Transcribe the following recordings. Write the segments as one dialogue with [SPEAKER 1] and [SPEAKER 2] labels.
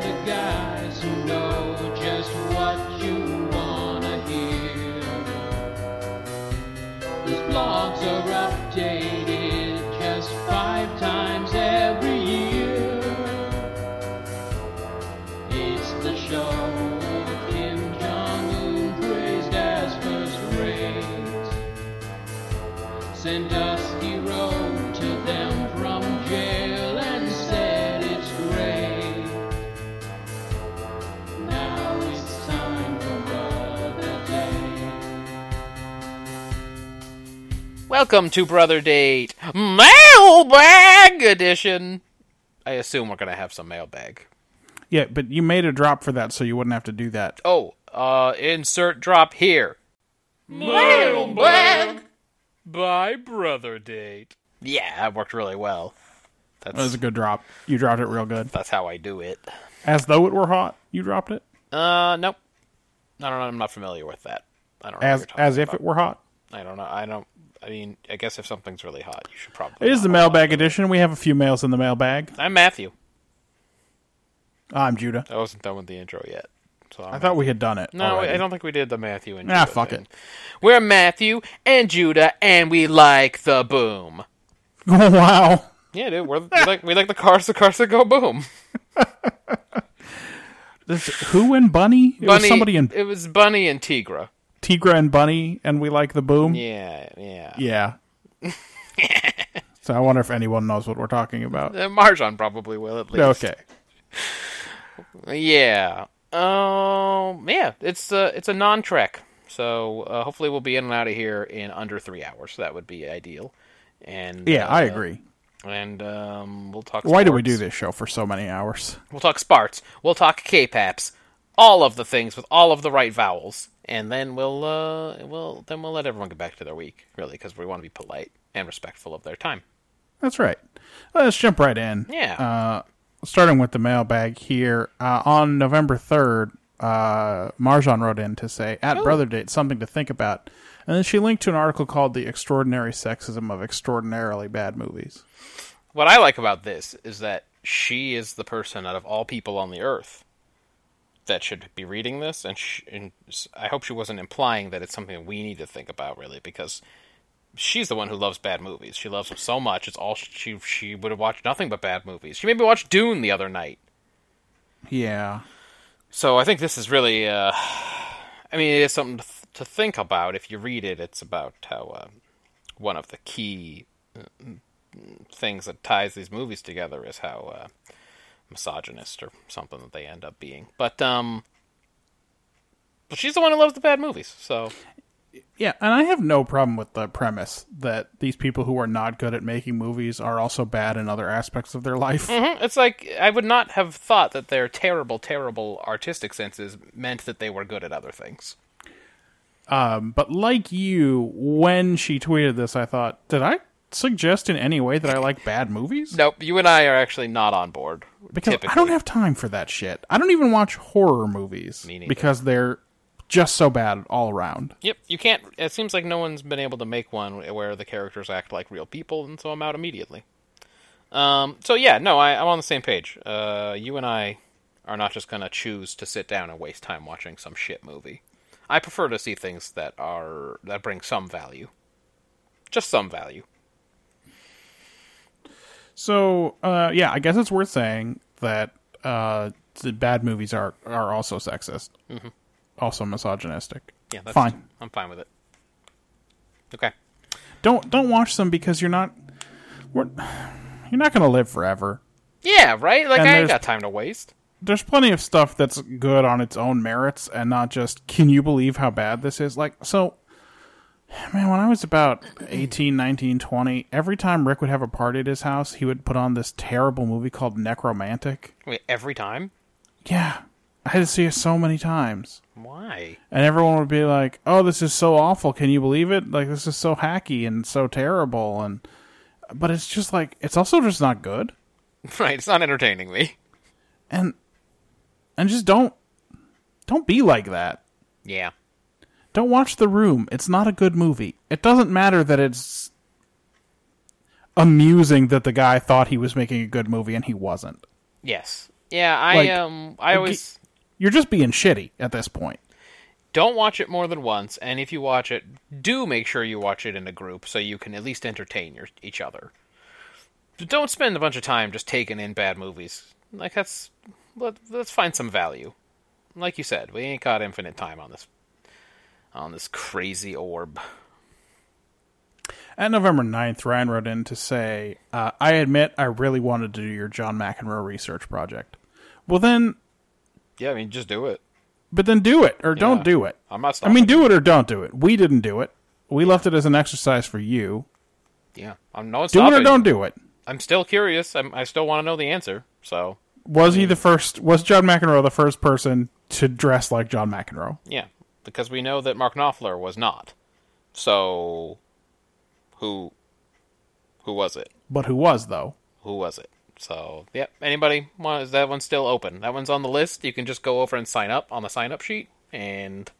[SPEAKER 1] the guys who know just what you wanna hear. These blogs are updated just five times every year. It's the show of Kim Jong Un praised as first rate. Sandusky wrote to them from jail and said it's great. Now it's time for Brother Day.
[SPEAKER 2] Welcome to Brother Date Mailbag Edition. I assume we're gonna have some mailbag.
[SPEAKER 3] Yeah, but you made a drop for that, so you wouldn't have to do that.
[SPEAKER 2] Oh, uh, insert drop here. Mailbag by Brother Date. Yeah, that worked really well.
[SPEAKER 3] That was
[SPEAKER 2] That's
[SPEAKER 3] a good drop. You dropped it real good,
[SPEAKER 2] that's how I do it.
[SPEAKER 3] as though it were hot. You dropped it
[SPEAKER 2] Uh, nope. I don't know. I'm not familiar with that. I don't know.
[SPEAKER 3] as
[SPEAKER 2] what you're
[SPEAKER 3] as
[SPEAKER 2] talking
[SPEAKER 3] if
[SPEAKER 2] about.
[SPEAKER 3] it were hot.
[SPEAKER 2] I don't know. I don't. I mean, I guess if something's really hot, you should probably.
[SPEAKER 3] It is the
[SPEAKER 2] not.
[SPEAKER 3] mailbag edition. We have a few mails in the mailbag.
[SPEAKER 2] I'm Matthew.
[SPEAKER 3] I'm Judah.
[SPEAKER 2] I wasn't done with the intro yet. So I'm
[SPEAKER 3] I thought we had done it.
[SPEAKER 2] No,
[SPEAKER 3] already.
[SPEAKER 2] I don't think we did the Matthew and
[SPEAKER 3] Ah,
[SPEAKER 2] Judah
[SPEAKER 3] fuck
[SPEAKER 2] thing.
[SPEAKER 3] it.
[SPEAKER 2] We're Matthew and Judah, and we like the boom.
[SPEAKER 3] wow.
[SPEAKER 2] Yeah, dude, we're, we like we like the cars, the cars that go boom.
[SPEAKER 3] This who and Bunny? It was somebody in
[SPEAKER 2] it was Bunny and Tigra.
[SPEAKER 3] Tigra and Bunny, and we like the boom.
[SPEAKER 2] Yeah, yeah.
[SPEAKER 3] Yeah. so I wonder if anyone knows what we're talking about.
[SPEAKER 2] Uh, Marjan probably will at least.
[SPEAKER 3] Okay.
[SPEAKER 2] Yeah. Um. Yeah. It's uh. It's a non-trek. So uh, hopefully we'll be in and out of here in under three hours. That would be ideal. And
[SPEAKER 3] Yeah,
[SPEAKER 2] uh,
[SPEAKER 3] I agree.
[SPEAKER 2] And um, we'll talk.
[SPEAKER 3] Why do we do
[SPEAKER 2] sports.
[SPEAKER 3] this show for so many hours?
[SPEAKER 2] We'll talk sparts. We'll talk K-paps. All of the things with all of the right vowels, and then we'll uh, we'll then we'll let everyone get back to their week, really, because we want to be polite and respectful of their time.
[SPEAKER 3] That's right. Let's jump right in.
[SPEAKER 2] Yeah.
[SPEAKER 3] starting with the mailbag here uh, on November third, uh, Marjan wrote in to say at brother date something to think about, and then she linked to an article called "The Extraordinary Sexism of Extraordinarily Bad Movies."
[SPEAKER 2] what I like about this is that she is the person out of all people on the earth that should be reading this, and, sh and s- I hope she wasn't implying that it's something we need to think about, really, because she's the one who loves bad movies. She loves them so much; it's all she she would have watched nothing but bad movies. She made me watch Dune the other night.
[SPEAKER 3] Yeah,
[SPEAKER 2] So I think this is really, uh, I mean, it is something to, th- to think about. If you read it, it's about how uh, one of the key uh, things that ties these movies together is how uh, misogynist or something that they end up being. But um, but she's the one who loves the bad movies, so
[SPEAKER 3] yeah, and I have no problem with the premise that these people who are not good at making movies are also bad in other aspects of their life.
[SPEAKER 2] Mhm, it's like I would not have thought that their terrible, terrible artistic senses meant that they were good at other things.
[SPEAKER 3] But like you, when she tweeted this, I thought, did I suggest in any way that I like bad movies?
[SPEAKER 2] Nope, you and I are actually not on board.
[SPEAKER 3] because I
[SPEAKER 2] typically.
[SPEAKER 3] don't have time for that shit. I don't even watch horror movies
[SPEAKER 2] Me neither.
[SPEAKER 3] because they're just so bad all around.
[SPEAKER 2] Yep, you can't. It seems like no one's been able to make one where the characters act like real people, and so I'm out immediately. Um, so yeah, no, I, I'm on the same page. Uh, you and I are not just gonna choose to sit down and waste time watching some shit movie. I prefer to see things that are that bring some value, just some value.
[SPEAKER 3] So uh, yeah, I guess it's worth saying that uh, the bad movies are are also sexist, also misogynistic.
[SPEAKER 2] Mm-hmm. Yeah, that's
[SPEAKER 3] fine.
[SPEAKER 2] I'm fine with it. Okay.
[SPEAKER 3] Don't don't watch them because you're not we're, you're not going to live forever.
[SPEAKER 2] Yeah, right. Like
[SPEAKER 3] And
[SPEAKER 2] I ain't
[SPEAKER 3] there's-
[SPEAKER 2] got time to waste.
[SPEAKER 3] There's plenty of stuff that's good on its own merits and not just can you believe how bad this is? Like so Man, when I was about 18, 19, 20, every time Rick would have a party at his house, he would put on this terrible movie called Necromantic.
[SPEAKER 2] Wait, every time.
[SPEAKER 3] Yeah. I had to see it so many times.
[SPEAKER 2] Why?
[SPEAKER 3] And everyone would be like, "Oh, this is so awful. Can you believe it? Like this is so hacky and so terrible." And but it's just like it's also just not good.
[SPEAKER 2] Right. It's not entertaining me.
[SPEAKER 3] And and just don't don't be like that.
[SPEAKER 2] Yeah.
[SPEAKER 3] Don't watch The Room. It's not a good movie. It doesn't matter that it's amusing that the guy thought he was making a good movie and he wasn't.
[SPEAKER 2] Yes. Yeah, I
[SPEAKER 3] Like,
[SPEAKER 2] um I
[SPEAKER 3] ge-
[SPEAKER 2] always
[SPEAKER 3] You're just being shitty at this point.
[SPEAKER 2] don't watch it more than once, and if you watch it, do make sure you watch it in a group so you can at least entertain your, each other. But don't spend a bunch of time just taking in bad movies. Like that's let, let's find some value. Like you said, we ain't got infinite time on this on this crazy orb.
[SPEAKER 3] At November 9th, Ryan wrote in to say, uh, I admit I really wanted to do your John McEnroe research project. Well, then,
[SPEAKER 2] Yeah, I mean just do it.
[SPEAKER 3] but then do it or don't
[SPEAKER 2] Yeah.
[SPEAKER 3] do it.
[SPEAKER 2] I'm not
[SPEAKER 3] I
[SPEAKER 2] stopping.
[SPEAKER 3] mean, do it or don't do it. We didn't do it. We left it as an exercise for you.
[SPEAKER 2] yeah, I'm no
[SPEAKER 3] Do
[SPEAKER 2] stopping.
[SPEAKER 3] it or don't do it.
[SPEAKER 2] I'm still curious. I'm, I still want to know the answer. So
[SPEAKER 3] Was
[SPEAKER 2] Mm.
[SPEAKER 3] he the first? Was John McEnroe the first person to dress like John McEnroe?
[SPEAKER 2] Yeah, because we know that Mark Knopfler was not. So, who, who was it?
[SPEAKER 3] But who was though?
[SPEAKER 2] Who was it? So, yep. Anybody? Want, is that one still open? That one's on the list. You can just go over and sign up on the sign up sheet. And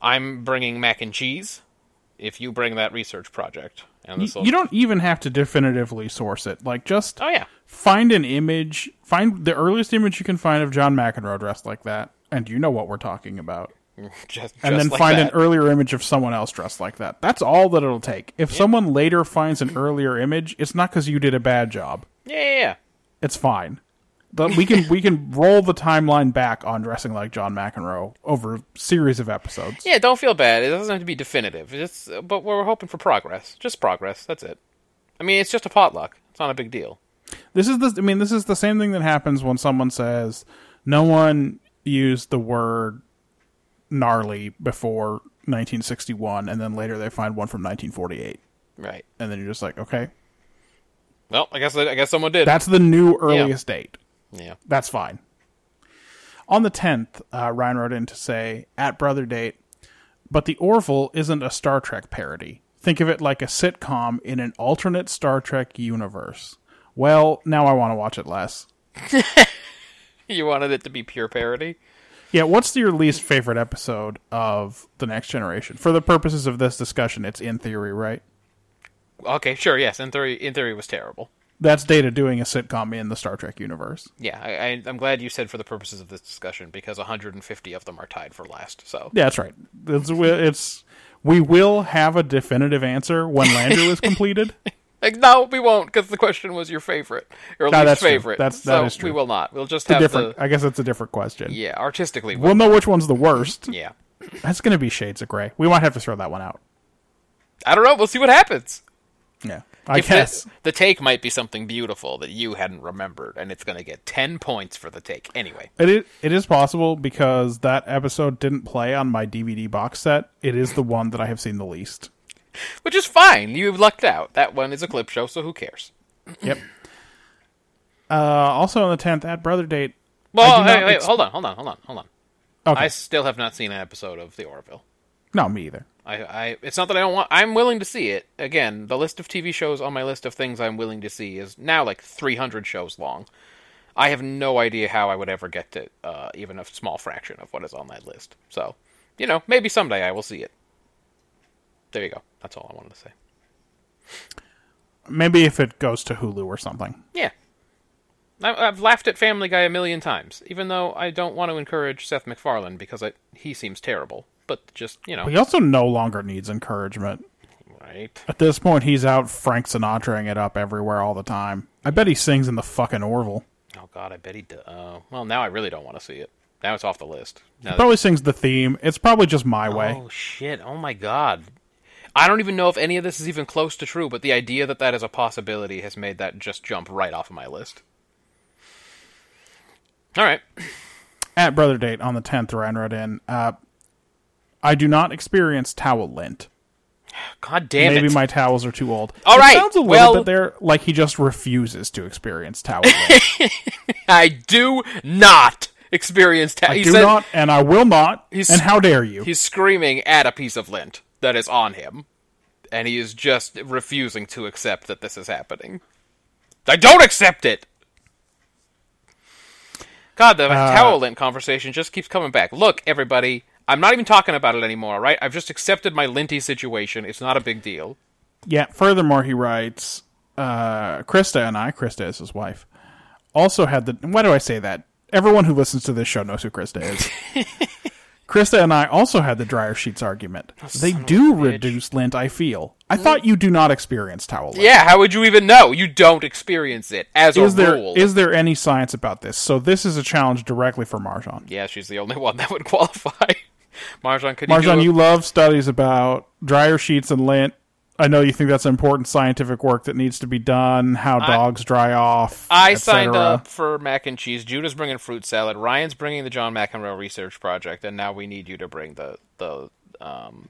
[SPEAKER 2] I'm bringing mac and cheese. If you bring that research project, and
[SPEAKER 3] You,
[SPEAKER 2] this will
[SPEAKER 3] you don't even have to definitively source it. Like just
[SPEAKER 2] Oh yeah,
[SPEAKER 3] find an image, find the earliest image you can find of John McEnroe dressed like that, and you know what we're talking about.
[SPEAKER 2] just, just
[SPEAKER 3] And then
[SPEAKER 2] like
[SPEAKER 3] find
[SPEAKER 2] that.
[SPEAKER 3] an earlier image of someone else dressed like that. That's all that it'll take. If someone later finds an earlier image, it's not because you did a bad job.
[SPEAKER 2] yeah, yeah, yeah.
[SPEAKER 3] It's fine. But we can we can roll the timeline back on dressing like John McEnroe over a series of episodes.
[SPEAKER 2] Yeah, don't feel bad. It doesn't have to be definitive. It's but we're hoping for progress. Just progress. That's it. I mean, it's just a potluck. It's not a big deal.
[SPEAKER 3] This is the I mean this is the same thing that happens when someone says no one used the word gnarly before 1961 and then later they find one from 1948
[SPEAKER 2] Right.
[SPEAKER 3] and then you're just like okay
[SPEAKER 2] Well, I guess I guess someone did.
[SPEAKER 3] that's the new earliest date
[SPEAKER 2] yeah.
[SPEAKER 3] That's fine. On the 10th, uh, Ryan wrote in to say, at brother date, but the Orville isn't a Star Trek parody. Think of it like a sitcom in an alternate Star Trek universe. Well, now I want to watch it less.
[SPEAKER 2] You wanted it to be pure parody.
[SPEAKER 3] Yeah, what's your least favorite episode of The Next Generation? For the purposes of this discussion, it's in theory, right?
[SPEAKER 2] Okay, sure. Yes, in theory, in theory was terrible.
[SPEAKER 3] That's Data doing a sitcom in the Star Trek universe.
[SPEAKER 2] Yeah, I, I, I'm glad you said for the purposes of this discussion because 150 of them are tied for last. So
[SPEAKER 3] Yeah, that's right. It's, it's, we will have a definitive answer when Lander is completed.
[SPEAKER 2] like, no, we won't because the question was your favorite or least
[SPEAKER 3] that's true.
[SPEAKER 2] favorite.
[SPEAKER 3] That's-
[SPEAKER 2] so
[SPEAKER 3] that is true.
[SPEAKER 2] We will not. We'll just
[SPEAKER 3] It's a
[SPEAKER 2] have
[SPEAKER 3] different.
[SPEAKER 2] the
[SPEAKER 3] I guess it's a different question.
[SPEAKER 2] yeah artistically. we-
[SPEAKER 3] We'll know which one's the worst.
[SPEAKER 2] yeah,
[SPEAKER 3] That's going to be Shades of Gray. We might have to throw that one out.
[SPEAKER 2] I don't know. We'll see what happens.
[SPEAKER 3] Yeah, I
[SPEAKER 2] If
[SPEAKER 3] guess.
[SPEAKER 2] the, the take might be something beautiful that you hadn't remembered, and it's going to get 10 points for the take. Anyway,
[SPEAKER 3] It is, it is possible because that episode didn't play on my DVD box set. It is the one that I have seen the least.
[SPEAKER 2] which is fine. You've lucked out. That one is a clip show, so who cares?
[SPEAKER 3] Yep. Uh, also on the tenth at Brother Date.
[SPEAKER 2] Well,
[SPEAKER 3] do not
[SPEAKER 2] hey, wait,
[SPEAKER 3] ex-
[SPEAKER 2] hold on, hold on, hold on, hold on.
[SPEAKER 3] Okay.
[SPEAKER 2] I still have not seen an episode of The Orville.
[SPEAKER 3] No, me either.
[SPEAKER 2] I, I, it's not that I don't want. I'm willing to see it. Again, the list of TV shows on my list of things I'm willing to see is now like 300 shows long. I have no idea how I would ever get to uh, even a small fraction of what is on that list. So, you know, maybe someday I will see it. There you go. That's all I wanted to say.
[SPEAKER 3] Maybe if it goes to Hulu or something.
[SPEAKER 2] Yeah. I, I've laughed at Family Guy a million times, even though I don't want to encourage Seth MacFarlane because I, he seems terrible. But just, you know,
[SPEAKER 3] He also no longer needs encouragement.
[SPEAKER 2] right.
[SPEAKER 3] At this point, he's out Frank Sinatraing it up everywhere all the time. I bet he sings in the fucking Orville.
[SPEAKER 2] Oh God, I bet he. d Uh, well, now I really don't want to see it. Now it's off the list. Now
[SPEAKER 3] Probably sings the theme. It's probably just my
[SPEAKER 2] that-
[SPEAKER 3] way.
[SPEAKER 2] oh shit! Oh my God. I don't even know if any of this is even close to true, but the idea that that is a possibility has made that just jump right off of my list. All right.
[SPEAKER 3] At Brother Date on the 10th, Ryan wrote in, uh, I do not experience towel lint.
[SPEAKER 2] God damn
[SPEAKER 3] Maybe
[SPEAKER 2] it.
[SPEAKER 3] my towels are too old.
[SPEAKER 2] All
[SPEAKER 3] It
[SPEAKER 2] right,
[SPEAKER 3] sounds a little
[SPEAKER 2] well-
[SPEAKER 3] bit there like he just refuses to experience towel lint.
[SPEAKER 2] I do not experience. Ta-
[SPEAKER 3] I
[SPEAKER 2] he
[SPEAKER 3] do
[SPEAKER 2] said-
[SPEAKER 3] not, and I will not,
[SPEAKER 2] He's-
[SPEAKER 3] and how dare you.
[SPEAKER 2] He's screaming at a piece of lint that is on him, and he is just refusing to accept that this is happening. I don't accept it. God,
[SPEAKER 3] Uh,
[SPEAKER 2] the towel lint conversation just keeps coming back. Look, everybody, I'm not even talking about it anymore, all right? I've just accepted my Linty situation. It's not a big deal.
[SPEAKER 3] Yeah. Furthermore, he writes, uh, Krista and I, Krista is his wife, also had the. Why do I say that? Everyone who listens to this show knows who Krista is. Krista and I also had the dryer sheets argument.
[SPEAKER 2] Oh,
[SPEAKER 3] they do reduce lint, I feel. I thought you do not experience towel lint.
[SPEAKER 2] Mm. Yeah, how would you even know? You don't experience it as
[SPEAKER 3] Is
[SPEAKER 2] a
[SPEAKER 3] there
[SPEAKER 2] rule.
[SPEAKER 3] is there any science about this? So this is a challenge directly for Marjan.
[SPEAKER 2] yeah, she's the only one that would qualify. Marjan, could you do
[SPEAKER 3] Marjan,
[SPEAKER 2] a-
[SPEAKER 3] you love studies about dryer sheets and lint. I know you think that's important scientific work that needs to be done. How dogs dry off.
[SPEAKER 2] I
[SPEAKER 3] et
[SPEAKER 2] signed
[SPEAKER 3] cetera.
[SPEAKER 2] up for mac and cheese. Judah's bringing fruit salad. Ryan's bringing the John McEnroe research project, and now we need you to bring the the um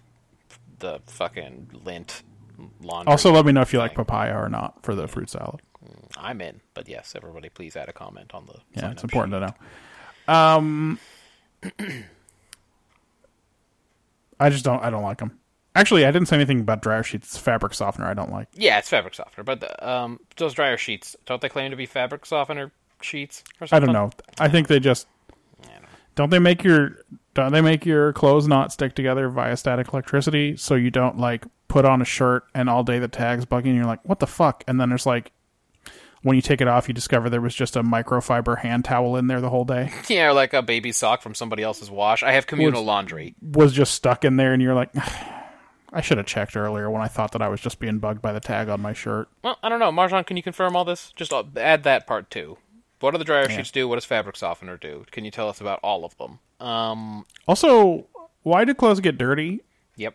[SPEAKER 2] the fucking lint laundry.
[SPEAKER 3] Also, let me know if you like papaya or not for the fruit salad.
[SPEAKER 2] I'm in, but yes, everybody, please add a comment on the.
[SPEAKER 3] Yeah,
[SPEAKER 2] sign-up
[SPEAKER 3] it's important
[SPEAKER 2] sheet.
[SPEAKER 3] to know. Um, I just don't. I don't like them. Actually, I didn't say anything about dryer sheets. It's fabric softener. I don't like.
[SPEAKER 2] Yeah, it's fabric softener, but the, um, those dryer sheets don't they claim to be fabric softener sheets? Or
[SPEAKER 3] I
[SPEAKER 2] something?
[SPEAKER 3] don't know. I think they just don't they make your don't they make your clothes not stick together via static electricity so you don't like put on a shirt and all day the tags bugging and you're like what the fuck and then there's like when you take it off you discover there was just a microfiber hand towel in there the whole day
[SPEAKER 2] Yeah, or like a baby sock from somebody else's wash. I have communal laundry.
[SPEAKER 3] was just stuck in there and you're like I should have checked earlier when I thought that I was just being bugged by the tag on my shirt
[SPEAKER 2] Well, I don't know. Marjan, can you confirm all this? Just uh, add that part too. What do the dryer sheets do? What does fabric softener do? Can you tell us about all of them? Um,
[SPEAKER 3] also why do clothes get dirty
[SPEAKER 2] yep.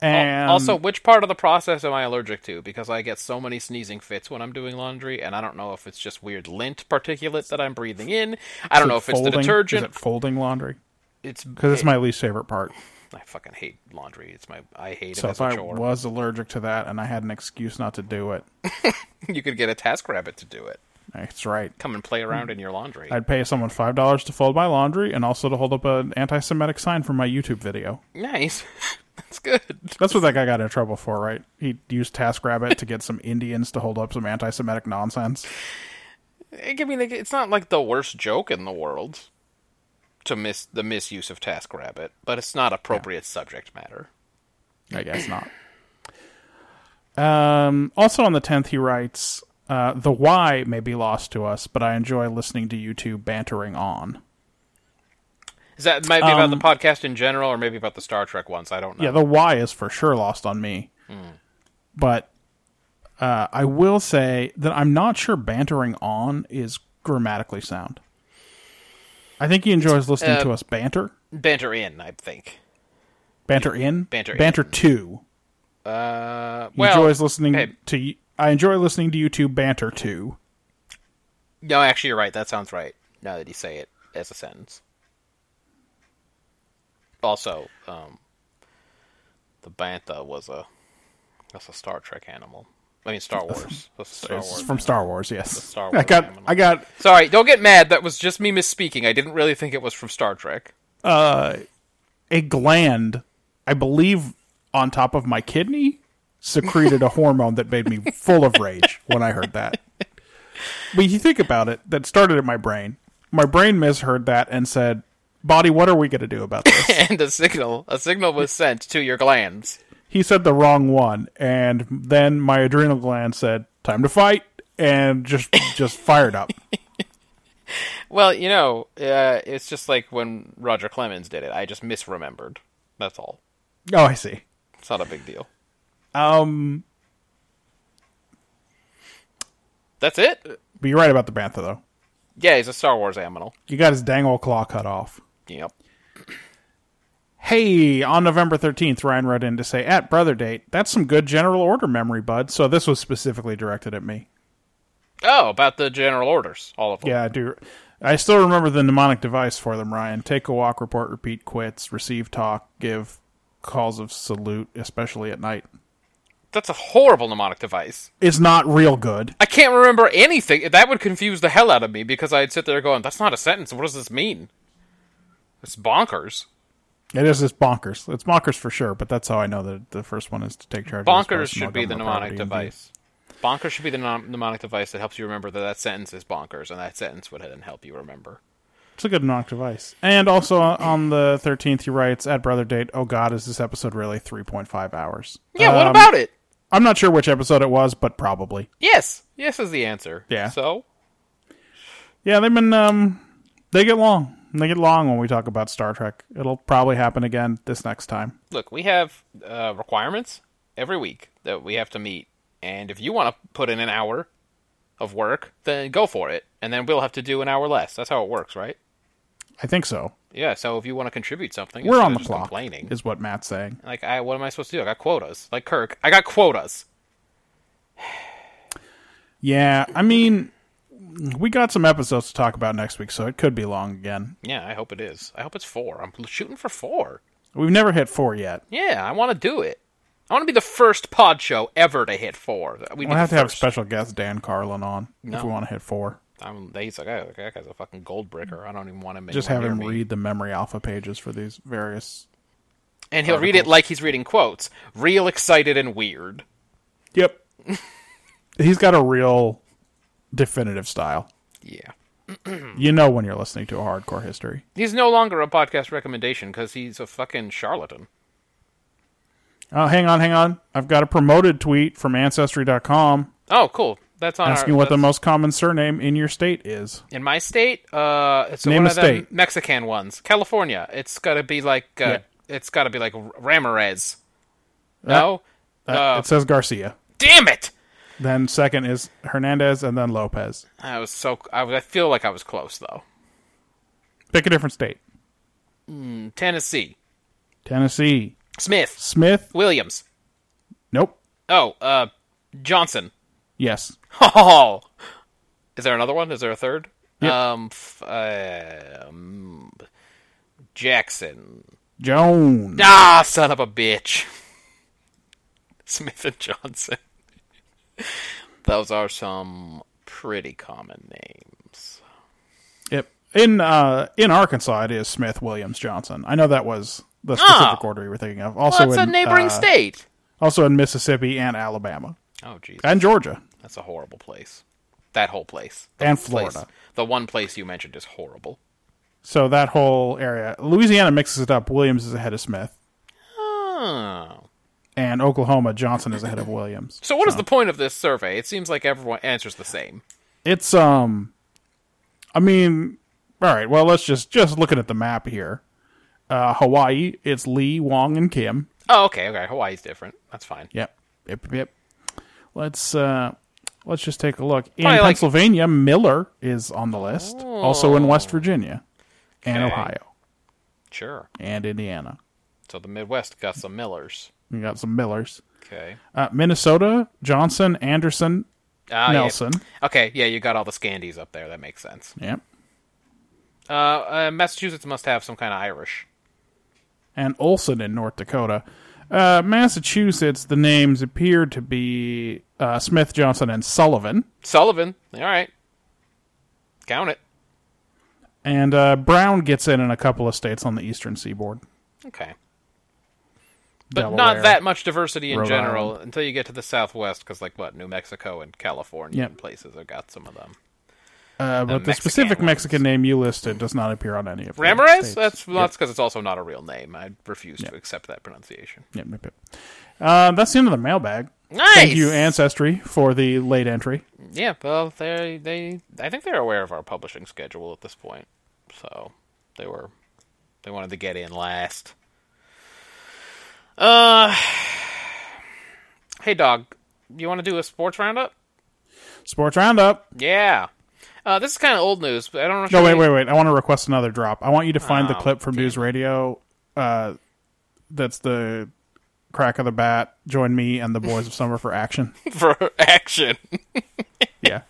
[SPEAKER 2] Al-
[SPEAKER 3] and
[SPEAKER 2] also, which part of the process am I allergic to? Because I get so many sneezing fits when I'm doing laundry, and I don't know if it's just weird lint particulate that I'm breathing in. I don't know if it's the
[SPEAKER 3] folding-
[SPEAKER 2] detergent.
[SPEAKER 3] is it folding laundry
[SPEAKER 2] It's
[SPEAKER 3] because it's my least favorite part
[SPEAKER 2] I fucking hate laundry. It's my I hate it
[SPEAKER 3] So
[SPEAKER 2] as
[SPEAKER 3] if
[SPEAKER 2] a
[SPEAKER 3] I
[SPEAKER 2] chore.
[SPEAKER 3] was allergic to that and I had an excuse not to do it,
[SPEAKER 2] You could get a task rabbit to do it.
[SPEAKER 3] that's right.
[SPEAKER 2] Come and play
[SPEAKER 3] Hmm.
[SPEAKER 2] around in your laundry.
[SPEAKER 3] I'd pay someone five dollars to fold my laundry and also to hold up an anti-Semitic sign for my YouTube video.
[SPEAKER 2] Nice. That's good.
[SPEAKER 3] That's what that guy got in trouble for, right? He used TaskRabbit to get some Indians to hold up some anti-Semitic nonsense.
[SPEAKER 2] I mean, like, it's not like the worst joke in the world to miss the misuse of TaskRabbit, but it's not appropriate subject matter.
[SPEAKER 3] I guess not. Um, also on the tenth, he writes, uh, "The why may be lost to us, but I enjoy listening to you two bantering on."
[SPEAKER 2] Is that might be about the podcast in general, or maybe about the Star Trek ones? I don't know.
[SPEAKER 3] Um, Yeah, the why is for sure lost on me.
[SPEAKER 2] Hmm.
[SPEAKER 3] But uh, I will say that I'm not sure bantering on is grammatically sound. I think he enjoys listening
[SPEAKER 2] Uh,
[SPEAKER 3] to us banter,
[SPEAKER 2] Banter in, I think.
[SPEAKER 3] banter in,
[SPEAKER 2] banter
[SPEAKER 3] banter two.
[SPEAKER 2] Uh,
[SPEAKER 3] He
[SPEAKER 2] well,
[SPEAKER 3] enjoys listening
[SPEAKER 2] hey.
[SPEAKER 3] to. y- I enjoy listening to you two banter two.
[SPEAKER 2] no, actually, you're right. That sounds right. Now that you say it as a sentence. Also, um, the bantha was a that's a Star Trek animal. I mean, Star Wars. That's a Star
[SPEAKER 3] It's
[SPEAKER 2] Wars.
[SPEAKER 3] from Star Wars, yes.
[SPEAKER 2] Star
[SPEAKER 3] I
[SPEAKER 2] Wars
[SPEAKER 3] got.
[SPEAKER 2] animal.
[SPEAKER 3] I got.
[SPEAKER 2] Sorry, don't get mad. That was just me misspeaking. I didn't really think it was from Star Trek.
[SPEAKER 3] a gland, I believe, on top of my kidney secreted a hormone that made me full of rage when I heard that. But you think about it, that started in my brain. My brain misheard that and said, Body, what are we going to do about this?
[SPEAKER 2] And a signal, a signal was sent to your glands.
[SPEAKER 3] he said the wrong one. And then my adrenal gland said, Time to fight. And just just fired up.
[SPEAKER 2] Well, you know, uh, it's just like when Roger Clemens did it. I just misremembered. That's all.
[SPEAKER 3] Oh, I see.
[SPEAKER 2] It's not a big deal.
[SPEAKER 3] Um,
[SPEAKER 2] That's it.
[SPEAKER 3] but you're right about the bantha, though.
[SPEAKER 2] Yeah, he's a Star Wars aminal.
[SPEAKER 3] You got his dang old claw cut off.
[SPEAKER 2] Yep.
[SPEAKER 3] Hey, on November 13th, Ryan wrote in to say, at brother date, that's some good general order memory, bud. So this was specifically directed at me.
[SPEAKER 2] Oh, about the general orders, all of them.
[SPEAKER 3] Yeah, I do. I still remember the mnemonic device for them, Ryan. Take a walk, report, repeat, quits, receive, talk, give, calls of salute, especially at night.
[SPEAKER 2] That's a horrible mnemonic device.
[SPEAKER 3] It's not real good.
[SPEAKER 2] I can't remember anything. That would confuse the hell out of me because I'd sit there going, "That's not a sentence. What does this mean?" It's bonkers.
[SPEAKER 3] It is just bonkers. It's bonkers for sure, but that's how I know that the first one is to take charge of this
[SPEAKER 2] Bonkers
[SPEAKER 3] person,
[SPEAKER 2] should be the
[SPEAKER 3] Montgomery
[SPEAKER 2] mnemonic
[SPEAKER 3] property, and
[SPEAKER 2] device. Bonkers should be the nom- mnemonic device that helps you remember that that sentence is bonkers, and that sentence would then help you remember.
[SPEAKER 3] It's a good knock device. And also uh, on the 13th, he writes at Brother Date, Oh God, is this episode really 3.5 hours?
[SPEAKER 2] Yeah, what
[SPEAKER 3] Um,
[SPEAKER 2] about it?
[SPEAKER 3] I'm not sure which episode it was, but probably.
[SPEAKER 2] Yes. Yes is the answer.
[SPEAKER 3] Yeah.
[SPEAKER 2] So,
[SPEAKER 3] Yeah, they've been, um, they get long. They get long when we talk about Star Trek. It'll probably happen again this next time.
[SPEAKER 2] look, we have uh, requirements every week that we have to meet. And if you want to put in an hour of work, then go for it. And then we'll have to do an hour less. That's how it works, right?
[SPEAKER 3] I think so.
[SPEAKER 2] Yeah, so if you want to contribute something,
[SPEAKER 3] We're
[SPEAKER 2] instead
[SPEAKER 3] on
[SPEAKER 2] of
[SPEAKER 3] the
[SPEAKER 2] just
[SPEAKER 3] clock,
[SPEAKER 2] Complaining.
[SPEAKER 3] is what Matt's saying.
[SPEAKER 2] Like, I, what am I supposed to do? I got quotas. Like Kirk, I got quotas.
[SPEAKER 3] Yeah, I mean, we got some episodes to talk about next week, so it could be long again.
[SPEAKER 2] Yeah, I hope it is. I hope it's four. I'm shooting for four.
[SPEAKER 3] We've never hit four yet.
[SPEAKER 2] Yeah, I want to do it. I want to be the first pod show ever to hit four. We'd be
[SPEAKER 3] We'll have
[SPEAKER 2] the
[SPEAKER 3] to have
[SPEAKER 2] first.
[SPEAKER 3] special guest Dan Carlin on if
[SPEAKER 2] No.
[SPEAKER 3] we want to hit four.
[SPEAKER 2] I'm, he's like, oh, that guy's a fucking gold bricker. I don't even want him.
[SPEAKER 3] Just have
[SPEAKER 2] anywhere
[SPEAKER 3] him
[SPEAKER 2] near me."
[SPEAKER 3] read the memory alpha pages for these various.
[SPEAKER 2] and he'll read it like he's reading quotes, real excited and weird.
[SPEAKER 3] Yep. He's got a real definitive style.
[SPEAKER 2] Yeah,
[SPEAKER 3] You know when you're listening to a hardcore history.
[SPEAKER 2] he's no longer a podcast recommendation because he's a fucking charlatan.
[SPEAKER 3] Oh, hang on, hang on. I've got a promoted tweet from Ancestry.com
[SPEAKER 2] Oh, cool. That's on
[SPEAKER 3] asking
[SPEAKER 2] our,
[SPEAKER 3] what the
[SPEAKER 2] that's-
[SPEAKER 3] most common surname in your state is.
[SPEAKER 2] in my state. Uh, it's
[SPEAKER 3] Name
[SPEAKER 2] one
[SPEAKER 3] a
[SPEAKER 2] of them
[SPEAKER 3] state.
[SPEAKER 2] Mexican ones. California. It's gotta be like uh, it's gotta be like R- Ramirez. No, uh,
[SPEAKER 3] it says Garcia.
[SPEAKER 2] damn it.
[SPEAKER 3] Then second is Hernandez, and then Lopez.
[SPEAKER 2] I was so I, was- I feel like I was close though.
[SPEAKER 3] Pick a different state.
[SPEAKER 2] Tennessee.
[SPEAKER 3] Tennessee.
[SPEAKER 2] Smith.
[SPEAKER 3] Smith.
[SPEAKER 2] Williams.
[SPEAKER 3] Nope.
[SPEAKER 2] Oh, uh Johnson.
[SPEAKER 3] Yes.
[SPEAKER 2] Oh. Is there another one? Is there a third?
[SPEAKER 3] Yep.
[SPEAKER 2] Um, f- uh, um Jackson.
[SPEAKER 3] Jones.
[SPEAKER 2] Ah, son of a bitch. Smith and Johnson. Those are some pretty common names.
[SPEAKER 3] Yep. In uh in Arkansas, it is Smith Williams Johnson. I know that was the specific
[SPEAKER 2] Ah.
[SPEAKER 3] order you were thinking of. Also,
[SPEAKER 2] Well, it's
[SPEAKER 3] in,
[SPEAKER 2] a neighboring
[SPEAKER 3] uh,
[SPEAKER 2] state.
[SPEAKER 3] Also in Mississippi and Alabama
[SPEAKER 2] Oh, jeez.
[SPEAKER 3] and Georgia.
[SPEAKER 2] That's a horrible place. That whole place. The
[SPEAKER 3] And
[SPEAKER 2] whole place-
[SPEAKER 3] Florida.
[SPEAKER 2] The one place you mentioned is horrible.
[SPEAKER 3] So that whole area, Louisiana mixes it up. Williams is ahead of Smith,
[SPEAKER 2] Oh.
[SPEAKER 3] and Oklahoma Johnson is ahead of Williams.
[SPEAKER 2] So what is the point of this survey? It seems like everyone answers the same.
[SPEAKER 3] It's um, I mean, all right. Well, let's just just looking at the map here. Uh, Hawaii, it's Lee, Wong, and Kim.
[SPEAKER 2] Oh, okay, okay. Hawaii's different. That's fine.
[SPEAKER 3] Yep. Yep. Yep. yep. Let's uh let's just take a look. In
[SPEAKER 2] Probably like-
[SPEAKER 3] Pennsylvania, Miller is on the list. Also in West Virginia and
[SPEAKER 2] Oh. Okay.
[SPEAKER 3] Ohio
[SPEAKER 2] Sure.
[SPEAKER 3] and Indiana.
[SPEAKER 2] So the Midwest got some Millers.
[SPEAKER 3] We got some Millers.
[SPEAKER 2] Okay.
[SPEAKER 3] Uh, Minnesota, Johnson, Anderson,
[SPEAKER 2] Ah, yeah.
[SPEAKER 3] Nelson.
[SPEAKER 2] Okay, yeah, you got all the Scandies up there. That makes sense.
[SPEAKER 3] Yep.
[SPEAKER 2] Uh, uh, Massachusetts must have some kind of Irish.
[SPEAKER 3] And Olson in North Dakota. Uh, Massachusetts, the names appear to be uh, Smith, Johnson, and Sullivan.
[SPEAKER 2] Sullivan. All right. Count it.
[SPEAKER 3] And uh, Brown gets in in a couple of states on the eastern seaboard.
[SPEAKER 2] Okay. But
[SPEAKER 3] Delaware.
[SPEAKER 2] not that much diversity in
[SPEAKER 3] Rhode
[SPEAKER 2] general until you get to the Southwest, because, like, what, New Mexico and California
[SPEAKER 3] Yep.
[SPEAKER 2] and places have got some of them.
[SPEAKER 3] Uh, but the,
[SPEAKER 2] Mexican
[SPEAKER 3] specific
[SPEAKER 2] ones.
[SPEAKER 3] Mexican name you listed does not appear on any of the
[SPEAKER 2] Ramirez?
[SPEAKER 3] states.
[SPEAKER 2] That's well, that's because it's also not a real name. I refuse to accept that pronunciation.
[SPEAKER 3] Yep, yep, yep. Uh, that's the end of the mailbag.
[SPEAKER 2] Nice.
[SPEAKER 3] Thank you, Ancestry, for the late entry.
[SPEAKER 2] Yeah, well, they they I think they're aware of our publishing schedule at this point, so they were they wanted to get in last. Uh, hey, dog, you want to do a sports roundup?
[SPEAKER 3] Sports Roundup.
[SPEAKER 2] Yeah. Uh, this is kind of old news, but I don't know. if
[SPEAKER 3] No,
[SPEAKER 2] you-
[SPEAKER 3] wait, wait, wait. I want to request another drop. I want you to find the
[SPEAKER 2] Oh,
[SPEAKER 3] clip from News Radio. Uh, that's the crack of the bat. Join me and the boys of summer for action.
[SPEAKER 2] for action.
[SPEAKER 3] Yeah,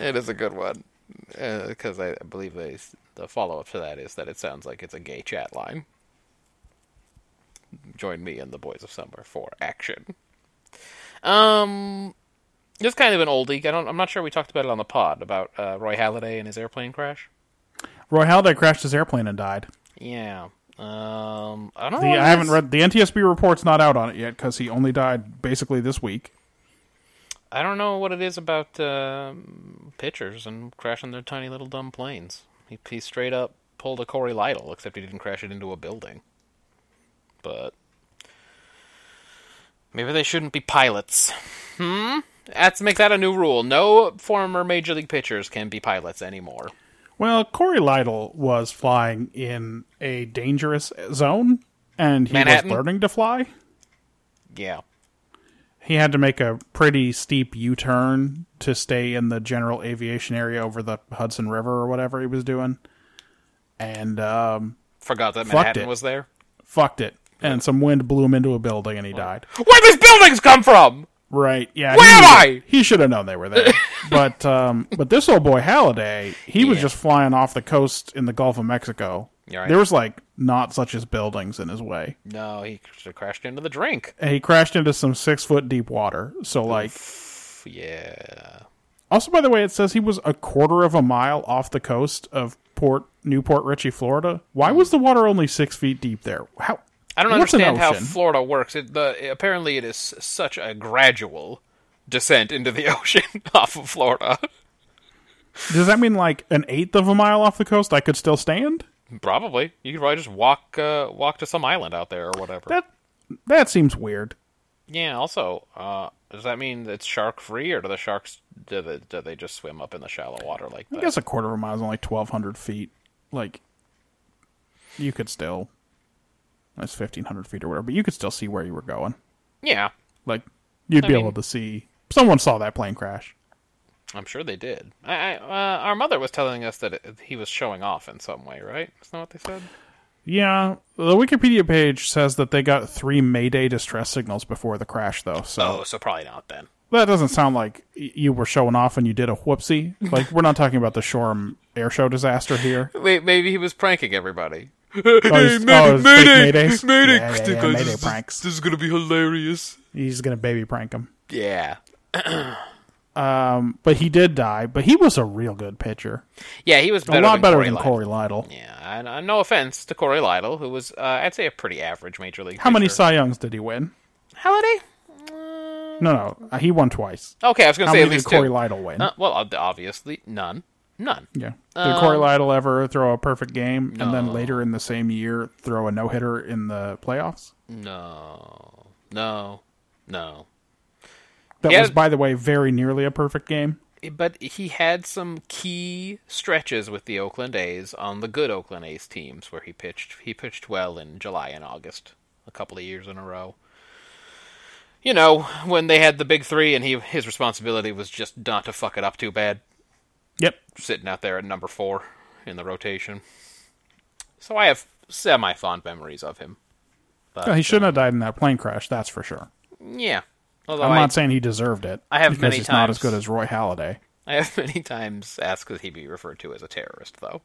[SPEAKER 2] it is a good one because I believe they, the follow up to that is that it sounds like it's a gay chat line. Join me and the boys of summer for action. Um, it's kind of an oldie. I don't. I'm not sure we talked about it on the pod about uh, Roy Halladay and his airplane crash.
[SPEAKER 3] Roy Halladay crashed his airplane and died.
[SPEAKER 2] Yeah. Um, I don't.
[SPEAKER 3] The,
[SPEAKER 2] know what it
[SPEAKER 3] I haven't
[SPEAKER 2] is.
[SPEAKER 3] read the NTSB report's not out on it yet because he only died basically this week.
[SPEAKER 2] I don't know what it is about um, pitchers and crashing their tiny little dumb planes. He, he straight up pulled a Corey Lytle, except he didn't crash it into a building. But maybe they shouldn't be pilots. Hmm? Let's make that a new rule. No former major league pitchers can be pilots anymore.
[SPEAKER 3] Well, Corey Lytle was flying in a dangerous zone, and he
[SPEAKER 2] Manhattan?
[SPEAKER 3] was learning to fly.
[SPEAKER 2] Yeah.
[SPEAKER 3] He had to make a pretty steep U turn to stay in the general aviation area over the Hudson River or whatever he was doing, and um,
[SPEAKER 2] Forgot that
[SPEAKER 3] Fucked
[SPEAKER 2] Manhattan
[SPEAKER 3] it.
[SPEAKER 2] was there.
[SPEAKER 3] fucked it. And some wind blew him into a building, and he died.
[SPEAKER 2] Where'd these buildings come from?
[SPEAKER 3] Right? Yeah.
[SPEAKER 2] Where
[SPEAKER 3] he,
[SPEAKER 2] am I?
[SPEAKER 3] He should have known they were there. but um, but this old boy Halliday, he was
[SPEAKER 2] Yeah.
[SPEAKER 3] just flying off the coast in the Gulf of Mexico.
[SPEAKER 2] You're right.
[SPEAKER 3] There was like not such as buildings in his way.
[SPEAKER 2] No, he should have crashed into the drink.
[SPEAKER 3] and he crashed into some six foot deep water. So like,
[SPEAKER 2] Yeah.
[SPEAKER 3] also by the way, it says he was a quarter of a mile off the coast of Port Newport Richey, Florida. Why was the water only six feet deep there? How
[SPEAKER 2] I don't
[SPEAKER 3] What's an
[SPEAKER 2] understand how
[SPEAKER 3] ocean?
[SPEAKER 2] Florida works. It, the, apparently, it is such a gradual descent into the ocean off of Florida.
[SPEAKER 3] does that mean? Like an eighth of a mile off the coast, I could still stand.
[SPEAKER 2] Probably, you could probably just walk uh, walk to some island out there or whatever.
[SPEAKER 3] That that seems weird.
[SPEAKER 2] yeah. Also, uh, does that mean it's shark free, or do the sharks do they, do they just swim up in the shallow water like
[SPEAKER 3] I
[SPEAKER 2] that?
[SPEAKER 3] guess a quarter of a mile is only twelve hundred feet. Like you could still that's fifteen hundred feet or whatever, but you could still see where you were going.
[SPEAKER 2] Yeah,
[SPEAKER 3] Like you'd
[SPEAKER 2] I
[SPEAKER 3] be
[SPEAKER 2] mean-
[SPEAKER 3] able to see. Someone saw that plane crash.
[SPEAKER 2] I'm sure they did. I, I, uh, our mother was telling us that it, he was showing off in some way, right? Isn't that what they said?
[SPEAKER 3] Yeah, the Wikipedia page says that they got three Mayday distress signals before the crash, though. So
[SPEAKER 2] Oh, so probably not then.
[SPEAKER 3] that doesn't sound like y- you were showing off and you did a whoopsie. Like we're not talking about the Shoreham air show disaster here.
[SPEAKER 2] Wait, maybe he was pranking everybody.
[SPEAKER 3] Oh, he's- oh, it's fake Maydays? Yeah, yeah, yeah, Mayday
[SPEAKER 2] This is-
[SPEAKER 3] pranks.
[SPEAKER 2] This is gonna be hilarious.
[SPEAKER 3] He's gonna baby prank him.
[SPEAKER 2] Yeah.
[SPEAKER 3] But he did die. But he was a real good pitcher,
[SPEAKER 2] Yeah, he was
[SPEAKER 3] a
[SPEAKER 2] better
[SPEAKER 3] lot
[SPEAKER 2] than
[SPEAKER 3] better
[SPEAKER 2] Corey
[SPEAKER 3] than
[SPEAKER 2] Lytle.
[SPEAKER 3] Corey Lytle.
[SPEAKER 2] Yeah, and, uh, no offense to Corey Lytle, who was, uh, I'd say, a pretty average major league.
[SPEAKER 3] How many
[SPEAKER 2] pitcher.
[SPEAKER 3] Cy Youngs did he win?
[SPEAKER 2] Halliday?
[SPEAKER 3] No, no, uh, he won twice.
[SPEAKER 2] Okay, I was gonna
[SPEAKER 3] How
[SPEAKER 2] say at
[SPEAKER 3] many did
[SPEAKER 2] least
[SPEAKER 3] Corey
[SPEAKER 2] two.
[SPEAKER 3] Lytle win?
[SPEAKER 2] Uh, well, ob- obviously none, none.
[SPEAKER 3] yeah. Did
[SPEAKER 2] Um,
[SPEAKER 3] Corey Lytle ever throw a perfect game and then later in the same year throw a no hitter in the playoffs?
[SPEAKER 2] No, no, no.
[SPEAKER 3] That
[SPEAKER 2] Yeah.
[SPEAKER 3] was, by the way, very nearly a perfect game.
[SPEAKER 2] But he had some key stretches with the Oakland A's on the good Oakland A's teams where he pitched. He pitched well in July and August, a couple of years in a row. You know, when they had the big three, and he his responsibility was just not to fuck it up too bad.
[SPEAKER 3] Yep.
[SPEAKER 2] sitting out there at number four in the rotation. So I have semi fond memories of him. But,
[SPEAKER 3] he shouldn't have died in that plane crash, that's for sure.
[SPEAKER 2] Yeah. Although
[SPEAKER 3] I'm
[SPEAKER 2] I,
[SPEAKER 3] not saying he deserved it.
[SPEAKER 2] I have
[SPEAKER 3] because
[SPEAKER 2] many
[SPEAKER 3] he's not as
[SPEAKER 2] times-
[SPEAKER 3] good as Roy Halladay.
[SPEAKER 2] I have many times asked that he be referred to as a terrorist, though.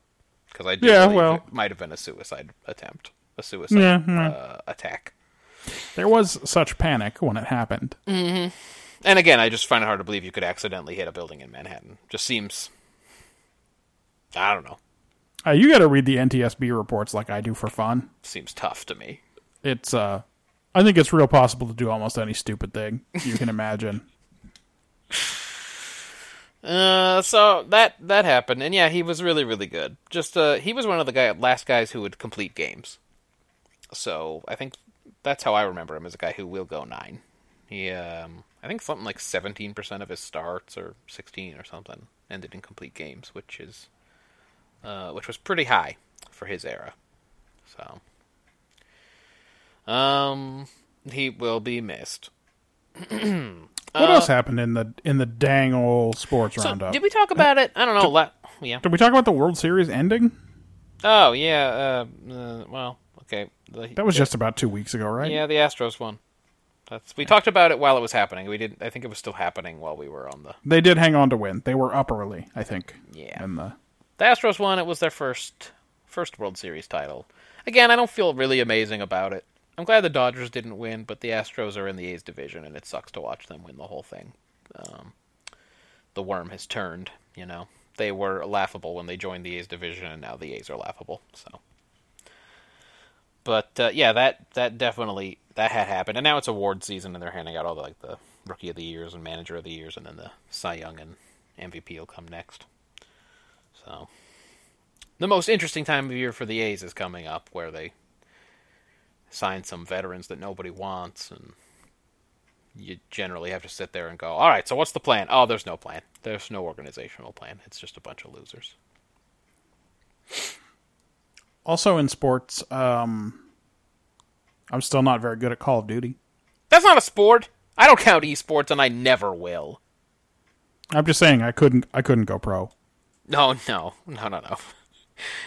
[SPEAKER 2] Because I do
[SPEAKER 3] Yeah,
[SPEAKER 2] believe
[SPEAKER 3] well.
[SPEAKER 2] it might have been a suicide attempt, a suicide
[SPEAKER 3] Yeah, yeah.
[SPEAKER 2] uh, attack.
[SPEAKER 3] There was such panic when it happened.
[SPEAKER 2] And again, I just find it hard to believe you could accidentally hit a building in Manhattan. Just seems. I don't know.
[SPEAKER 3] Uh, you got to read the NTSB reports like I do for fun.
[SPEAKER 2] Seems tough to me.
[SPEAKER 3] It's, uh, I think it's real possible to do almost any stupid thing you can imagine.
[SPEAKER 2] Uh, so that that happened, and yeah, he was really really good. Just uh, he was one of the guy last guys who would complete games. So I think that's how I remember him as a guy who will go nine. He, um, I think something like seventeen percent of his starts or sixteen or something ended in complete games, which is, uh, which was pretty high for his era. So, um, he will be missed.
[SPEAKER 3] What else happened in the in the dang old sports
[SPEAKER 2] Uh, So
[SPEAKER 3] roundup?
[SPEAKER 2] did we talk about it? I don't know. la- yeah.
[SPEAKER 3] Did we talk about the World Series ending?
[SPEAKER 2] Oh yeah. Uh, uh, well, okay. The,
[SPEAKER 3] That was just about two weeks ago, right?
[SPEAKER 2] yeah, the Astros won. That's we talked about it while it was happening. We did. not I think it was still happening while we were on the.
[SPEAKER 3] They did hang on to win. They were up early, I think.
[SPEAKER 2] Yeah.
[SPEAKER 3] In the
[SPEAKER 2] The Astros won. It was their first first World Series title. Again, I don't feel really amazing about it. I'm glad the Dodgers didn't win, but the Astros are in the A's division, and it sucks to watch them win the whole thing. Um, the worm has turned. You know, they were laughable when they joined the A's division, and now the A's are laughable. So, but uh, yeah, that that definitely that had happened, and now it's award season, and they're handing out all the like the rookie of the years and manager of the years, and then the Cy Young and MVP will come next. So the most interesting time of year for the A's is coming up, where they sign some veterans that nobody wants, and you generally have to sit there and go, "All right, so what's the plan?" Oh, there's no plan. There's no organizational plan. It's just a bunch of losers.
[SPEAKER 3] Also in sports, um, I'm still not very good at Call of Duty.
[SPEAKER 2] That's not a sport. I don't count esports, and I never will.
[SPEAKER 3] I'm just saying I couldn't I couldn't go pro.
[SPEAKER 2] No, no, no, no, no.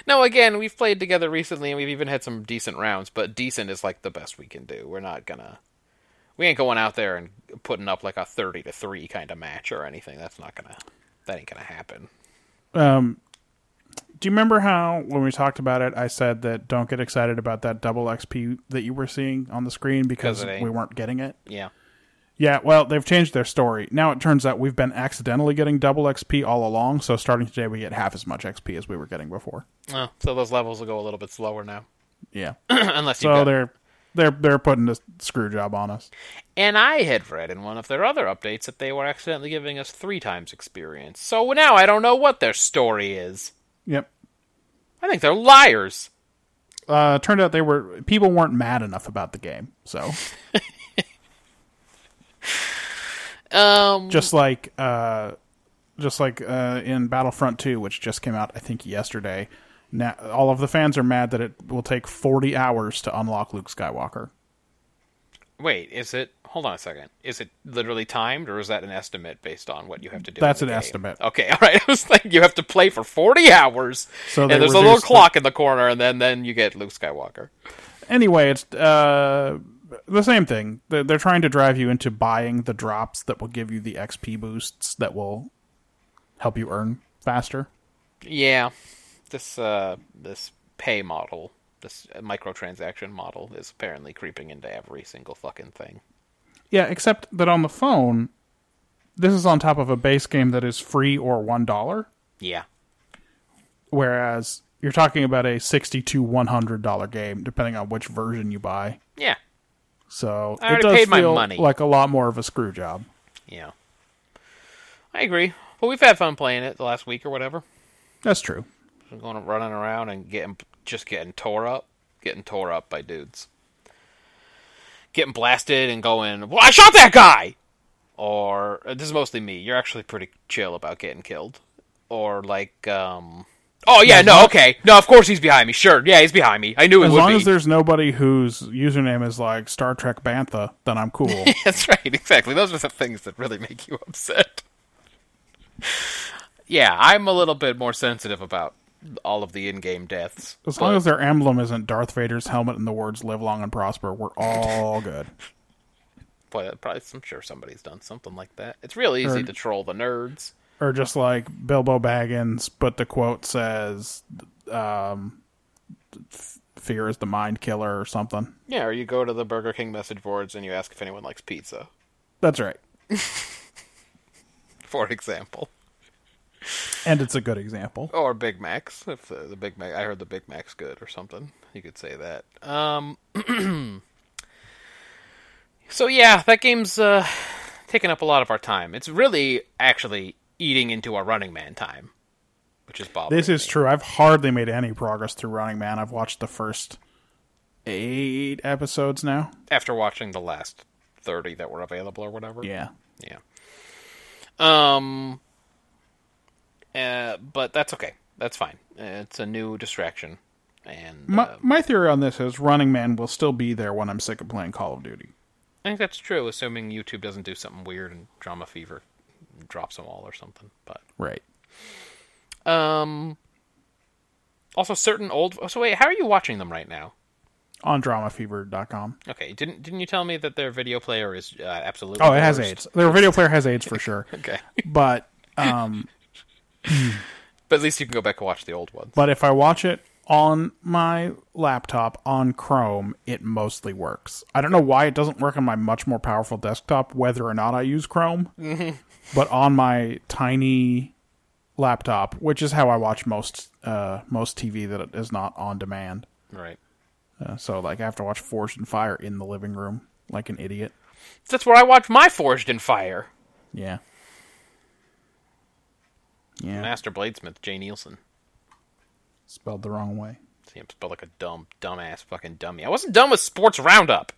[SPEAKER 2] No, again, we've played together recently, and we've even had some decent rounds. But decent is like the best we can do. We're not gonna, we ain't going out there and putting up like a thirty to three kind of match or anything. That's not gonna, that ain't gonna happen.
[SPEAKER 3] Do you remember how when we talked about it, I said that don't get excited about that double XP that you were seeing on the screen because
[SPEAKER 2] it ain't.
[SPEAKER 3] we weren't getting it?
[SPEAKER 2] Yeah,
[SPEAKER 3] Yeah, well, they've changed their story. Now it turns out we've been accidentally getting double XP all along, so starting today we get half as much XP as we were getting before.
[SPEAKER 2] oh, so those levels will go a little bit slower now,
[SPEAKER 3] Yeah.
[SPEAKER 2] unless you.
[SPEAKER 3] so
[SPEAKER 2] have got...
[SPEAKER 3] they're they're they're putting a screw job on us.
[SPEAKER 2] And I had read in one of their other updates that they were accidentally giving us three times experience. So now I don't know what their story is.
[SPEAKER 3] Yep.
[SPEAKER 2] I think they're liars.
[SPEAKER 3] Uh turned out they were people weren't mad enough about the game. So
[SPEAKER 2] Um,
[SPEAKER 3] just like uh just like uh in Battlefront 2 which just came out I think yesterday. Now all of the fans are mad that it will take 40 hours to unlock Luke Skywalker.
[SPEAKER 2] Wait, is it? Hold on a second. Is it literally timed, or is that an estimate based on what you have to do? in
[SPEAKER 3] That's
[SPEAKER 2] the
[SPEAKER 3] an
[SPEAKER 2] game?
[SPEAKER 3] estimate.
[SPEAKER 2] Okay, all right. I was like, you have to play for forty hours,
[SPEAKER 3] So they
[SPEAKER 2] and there's a little
[SPEAKER 3] reduced the-
[SPEAKER 2] clock in the corner, and then then you get Luke Skywalker.
[SPEAKER 3] anyway, it's uh, the same thing. They're, they're trying to drive you into buying the drops that will give you the XP boosts that will help you earn faster.
[SPEAKER 2] Yeah, this uh this pay model, this microtransaction model, is apparently creeping into every single fucking thing.
[SPEAKER 3] Yeah, except that on the phone, this is on top of a base game that is free or one dollar,
[SPEAKER 2] Yeah,
[SPEAKER 3] whereas you're talking about a sixty to one hundred dollar game, depending on which version you buy.
[SPEAKER 2] yeah,
[SPEAKER 3] So
[SPEAKER 2] I
[SPEAKER 3] it
[SPEAKER 2] already
[SPEAKER 3] does
[SPEAKER 2] paid my
[SPEAKER 3] feel
[SPEAKER 2] money.
[SPEAKER 3] like a lot more of a screw job.
[SPEAKER 2] yeah. I agree. Well, we've had fun playing it the last week or whatever.
[SPEAKER 3] That's true.
[SPEAKER 2] going running around and getting just getting tore up, getting tore up by dudes, getting blasted and going. Well, I shot that guy. Or uh, this is mostly me. You're actually pretty chill about getting killed. Or like, um, oh yeah, no, okay, no, of course he's behind me. Sure, yeah, he's behind me. I knew he
[SPEAKER 3] As
[SPEAKER 2] would
[SPEAKER 3] long
[SPEAKER 2] be.
[SPEAKER 3] as there's nobody whose username is like Star Trek Bantha, then I'm cool.
[SPEAKER 2] That's right, exactly. Those are the things that really make you upset. yeah, I'm a little bit more sensitive about all of the in-game deaths.
[SPEAKER 3] As
[SPEAKER 2] but-
[SPEAKER 3] long as their emblem isn't Darth Vader's helmet and the words "Live long and prosper," we're all good.
[SPEAKER 2] Boy, that probably I'm sure somebody's done something like that. It's real easy
[SPEAKER 3] Or-
[SPEAKER 2] to troll the nerds.
[SPEAKER 3] or just like Bilbo Baggins, but the quote says, um, f- "Fear is the mind killer" or something.
[SPEAKER 2] Yeah, or you go to the Burger King message boards and you ask if anyone likes pizza,
[SPEAKER 3] That's right,
[SPEAKER 2] for example,
[SPEAKER 3] and it's a good example.
[SPEAKER 2] or Big Macs. If the, the Big Mac, I heard the Big Mac's good or something. You could say that. Um. so yeah, that game's uh, taking up a lot of our time. It's really actually eating into our Running Man time, which is bothering.
[SPEAKER 3] This is
[SPEAKER 2] me.
[SPEAKER 3] true. I've hardly made any progress through Running Man. I've watched the first eight episodes now.
[SPEAKER 2] after watching the last thirty that were available or whatever.
[SPEAKER 3] Yeah,
[SPEAKER 2] Yeah. Um. Uh, but that's okay. That's fine. Uh, It's a new distraction, and
[SPEAKER 3] my
[SPEAKER 2] uh,
[SPEAKER 3] my theory on this is Running Man will still be there when I'm sick of playing Call of Duty.
[SPEAKER 2] I think that's true. Assuming YouTube doesn't do something weird and Drama Fever drops them all or something. But
[SPEAKER 3] Right.
[SPEAKER 2] um. Also, certain old. So wait, how are you watching them right now?
[SPEAKER 3] On dramafever.com.
[SPEAKER 2] Okay, didn't didn't you tell me that their video player is uh, absolutely?
[SPEAKER 3] Oh, it has
[SPEAKER 2] cursed?
[SPEAKER 3] AIDS. Their video player has AIDS for sure.
[SPEAKER 2] Okay,
[SPEAKER 3] But um,
[SPEAKER 2] but at least you can go back and watch the old ones.
[SPEAKER 3] but if I watch it on my laptop on Chrome, it mostly works. I don't know why it doesn't work on my much more powerful desktop, whether or not I use Chrome. But on my tiny laptop, which is how I watch most uh, most TV that is not on demand.
[SPEAKER 2] Right.
[SPEAKER 3] Uh, so like I have to watch Forge and Fire in the living room like an idiot.
[SPEAKER 2] That's where I watch my Forged in Fire.
[SPEAKER 3] Yeah. Yeah.
[SPEAKER 2] Master Bladesmith Jay Nielsen.
[SPEAKER 3] Spelled the wrong way.
[SPEAKER 2] See, I'm spelled like a dumb, dumbass fucking dummy. I wasn't done with sports roundup.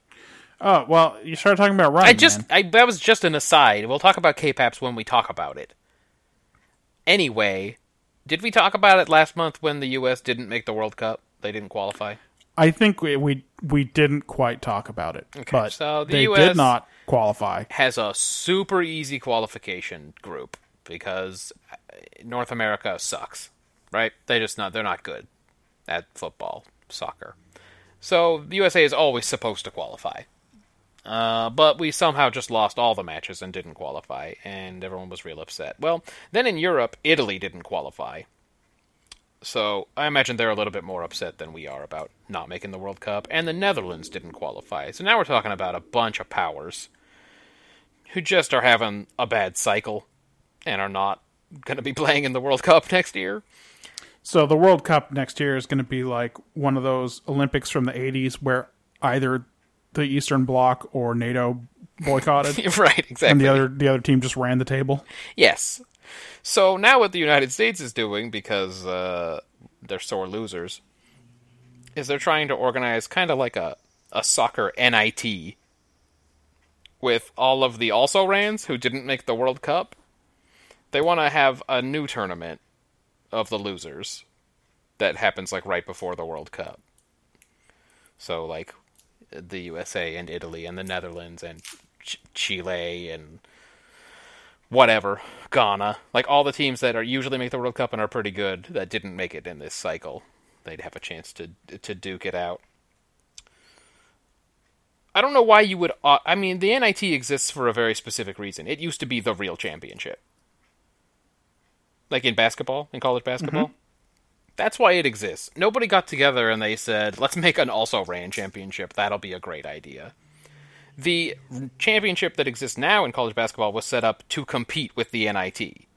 [SPEAKER 3] Oh well, you started talking about running.
[SPEAKER 2] I just,
[SPEAKER 3] man.
[SPEAKER 2] I that was just an aside. We'll talk about K-Paps when we talk about it. Anyway, did we talk about it last month when the U.S. didn't make the World Cup? They didn't qualify.
[SPEAKER 3] I think we, we we didn't quite talk about it, but
[SPEAKER 2] so the
[SPEAKER 3] they
[SPEAKER 2] US
[SPEAKER 3] did not qualify.
[SPEAKER 2] Has a super easy qualification group because uh, North America sucks, right? They just not, they're not good at football, soccer. So the USA is always supposed to qualify. Uh, but we somehow just lost all the matches and didn't qualify, and everyone was real upset. Well, then in Europe, Italy didn't qualify. So I imagine they're a little bit more upset than we are about not making the World Cup, and the Netherlands didn't qualify. So now we're talking about a bunch of powers who just are having a bad cycle and are not going to be playing in the World Cup next year.
[SPEAKER 3] So the World Cup next year is going to be like one of those Olympics from the '80s where either the Eastern Bloc or NATO boycotted,
[SPEAKER 2] right, exactly.
[SPEAKER 3] and the other the other team just ran the table.
[SPEAKER 2] Yes. So now what the United States is doing, because uh, they're sore losers, is they're trying to organize kind of like a, a soccer NIT with all of the also rans who didn't make the World Cup. They want to have a new tournament of the losers that happens like right before the World Cup. So like the USA and Italy and the Netherlands and Ch- Chile and whatever, Ghana, like all the teams that are usually make the World Cup and are pretty good that didn't make it in this cycle, they'd have a chance to to duke it out. I don't know why you would. au- I mean, the NIT exists for a very specific reason. It used to be the real championship, like in basketball, in college basketball. That's why it exists. Nobody got together and they said, "Let's make an also ran championship. That'll be a great idea." the championship that exists now in college basketball was set up to compete with the NIT.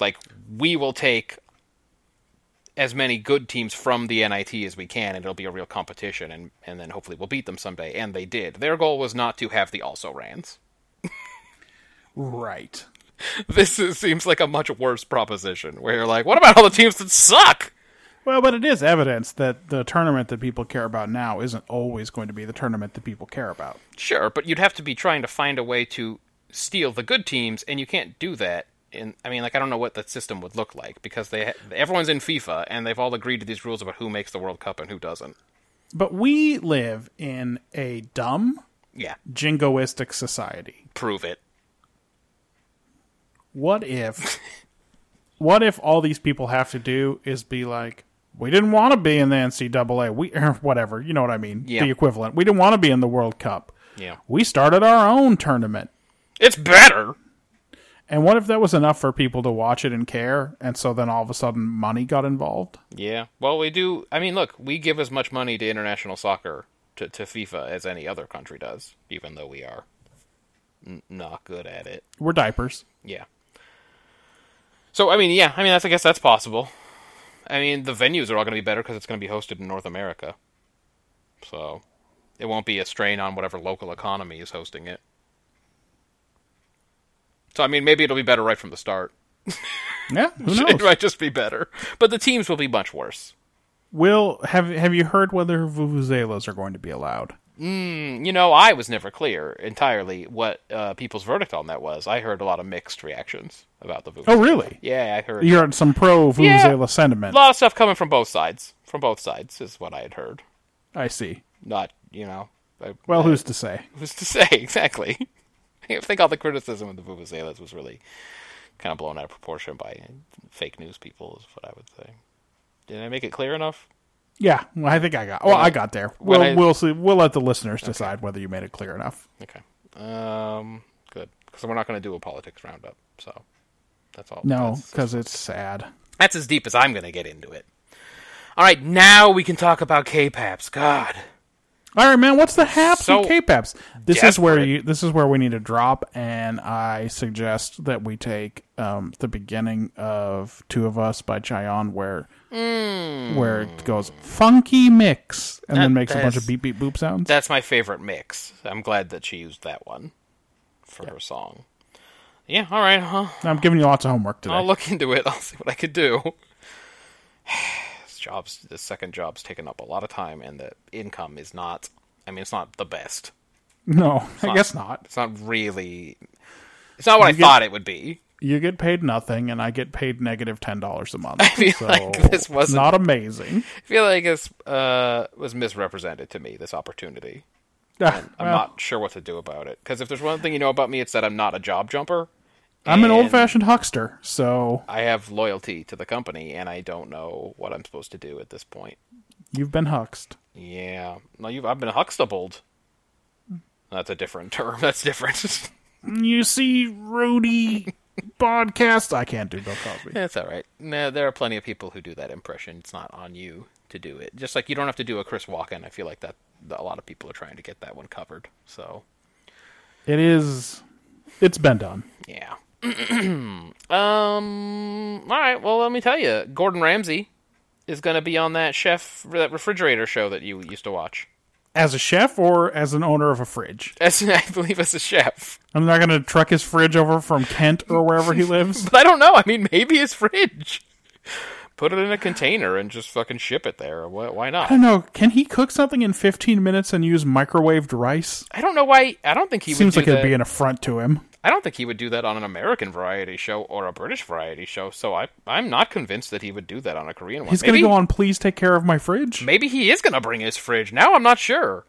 [SPEAKER 2] Like we will take as many good teams from the NIT as we can, and it'll be a real competition, and and then hopefully we'll beat them someday. And they did. Their goal was not to have the also rans.
[SPEAKER 3] Right.
[SPEAKER 2] This is, seems like a much worse proposition. Where you're like, what about all the teams that suck?
[SPEAKER 3] Well, but it is evidence that the tournament that people care about now isn't always going to be the tournament that people care about.
[SPEAKER 2] Sure, but you'd have to be trying to find a way to steal the good teams, and you can't do that. In I mean, like I don't know what that system would look like because they ha- everyone's in FIFA and they've all agreed to these rules about who makes the World Cup and who doesn't.
[SPEAKER 3] But we live in a dumb,
[SPEAKER 2] Yeah,
[SPEAKER 3] jingoistic society.
[SPEAKER 2] prove it.
[SPEAKER 3] What if what if all these people have to do is be like we didn't want to be in the NCAA. We or whatever, you know what I mean.
[SPEAKER 2] Yeah.
[SPEAKER 3] The equivalent. We didn't want to be in the World Cup.
[SPEAKER 2] Yeah,
[SPEAKER 3] We started our own tournament.
[SPEAKER 2] it's better.
[SPEAKER 3] And what if that was enough for people to watch it and care? And so then all of a sudden money got involved?
[SPEAKER 2] Yeah. Well, we do. I mean, look, we give as much money to international soccer to, to FIFA as any other country does, even though we are n- not good at it.
[SPEAKER 3] We're diapers.
[SPEAKER 2] Yeah. So I mean, yeah, I mean that's I guess that's possible. I mean, the venues are all going to be better because it's going to be hosted in North America, so it won't be a strain on whatever local economy is hosting it. So I mean, maybe it'll be better right from the start.
[SPEAKER 3] Yeah, who
[SPEAKER 2] it
[SPEAKER 3] knows?
[SPEAKER 2] might just be better, but the teams will be much worse.
[SPEAKER 3] Will have have you heard whether vuvuzelas are going to be allowed?
[SPEAKER 2] You know, I was never clear entirely what uh, people's verdict on that was. I heard a lot of mixed reactions about the.
[SPEAKER 3] Oh,
[SPEAKER 2] Vuvuzela.
[SPEAKER 3] really?
[SPEAKER 2] Yeah, I heard.
[SPEAKER 3] You heard some pro vuvuzela
[SPEAKER 2] Yeah.
[SPEAKER 3] sentiment.
[SPEAKER 2] a lot of stuff coming from both sides. From both sides is what I had heard.
[SPEAKER 3] I see.
[SPEAKER 2] Not you know. I,
[SPEAKER 3] Well, who's to say?
[SPEAKER 2] who's to say exactly? I think all the criticism of the Vuvuzelas was really kind of blown out of proportion by fake news people, is what I would say. Did I make it clear enough?
[SPEAKER 3] Yeah, well, I think I got. Well, I got there.
[SPEAKER 2] when
[SPEAKER 3] We'll
[SPEAKER 2] I-
[SPEAKER 3] we'll see. We'll let the listeners decide whether you made it clear enough.
[SPEAKER 2] Okay. Um, good. Because we're not going to do a politics roundup, so that's all.
[SPEAKER 3] No,
[SPEAKER 2] That's,
[SPEAKER 3] because it's sad.
[SPEAKER 2] that's as deep as I'm going to get into it. All right, now we can talk about K-Paps. God.
[SPEAKER 3] All right, man. What's the haps
[SPEAKER 2] So
[SPEAKER 3] and K-paps? This is where
[SPEAKER 2] desperate.
[SPEAKER 3] you. This is where we need to drop, and I suggest that we take um, the beginning of Two of Us by Chayon, where
[SPEAKER 2] Mm.
[SPEAKER 3] where it goes funky mix, and
[SPEAKER 2] That-
[SPEAKER 3] then makes a
[SPEAKER 2] that
[SPEAKER 3] bunch
[SPEAKER 2] is-
[SPEAKER 3] of beep beep boop sounds.
[SPEAKER 2] That's my favorite mix. I'm glad that she used that one for her song. Yeah, all right, huh?
[SPEAKER 3] I'm giving you lots of homework today.
[SPEAKER 2] I'll look into it. I'll see what I could do. jobs, the second job's taken up a lot of time, and the income is not. I mean, it's not the best.
[SPEAKER 3] No, I guess not.
[SPEAKER 2] It's not really. It's not what I
[SPEAKER 3] get-
[SPEAKER 2] thought it would be.
[SPEAKER 3] You get paid nothing, and I get paid negative ten dollars a month.
[SPEAKER 2] feel
[SPEAKER 3] so
[SPEAKER 2] like this wasn't-
[SPEAKER 3] not amazing.
[SPEAKER 2] I feel like this uh, was misrepresented to me. This opportunity. I'm
[SPEAKER 3] Well,
[SPEAKER 2] not sure what to do about it because if there's one thing you know about me, it's that I'm not a job jumper.
[SPEAKER 3] I'm an
[SPEAKER 2] and
[SPEAKER 3] old-fashioned huckster, so
[SPEAKER 2] I have loyalty to the company, and I don't know what I'm supposed to do at this point.
[SPEAKER 3] you've been hucked.
[SPEAKER 2] Yeah, no, you've I've been huckstabled. That's a different term. That's different.
[SPEAKER 3] You see, Rudy podcast. I can't do Bill Cosby.
[SPEAKER 2] That's all right. No, there are plenty of people who do that impression. It's not on you to do it. Just like you don't have to do a Chris Walken. I feel like that that a lot of people are trying to get that one covered. So
[SPEAKER 3] It is. It's been done.
[SPEAKER 2] yeah. um. All right. Well, let me tell you, Gordon Ramsay is going to be on that chef that refrigerator show that you used to watch.
[SPEAKER 3] As a chef or as an owner of a fridge.
[SPEAKER 2] As I believe, as a chef.
[SPEAKER 3] I'm not going to truck his fridge over from Kent or wherever he lives.
[SPEAKER 2] But I don't know. I mean, maybe his fridge. Put it in a container and just fucking ship it there. Why why not?
[SPEAKER 3] I don't know. Can he cook something in 15 minutes and use microwaved rice?
[SPEAKER 2] I don't know why. I don't think he
[SPEAKER 3] Seems
[SPEAKER 2] would
[SPEAKER 3] like
[SPEAKER 2] do
[SPEAKER 3] it'd
[SPEAKER 2] that.
[SPEAKER 3] be an affront to him.
[SPEAKER 2] I don't think he would do that on an American variety show or a British variety show. So I, I'm not convinced that he would do that on a Korean one.
[SPEAKER 3] He's going
[SPEAKER 2] maybe,
[SPEAKER 3] to go on. Please take care of my fridge.
[SPEAKER 2] Maybe he is going to bring his fridge. Now I'm not sure.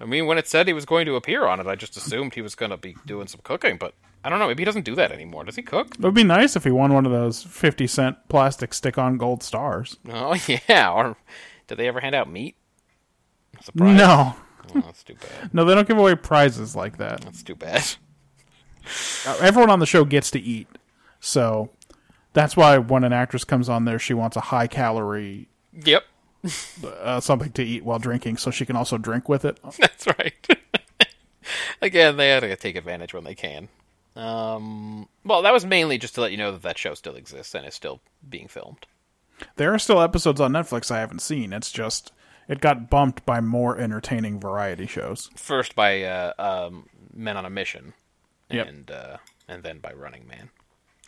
[SPEAKER 2] I mean, when it said he was going to appear on it, I just assumed he was going to be doing some cooking. But I don't know. Maybe he doesn't do that anymore. Does he cook?
[SPEAKER 3] It would be nice if he won one of those 50 cent plastic stick on gold stars.
[SPEAKER 2] Oh yeah. Or did they ever hand out meat? Surprise.
[SPEAKER 3] No.
[SPEAKER 2] Oh, that's too bad.
[SPEAKER 3] No, they don't give away prizes like that.
[SPEAKER 2] That's too bad.
[SPEAKER 3] Uh, everyone on the show gets to eat. So that's why when an actress comes on there, she wants a high calorie
[SPEAKER 2] Yep.
[SPEAKER 3] uh, something to eat while drinking so she can also drink with it.
[SPEAKER 2] That's right. Again, they gotta take advantage when they can. Um, well, that was mainly just to let you know that that show still exists and is still being filmed.
[SPEAKER 3] There are still episodes on Netflix I haven't seen. It's just it got bumped by more entertaining variety shows.
[SPEAKER 2] First by uh, um, Men on a Mission,
[SPEAKER 3] Yep.
[SPEAKER 2] and uh, and then by Running Man,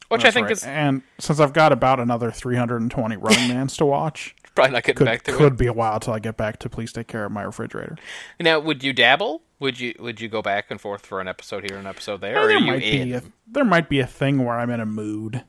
[SPEAKER 2] which I
[SPEAKER 3] That's
[SPEAKER 2] think
[SPEAKER 3] right.
[SPEAKER 2] is
[SPEAKER 3] and since I've got about another 320 Running Mans to watch,
[SPEAKER 2] probably not getting
[SPEAKER 3] could
[SPEAKER 2] back to
[SPEAKER 3] could be a while till I get back to please take care of my refrigerator.
[SPEAKER 2] it. Now, would you dabble? Would you would you go back and forth for an episode here, and an episode there, or are
[SPEAKER 3] there
[SPEAKER 2] you
[SPEAKER 3] might
[SPEAKER 2] in? Hmm.
[SPEAKER 3] be a, there might be a thing where I'm in a mood.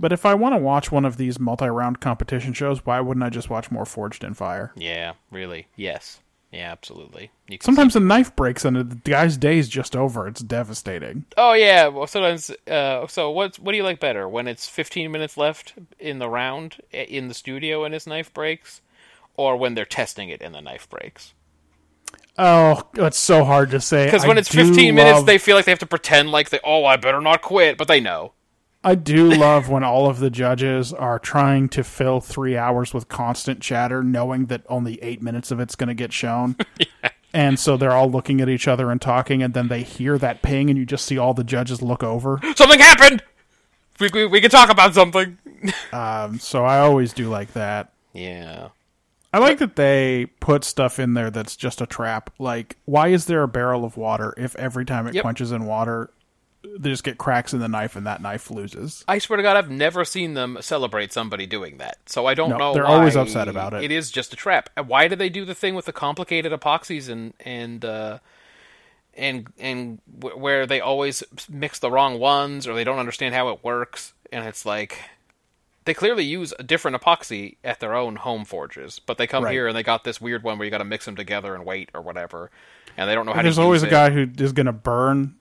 [SPEAKER 3] But if I want to watch one of these multi-round competition shows, why wouldn't I just watch more Forged in Fire?
[SPEAKER 2] Yeah, really. Yes. Yeah, absolutely. You can
[SPEAKER 3] Sometimes a knife breaks and the guy's day's just over. It's devastating.
[SPEAKER 2] Oh yeah. Well, sometimes. Uh, so what? What do you like better? When it's 15 minutes left in the round i- in the studio and his knife breaks, or when they're testing it and the knife breaks?
[SPEAKER 3] Oh, that's so hard to say.
[SPEAKER 2] Because
[SPEAKER 3] I
[SPEAKER 2] when it's
[SPEAKER 3] do
[SPEAKER 2] 15 minutes,
[SPEAKER 3] love-
[SPEAKER 2] they feel like they have to pretend like they. Oh, I better not quit, but they know.
[SPEAKER 3] I do love when all of the judges are trying to fill three hours with constant chatter, knowing that only eight minutes of it's going to get shown. And so they're all looking at each other and talking, and then they hear that ping, and you just see all the judges look over.
[SPEAKER 2] Something happened. We we, we can talk about something.
[SPEAKER 3] Um, so I always do like that.
[SPEAKER 2] Yeah.
[SPEAKER 3] I like that they put stuff in there that's just a trap. Like, why is there a barrel of water if every time it
[SPEAKER 2] Yep.
[SPEAKER 3] quenches in water, they just get cracks in the knife and that knife loses?
[SPEAKER 2] I swear to God, I've never seen them celebrate somebody doing that. So I don't
[SPEAKER 3] No,
[SPEAKER 2] know.
[SPEAKER 3] they're
[SPEAKER 2] why.
[SPEAKER 3] always upset about it.
[SPEAKER 2] It is just a trap. And Why do they do the thing with the complicated epoxies and and uh, and and wh- where they always mix the wrong ones or they don't understand how it works? And it's like they clearly use a different epoxy at their own home forges, but they come
[SPEAKER 3] Right.
[SPEAKER 2] here and they got this weird one where you got to mix them together and wait or whatever, and they don't know how.
[SPEAKER 3] There's
[SPEAKER 2] to use
[SPEAKER 3] always a
[SPEAKER 2] it.
[SPEAKER 3] guy who is going to burn,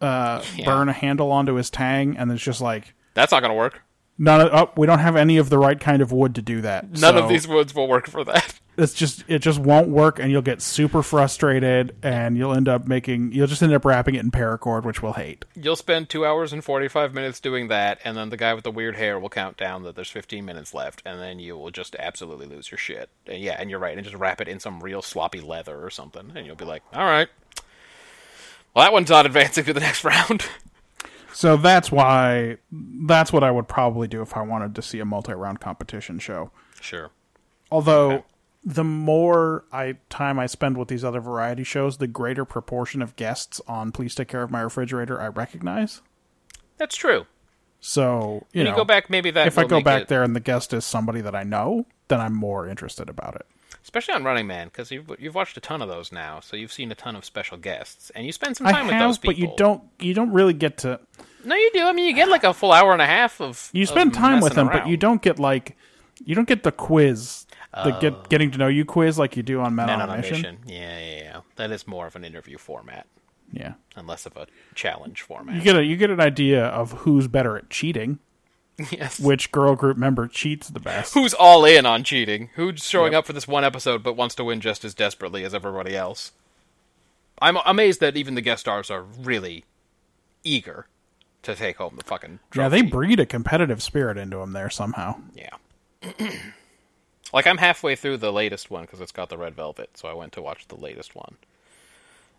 [SPEAKER 3] uh,
[SPEAKER 2] Yeah.
[SPEAKER 3] burn a handle onto his tang, and it's just like,
[SPEAKER 2] That's not going to work.
[SPEAKER 3] none. Of, oh, we don't have any of the right kind of wood to do that.
[SPEAKER 2] None
[SPEAKER 3] So
[SPEAKER 2] of these woods will work for that.
[SPEAKER 3] It's just it just won't work, and you'll get super frustrated, and you'll end up making you'll just end up wrapping it in paracord, which we'll hate.
[SPEAKER 2] You'll spend two hours and 45 minutes doing that, and then the guy with the weird hair will count down that there's 15 minutes left, and then you will just absolutely lose your shit. And yeah, and you're right, and just wrap it in some real sloppy leather or something, and you'll be like, all right. Well, that one's not advancing to the next round.
[SPEAKER 3] So that's why that's what I would probably do if I wanted to see a multi-round competition show.
[SPEAKER 2] sure.
[SPEAKER 3] Although the more I time I spend with these other variety shows, the greater proportion of guests on Please Take Care of My Refrigerator I recognize.
[SPEAKER 2] That's true.
[SPEAKER 3] So, you
[SPEAKER 2] When
[SPEAKER 3] know,
[SPEAKER 2] you go back, maybe that
[SPEAKER 3] if I
[SPEAKER 2] will
[SPEAKER 3] go
[SPEAKER 2] make
[SPEAKER 3] back
[SPEAKER 2] it-
[SPEAKER 3] there and the guest is somebody that I know, then I'm more interested about it.
[SPEAKER 2] especially on Running Man, because you've you've watched a ton of those now, so you've seen a ton of special guests, and you spend some
[SPEAKER 3] I
[SPEAKER 2] time with those
[SPEAKER 3] have,
[SPEAKER 2] people.
[SPEAKER 3] but you don't. You don't really get to.
[SPEAKER 2] No, you do. I mean, you get like a full hour and a half of
[SPEAKER 3] You
[SPEAKER 2] of
[SPEAKER 3] spend time with
[SPEAKER 2] messing
[SPEAKER 3] them, but you
[SPEAKER 2] around.
[SPEAKER 3] don't get like. You don't get the quiz, the get getting to know you quiz like you do on Men,
[SPEAKER 2] Oh. Men
[SPEAKER 3] on a Mission.
[SPEAKER 2] Yeah, yeah, yeah. That is more of an interview format
[SPEAKER 3] Yeah,
[SPEAKER 2] and less of a challenge
[SPEAKER 3] you
[SPEAKER 2] format.
[SPEAKER 3] get a you get an idea of who's better at cheating,
[SPEAKER 2] yes.
[SPEAKER 3] which girl group member cheats the best.
[SPEAKER 2] Who's all in on cheating? Who's showing up for this one episode but wants to win just as desperately as everybody else? I'm amazed that even the guest stars are really eager to take home the fucking
[SPEAKER 3] Yeah,
[SPEAKER 2] trophy.
[SPEAKER 3] they breed a competitive spirit into them there somehow.
[SPEAKER 2] Yeah. like I'm halfway through the latest one because it's got the red velvet, so I went to watch the latest one.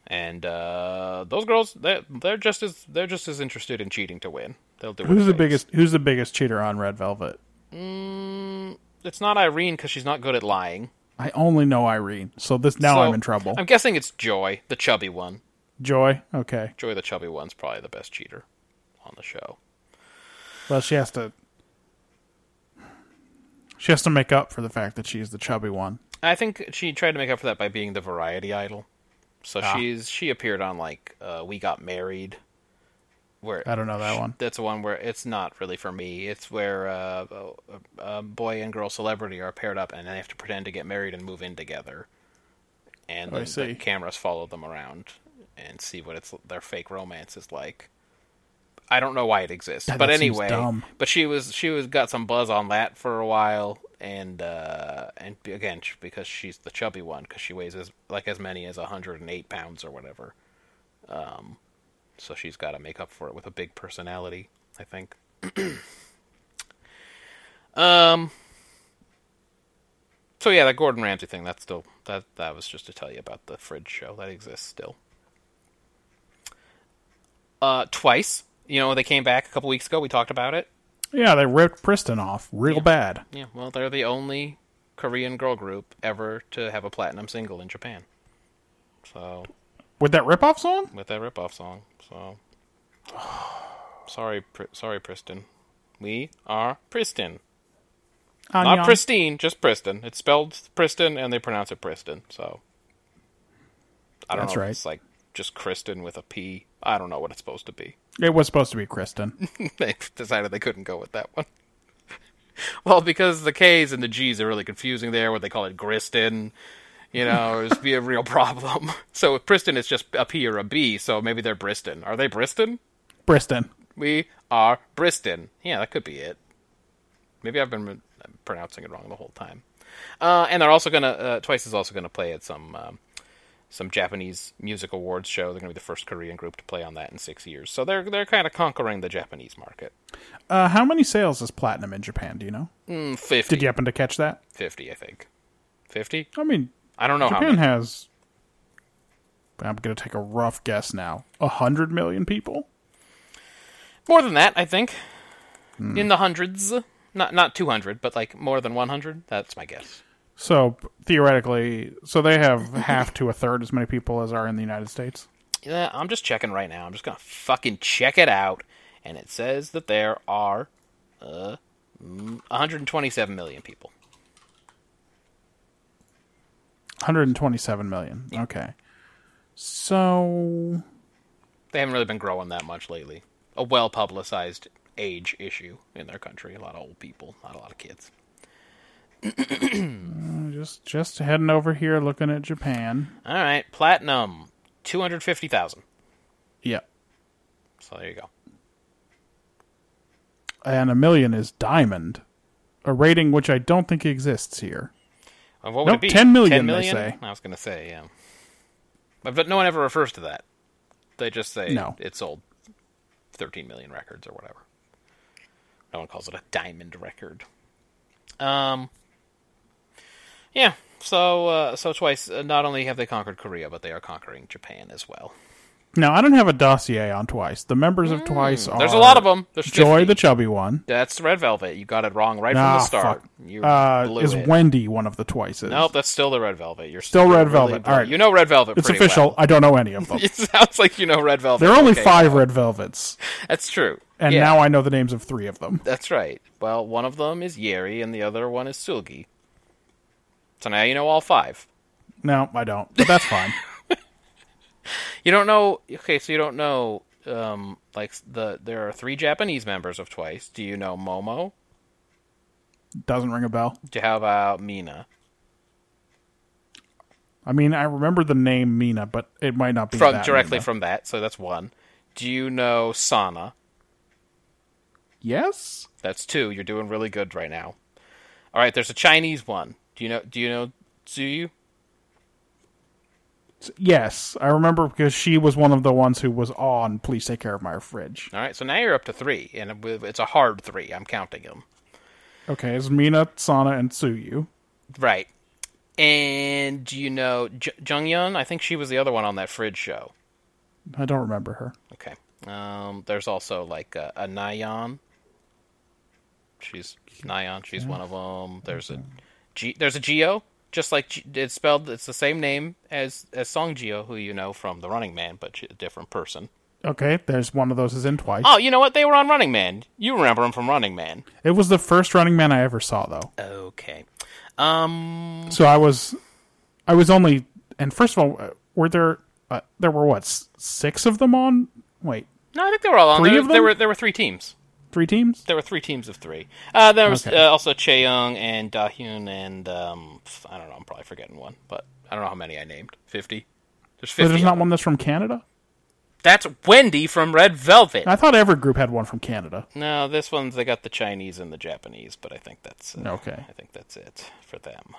[SPEAKER 2] And uh, those girls, they're, they're just as they're just as interested in cheating to win. They'll do.
[SPEAKER 3] Who's the
[SPEAKER 2] it takes.
[SPEAKER 3] biggest? Who's the biggest cheater on Red Velvet?
[SPEAKER 2] It's not Irene because she's not good at lying.
[SPEAKER 3] I only know Irene, so this now
[SPEAKER 2] So,
[SPEAKER 3] I'm in trouble.
[SPEAKER 2] I'm guessing it's Joy, the chubby one.
[SPEAKER 3] Joy, okay.
[SPEAKER 2] Joy, the chubby one's probably the best cheater on the show.
[SPEAKER 3] Well, she has to. She has to make up for the fact that she's the chubby one.
[SPEAKER 2] I think she tried to make up for that by being the variety idol. So
[SPEAKER 3] Ah.
[SPEAKER 2] she's she appeared on like uh, We Got Married. Where
[SPEAKER 3] I don't know that one.
[SPEAKER 2] That's the one where it's not really for me. It's where uh, a, a boy and girl celebrity are paired up and they have to pretend to get married and move in together. And
[SPEAKER 3] Oh, I
[SPEAKER 2] then
[SPEAKER 3] see.
[SPEAKER 2] the cameras follow them around and see what it's their fake romance is like. I don't know why it exists, but
[SPEAKER 3] that seems
[SPEAKER 2] anyway,
[SPEAKER 3] dumb.
[SPEAKER 2] but she was she was got some buzz on that for a while, and uh, and b- again sh- because she's the chubby one because she weighs as like as many as 108 pounds or whatever, um, so she's got to make up for it with a big personality, I think. um. So yeah, that Gordon Ramsay thing that's still that that was just to tell you about the fridge show that exists still uh, twice. You know, they came back a couple weeks ago. We talked about it.
[SPEAKER 3] Yeah, they ripped Priston off real bad.
[SPEAKER 2] Yeah, well, they're the only Korean girl group ever to have a platinum single in Japan. So,
[SPEAKER 3] With that ripoff song?
[SPEAKER 2] with that ripoff song. So, sorry, Pri- sorry, Priston. We are Priston. Not
[SPEAKER 3] Annyeong.
[SPEAKER 2] pristine, just Priston. It's spelled Priston, and they pronounce it Priston. So, I don't
[SPEAKER 3] That's
[SPEAKER 2] know.
[SPEAKER 3] right.
[SPEAKER 2] If it's like just Kristen with a P. I don't know what it's supposed to be.
[SPEAKER 3] It was supposed to be Kristen.
[SPEAKER 2] they decided they couldn't go with that one. well, because the K's and the G's are really confusing there. What they call it, Griston, you know, it's be a real problem. So with Priston, it's just a P or a B. So maybe they're Briston. Are they Briston?
[SPEAKER 3] Priston.
[SPEAKER 2] We are Briston. Yeah, that could be it. Maybe I've been uh, pronouncing it wrong the whole time. Uh, and they're also gonna uh, Twice is also gonna play at some um, some Japanese music awards show. They're gonna be the first Korean group to play on that in six years. So they're they're kind of conquering the Japanese market.
[SPEAKER 3] Uh, how many sales is platinum in Japan? Do you know?
[SPEAKER 2] 50,
[SPEAKER 3] Did you happen to catch that?
[SPEAKER 2] 50 Mm, I think. 50?
[SPEAKER 3] I mean,
[SPEAKER 2] I don't know how
[SPEAKER 3] Japan
[SPEAKER 2] many.
[SPEAKER 3] has. I'm gonna take a rough guess now. A hundred million people.
[SPEAKER 2] More than that, I think.
[SPEAKER 3] Hmm.
[SPEAKER 2] In the hundreds. Not not 200, but like more than 100. That's my guess.
[SPEAKER 3] So theoretically, so they have half to a third as many people as are in the United States.
[SPEAKER 2] Yeah, I'm just checking right now. I'm just going to fucking check it out. And it says that there are uh, mm, 127 million people.
[SPEAKER 3] 127 million. Okay. So
[SPEAKER 2] They haven't really been growing that much lately. A well publicized age issue in their country. A lot of old people, not a lot of kids.
[SPEAKER 3] just just heading over here looking at Japan.
[SPEAKER 2] All right, platinum 250,000.
[SPEAKER 3] Yeah.
[SPEAKER 2] So there you go.
[SPEAKER 3] And a million is diamond, a rating which I don't think exists here.
[SPEAKER 2] Uh, What would
[SPEAKER 3] Nope,
[SPEAKER 2] it be?
[SPEAKER 3] 10 million,
[SPEAKER 2] 10
[SPEAKER 3] they
[SPEAKER 2] million?
[SPEAKER 3] say.
[SPEAKER 2] I was going to say, yeah. But, but no one ever refers to that. They just say
[SPEAKER 3] No.
[SPEAKER 2] it sold 13 million records or whatever. No one calls it a diamond record. Um, yeah. So, uh, so twice. Uh, not only have they conquered Korea, but they are conquering Japan as well.
[SPEAKER 3] Now I don't have a dossier on Twice. The members of Twice are
[SPEAKER 2] Mm, There's a lot of them. There's
[SPEAKER 3] Joy
[SPEAKER 2] 50.
[SPEAKER 3] the chubby one.
[SPEAKER 2] That's Red Velvet. You got it wrong right from
[SPEAKER 3] Ah,
[SPEAKER 2] the start.
[SPEAKER 3] fuck.
[SPEAKER 2] You
[SPEAKER 3] Uh,
[SPEAKER 2] blew
[SPEAKER 3] is
[SPEAKER 2] it.
[SPEAKER 3] Wendy one of the Twices?
[SPEAKER 2] Nope, that's still the Red Velvet. You're
[SPEAKER 3] Still Red
[SPEAKER 2] really
[SPEAKER 3] Velvet.
[SPEAKER 2] blew-
[SPEAKER 3] All right.
[SPEAKER 2] you know Red Velvet.
[SPEAKER 3] It's
[SPEAKER 2] pretty
[SPEAKER 3] official.
[SPEAKER 2] well.
[SPEAKER 3] I don't know any of them.
[SPEAKER 2] It sounds like you know Red Velvet.
[SPEAKER 3] there are only
[SPEAKER 2] Okay,
[SPEAKER 3] five Red Velvets,
[SPEAKER 2] That's true.
[SPEAKER 3] and
[SPEAKER 2] Yeah,
[SPEAKER 3] now I know the names of three of them.
[SPEAKER 2] that's right. Well, one of them is Yeri, and the other one is Sulgi. So now you know all five.
[SPEAKER 3] No, I don't. But that's fine.
[SPEAKER 2] You don't know. Okay, so you don't know. Um, like the there are three Japanese members of Twice. Do you know Momo?
[SPEAKER 3] Doesn't ring a bell.
[SPEAKER 2] Do- How about Mina
[SPEAKER 3] I mean, I remember the name Mina, but it might not be
[SPEAKER 2] from
[SPEAKER 3] that
[SPEAKER 2] directly
[SPEAKER 3] Mina.
[SPEAKER 2] from that? So that's one. Do you know Sana?
[SPEAKER 3] Yes.
[SPEAKER 2] That's two. You're doing really good right now. All right, there's a Chinese one. Do you know? Do you know Zuyu?
[SPEAKER 3] Yes, I remember because she was one of the ones who was on "Please Take Care of My Fridge."
[SPEAKER 2] All right, so now you're up to three, and it- it's a hard three. I'm counting them.
[SPEAKER 3] Okay, it's Mina, Sana, and Suyu.
[SPEAKER 2] Right. And do you know J- Jung Yun? I think she was the other one on that fridge show.
[SPEAKER 3] I don't remember her.
[SPEAKER 2] Okay. Um, there's also like a, a Nyan. She's Nyan. She's one of them. There's a G. There's a Geo. Just like G- it's spelled, it's the same name as as Song Geo, who you know from The Running Man, but she's a different person.
[SPEAKER 3] Okay, there's one of those is in twice.
[SPEAKER 2] Oh, you know what? They were on Running Man. You remember them from Running Man.
[SPEAKER 3] It was the first Running Man I ever saw, though.
[SPEAKER 2] Okay. Um.
[SPEAKER 3] So I was, I was only, and first of all, uh, were there, uh, there were what s- six of them on? Wait,
[SPEAKER 2] No, I think they were all on.
[SPEAKER 3] Three
[SPEAKER 2] there,
[SPEAKER 3] of
[SPEAKER 2] there
[SPEAKER 3] them?
[SPEAKER 2] were there were three teams.
[SPEAKER 3] three teams.
[SPEAKER 2] There were three teams of three. Uh, there was
[SPEAKER 3] Okay.
[SPEAKER 2] uh, also Chae Young and Dahyun and um, f- I don't know. I'm probably forgetting one, but I don't know how many I named. Fifty. There's
[SPEAKER 3] But
[SPEAKER 2] fifty.
[SPEAKER 3] there's
[SPEAKER 2] of
[SPEAKER 3] not
[SPEAKER 2] them.
[SPEAKER 3] one that's from Canada.
[SPEAKER 2] That's Wendy from Red Velvet.
[SPEAKER 3] I thought every group had one from Canada.
[SPEAKER 2] No, this one's they got the Chinese and the Japanese, but I think that's uh,
[SPEAKER 3] Okay.
[SPEAKER 2] I think that's it for them.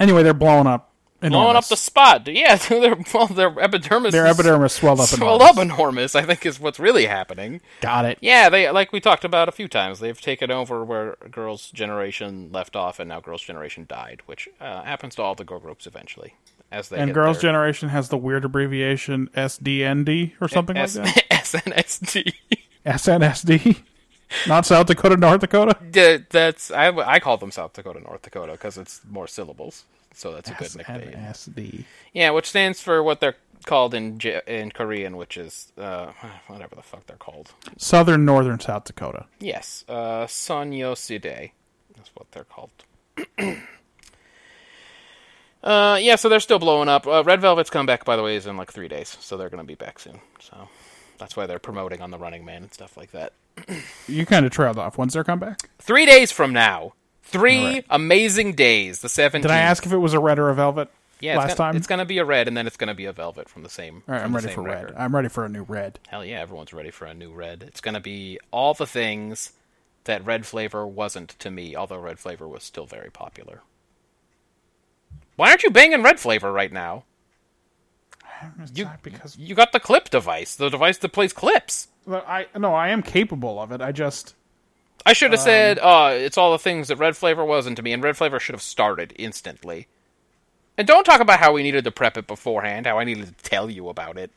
[SPEAKER 3] Anyway, they're blowing up.
[SPEAKER 2] Blowing up
[SPEAKER 3] enormous.
[SPEAKER 2] the spot. Yeah, their well, their epidermis.
[SPEAKER 3] Their
[SPEAKER 2] is
[SPEAKER 3] epidermis swelled up.
[SPEAKER 2] swelled
[SPEAKER 3] enormous.
[SPEAKER 2] up enormous. I think is what's really happening.
[SPEAKER 3] Got it.
[SPEAKER 2] Yeah, they like we talked about a few times. They've taken over where Girls' Generation left off, and now Girls' Generation died, which uh, happens to all the girl groups eventually. As they
[SPEAKER 3] And
[SPEAKER 2] hit
[SPEAKER 3] Girls'
[SPEAKER 2] their
[SPEAKER 3] Generation has the weird abbreviation SDND or something
[SPEAKER 2] S-
[SPEAKER 3] like that.
[SPEAKER 2] SNSD.
[SPEAKER 3] SNSD. Not South Dakota, North Dakota.
[SPEAKER 2] Yeah, that's I, I call them South Dakota, North Dakota because it's more syllables, so that's a good nickname.
[SPEAKER 3] SNSD.
[SPEAKER 2] Yeah, which stands for what they're called in J- in Korean, which is uh, whatever the fuck they're called.
[SPEAKER 3] Southern, Northern South Dakota.
[SPEAKER 2] Yes, uh, Side. That's what they're called. uh, yeah, so they're still blowing up. Uh, Red Velvet's comeback, by the way, is in like three days, so they're going to be back soon. So that's why they're promoting on the Running Man and stuff like that.
[SPEAKER 3] You kind of trailed off. When's their comeback?
[SPEAKER 2] Three days from now, three
[SPEAKER 3] Alright.
[SPEAKER 2] amazing days. The seventeenth.
[SPEAKER 3] Did I ask if it was a red or a velvet
[SPEAKER 2] Yeah, it's
[SPEAKER 3] last
[SPEAKER 2] gonna,
[SPEAKER 3] time?
[SPEAKER 2] it's going to be a red, and then it's going to be a velvet from the same.
[SPEAKER 3] All right,
[SPEAKER 2] from
[SPEAKER 3] I'm
[SPEAKER 2] the
[SPEAKER 3] ready
[SPEAKER 2] same
[SPEAKER 3] for
[SPEAKER 2] record.
[SPEAKER 3] red. I'm ready for a new red.
[SPEAKER 2] Hell yeah, everyone's ready for a new red. It's going to be all the things that red flavor wasn't to me, although red flavor was still very popular. Why aren't you banging red flavor right now?
[SPEAKER 3] You, because
[SPEAKER 2] You got the clip device, the device that plays clips.
[SPEAKER 3] I no, I am capable of it. I just
[SPEAKER 2] I should
[SPEAKER 3] Um,
[SPEAKER 2] have said, "Oh, it's all the things that red flavor wasn't to me," and red flavor should have started instantly. And don't talk about how we needed to prep it beforehand, how I needed to tell you about it.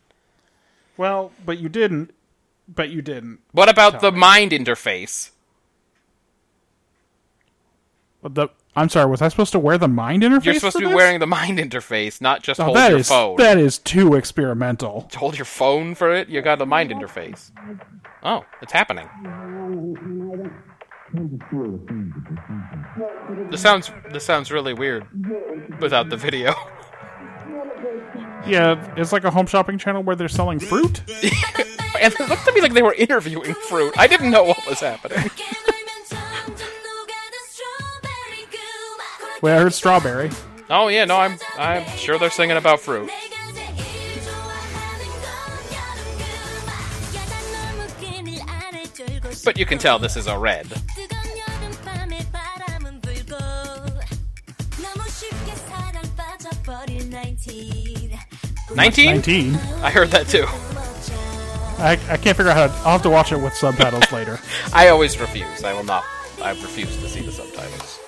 [SPEAKER 3] well, but you didn't. But you didn't.
[SPEAKER 2] What about the
[SPEAKER 3] me.
[SPEAKER 2] mind interface?
[SPEAKER 3] But the I'm sorry. Was I supposed to wear the mind interface?
[SPEAKER 2] You're supposed
[SPEAKER 3] for
[SPEAKER 2] to be
[SPEAKER 3] this?
[SPEAKER 2] wearing the mind interface, not just
[SPEAKER 3] Oh,
[SPEAKER 2] hold
[SPEAKER 3] that
[SPEAKER 2] your
[SPEAKER 3] is-
[SPEAKER 2] phone.
[SPEAKER 3] that is too experimental.
[SPEAKER 2] to hold your phone for it. You got a mind interface. Oh, it's happening. This sounds this sounds really weird without the video.
[SPEAKER 3] Yeah, it's like a home shopping channel where they're selling fruit.
[SPEAKER 2] And it looked to me like they were interviewing fruit. I didn't know what was happening.
[SPEAKER 3] Wait, I heard strawberry.
[SPEAKER 2] Oh yeah, no, I'm I'm sure they're singing about fruit. But you can tell this is a red. Nineteen?
[SPEAKER 3] 19.
[SPEAKER 2] I heard that too.
[SPEAKER 3] I, I can't figure out how to. I'll have to watch it with subtitles later.
[SPEAKER 2] I always refuse. I will not. I refuse to see the subtitles.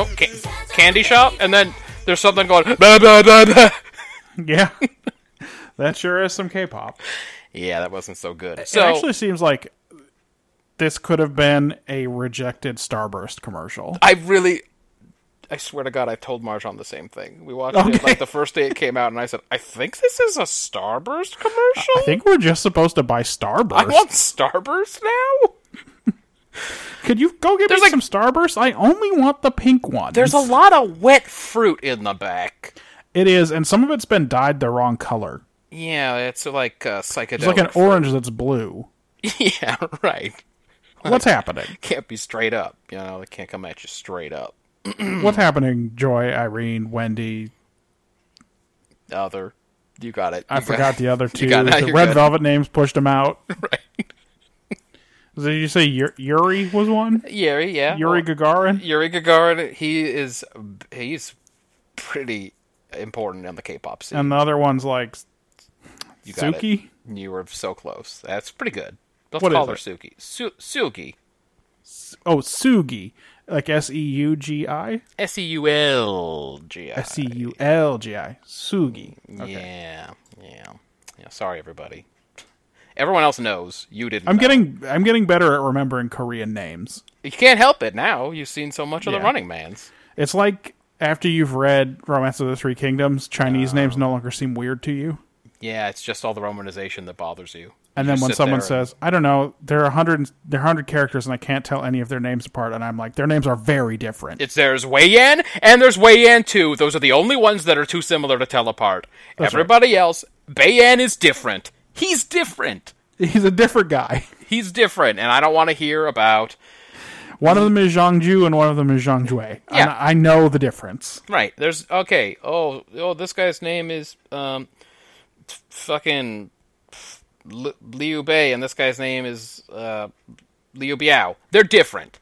[SPEAKER 2] Oh, ca- candy shop, and then there's something going. Blah, blah, blah, blah.
[SPEAKER 3] Yeah. that sure is some K pop.
[SPEAKER 2] Yeah, that wasn't so good.
[SPEAKER 3] it
[SPEAKER 2] So
[SPEAKER 3] actually seems like this could have been a rejected Starburst commercial.
[SPEAKER 2] I really, I swear to God, I told Marjan the same thing. We watched it
[SPEAKER 3] Okay.
[SPEAKER 2] like the first day it came out, and I said, I think this is a Starburst commercial.
[SPEAKER 3] I think we're just supposed to buy Starburst.
[SPEAKER 2] Oh. I want Starburst now.
[SPEAKER 3] Could you go get
[SPEAKER 2] There's
[SPEAKER 3] me
[SPEAKER 2] like-
[SPEAKER 3] some Starburst? I only want the pink one.
[SPEAKER 2] There's a lot of wet fruit in the back.
[SPEAKER 3] It is, and some of it's been dyed the wrong color.
[SPEAKER 2] Yeah, it's like uh, psychedelic.
[SPEAKER 3] It's like an orange that's blue.
[SPEAKER 2] yeah, right.
[SPEAKER 3] What's happening?
[SPEAKER 2] Can't be straight up. You know, they can't come at you straight up.
[SPEAKER 3] What's happening, Joy, Irene, Wendy?
[SPEAKER 2] Other, you got it.
[SPEAKER 3] I
[SPEAKER 2] You got
[SPEAKER 3] forgot
[SPEAKER 2] it.
[SPEAKER 3] the other two.
[SPEAKER 2] You got it.
[SPEAKER 3] The
[SPEAKER 2] You're
[SPEAKER 3] Red
[SPEAKER 2] good.
[SPEAKER 3] Velvet names pushed them out. Right. Did you say Yur- Yuri was one?
[SPEAKER 2] Yuri, yeah.
[SPEAKER 3] Yuri Gagarin?
[SPEAKER 2] Yuri Gagarin, he is he's pretty important in the K-pop scene.
[SPEAKER 3] And the other one's like
[SPEAKER 2] you got it.
[SPEAKER 3] Um, Suki?
[SPEAKER 2] You were so close. That's pretty good. Let's
[SPEAKER 3] What
[SPEAKER 2] call
[SPEAKER 3] is
[SPEAKER 2] her Suki. Su- Suki.
[SPEAKER 3] Oh, Sugi. Like S E U G I?
[SPEAKER 2] S e u l g i.
[SPEAKER 3] S E U L G I. Sugi.
[SPEAKER 2] Yeah, yeah, yeah. Sorry, everybody. Everyone else knows. You didn't.
[SPEAKER 3] I'm
[SPEAKER 2] know.
[SPEAKER 3] getting I'm getting better at remembering Korean names.
[SPEAKER 2] You can't help it now. You've seen so much of the
[SPEAKER 3] Yeah.
[SPEAKER 2] Running Man's.
[SPEAKER 3] It's like after you've read Romance of the Three Kingdoms, Chinese names
[SPEAKER 2] Oh.
[SPEAKER 3] no longer seem weird to you.
[SPEAKER 2] Yeah, it's just all the romanization that bothers you.
[SPEAKER 3] And
[SPEAKER 2] You
[SPEAKER 3] then
[SPEAKER 2] just
[SPEAKER 3] when
[SPEAKER 2] sit
[SPEAKER 3] someone
[SPEAKER 2] there and-
[SPEAKER 3] says, "I don't know," there are hundred, there are hundred characters, and I can't tell any of their names apart, and I'm like, their names are very different.
[SPEAKER 2] It's there's Wei Yan and there's Wei Yan too. Those are the only ones that are too similar to tell apart. Everybody else, Bei Yan is different. He's different.
[SPEAKER 3] He's a different guy.
[SPEAKER 2] He's different, and I don't want to hear about
[SPEAKER 3] One of them is Zhang Ju, and one of them is Zhang Jue. And
[SPEAKER 2] Yeah.
[SPEAKER 3] I know the difference.
[SPEAKER 2] right. There's okay. Oh, oh, this guy's name is um, f- fucking f- Li- Liu Bei, and this guy's name is uh, Liu Biao. They're different.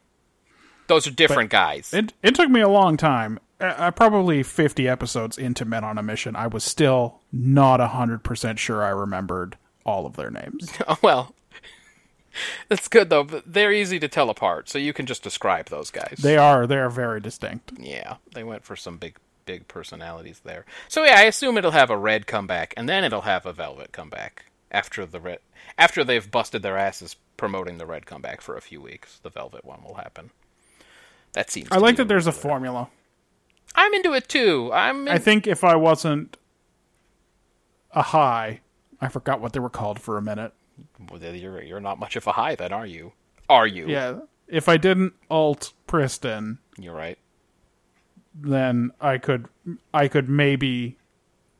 [SPEAKER 2] Those are different guys.
[SPEAKER 3] It it took me a long time. I, I probably fifty episodes into Men on a Mission, I was still not hundred percent sure I remembered all of their names.
[SPEAKER 2] Oh, well, that's good though. But they're easy to tell apart, so you can just describe those guys.
[SPEAKER 3] they are they are very distinct.
[SPEAKER 2] yeah, they went for some big, big personalities there. So yeah, I assume it'll have a red comeback, and then it'll have a velvet comeback after the red. After they've busted their asses promoting the red comeback for a few weeks, the velvet one will happen. That seems.
[SPEAKER 3] I
[SPEAKER 2] to
[SPEAKER 3] like
[SPEAKER 2] be
[SPEAKER 3] that there's a formula.
[SPEAKER 2] I'm into it too. I'm. In-
[SPEAKER 3] I think if I wasn't a high, I forgot what they were called for a minute.
[SPEAKER 2] you're you're not much of a high then, are you? Are you?
[SPEAKER 3] Yeah. If I didn't alt Priston,
[SPEAKER 2] You're right.
[SPEAKER 3] then I could I could maybe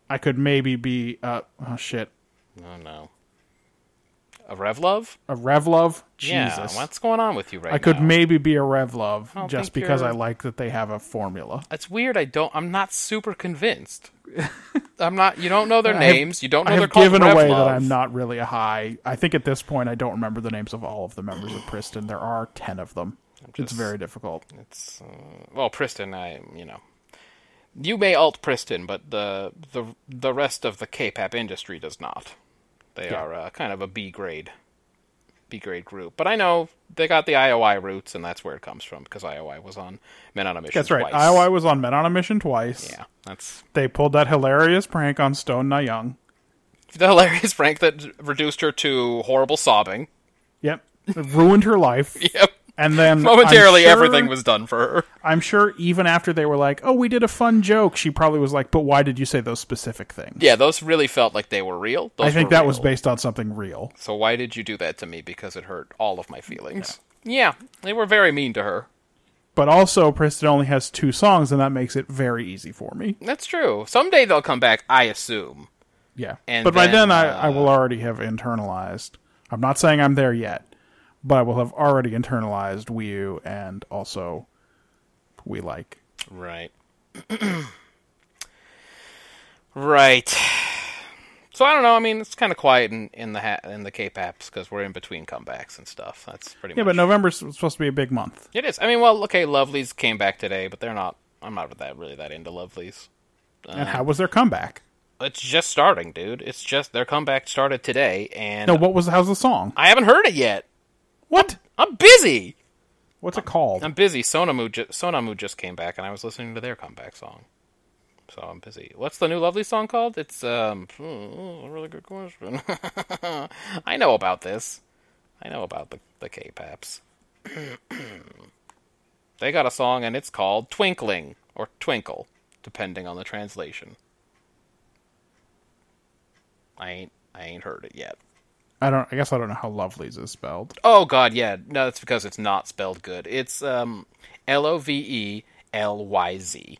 [SPEAKER 3] I could maybe be uh oh shit.
[SPEAKER 2] Oh no. A Revlov?
[SPEAKER 3] A Revlov?
[SPEAKER 2] Yeah,
[SPEAKER 3] Jesus.
[SPEAKER 2] what's going on with you right now?
[SPEAKER 3] I could maybe be a Revlov
[SPEAKER 2] don't
[SPEAKER 3] just
[SPEAKER 2] think
[SPEAKER 3] because
[SPEAKER 2] you're-
[SPEAKER 3] I like that they have a formula.
[SPEAKER 2] It's weird. I don't. I'm not super convinced. I'm not. You don't know their
[SPEAKER 3] I have-
[SPEAKER 2] names. you don't know
[SPEAKER 3] I
[SPEAKER 2] they're
[SPEAKER 3] have
[SPEAKER 2] called
[SPEAKER 3] given away that
[SPEAKER 2] Revlov.
[SPEAKER 3] I'm not really a high. I think at this point I don't remember the names of all of the members of Priston. There are ten of them. It's very difficult.
[SPEAKER 2] It's, uh, well, Priston. I. You know. You may alt Priston, but the the the rest of the K-pop industry does not. They are uh, kind of a B grade, B grade group. But I know they got the IOI roots, and that's where it comes from because IOI was on Men on a Mission.
[SPEAKER 3] That's right.
[SPEAKER 2] Twice.
[SPEAKER 3] IOI was on Men on a Mission twice.
[SPEAKER 2] Yeah, that's
[SPEAKER 3] They pulled that hilarious prank on Stone Na Young.
[SPEAKER 2] the hilarious prank that reduced her to horrible sobbing.
[SPEAKER 3] Yep. It ruined her life.
[SPEAKER 2] Yep.
[SPEAKER 3] And then I'm
[SPEAKER 2] Momentarily,
[SPEAKER 3] sure-
[SPEAKER 2] everything was done for her.
[SPEAKER 3] I'm sure even after they were like, "Oh, we did a fun joke," she probably was like, "But why did you say those specific things?"
[SPEAKER 2] Yeah, those really felt like they were real. Those
[SPEAKER 3] I think
[SPEAKER 2] were
[SPEAKER 3] that
[SPEAKER 2] real.
[SPEAKER 3] was based on something real.
[SPEAKER 2] So why did you do that to me? Because it hurt all of my feelings. Yeah, they were very mean to her.
[SPEAKER 3] But also, Preston only has two songs, and that makes it very easy for me.
[SPEAKER 2] That's true. Someday they'll come back, I assume.
[SPEAKER 3] Yeah.
[SPEAKER 2] And
[SPEAKER 3] but by
[SPEAKER 2] then,
[SPEAKER 3] then, I,
[SPEAKER 2] uh,
[SPEAKER 3] I will already have internalized. I'm not saying I'm there yet, but I will have already internalized Wii U and also We Like.
[SPEAKER 2] Right. right. So I don't know. I mean, it's kind of quiet in, in the ha- in the K-paps because we're in between comebacks and stuff. That's pretty
[SPEAKER 3] Yeah,
[SPEAKER 2] much.
[SPEAKER 3] but November's supposed to be a big month.
[SPEAKER 2] It is. I mean, well, okay, Lovelies came back today, but they're not. I'm not that really that into Lovelies. Uh-huh.
[SPEAKER 3] and how was their comeback?
[SPEAKER 2] It's just starting, dude. It's just their comeback started today, and
[SPEAKER 3] No, what was how's the song?
[SPEAKER 2] I haven't heard it yet.
[SPEAKER 3] What?
[SPEAKER 2] I'm busy.
[SPEAKER 3] What's it called?
[SPEAKER 2] I'm busy. Sonamu, ju- Sonamu just came back, and I was listening to their comeback song. So I'm busy. What's the new lovely song called? It's um, hmm, a really good question. I know about this. I know about the the K-Paps. they got a song and it's called Twinkling or Twinkle, depending on the translation. I ain't I ain't heard it yet.
[SPEAKER 3] I don't. I guess I don't know how "lovelies" is spelled.
[SPEAKER 2] Oh god, yeah. No, that's because it's not spelled good. It's um L O V E L Y Z.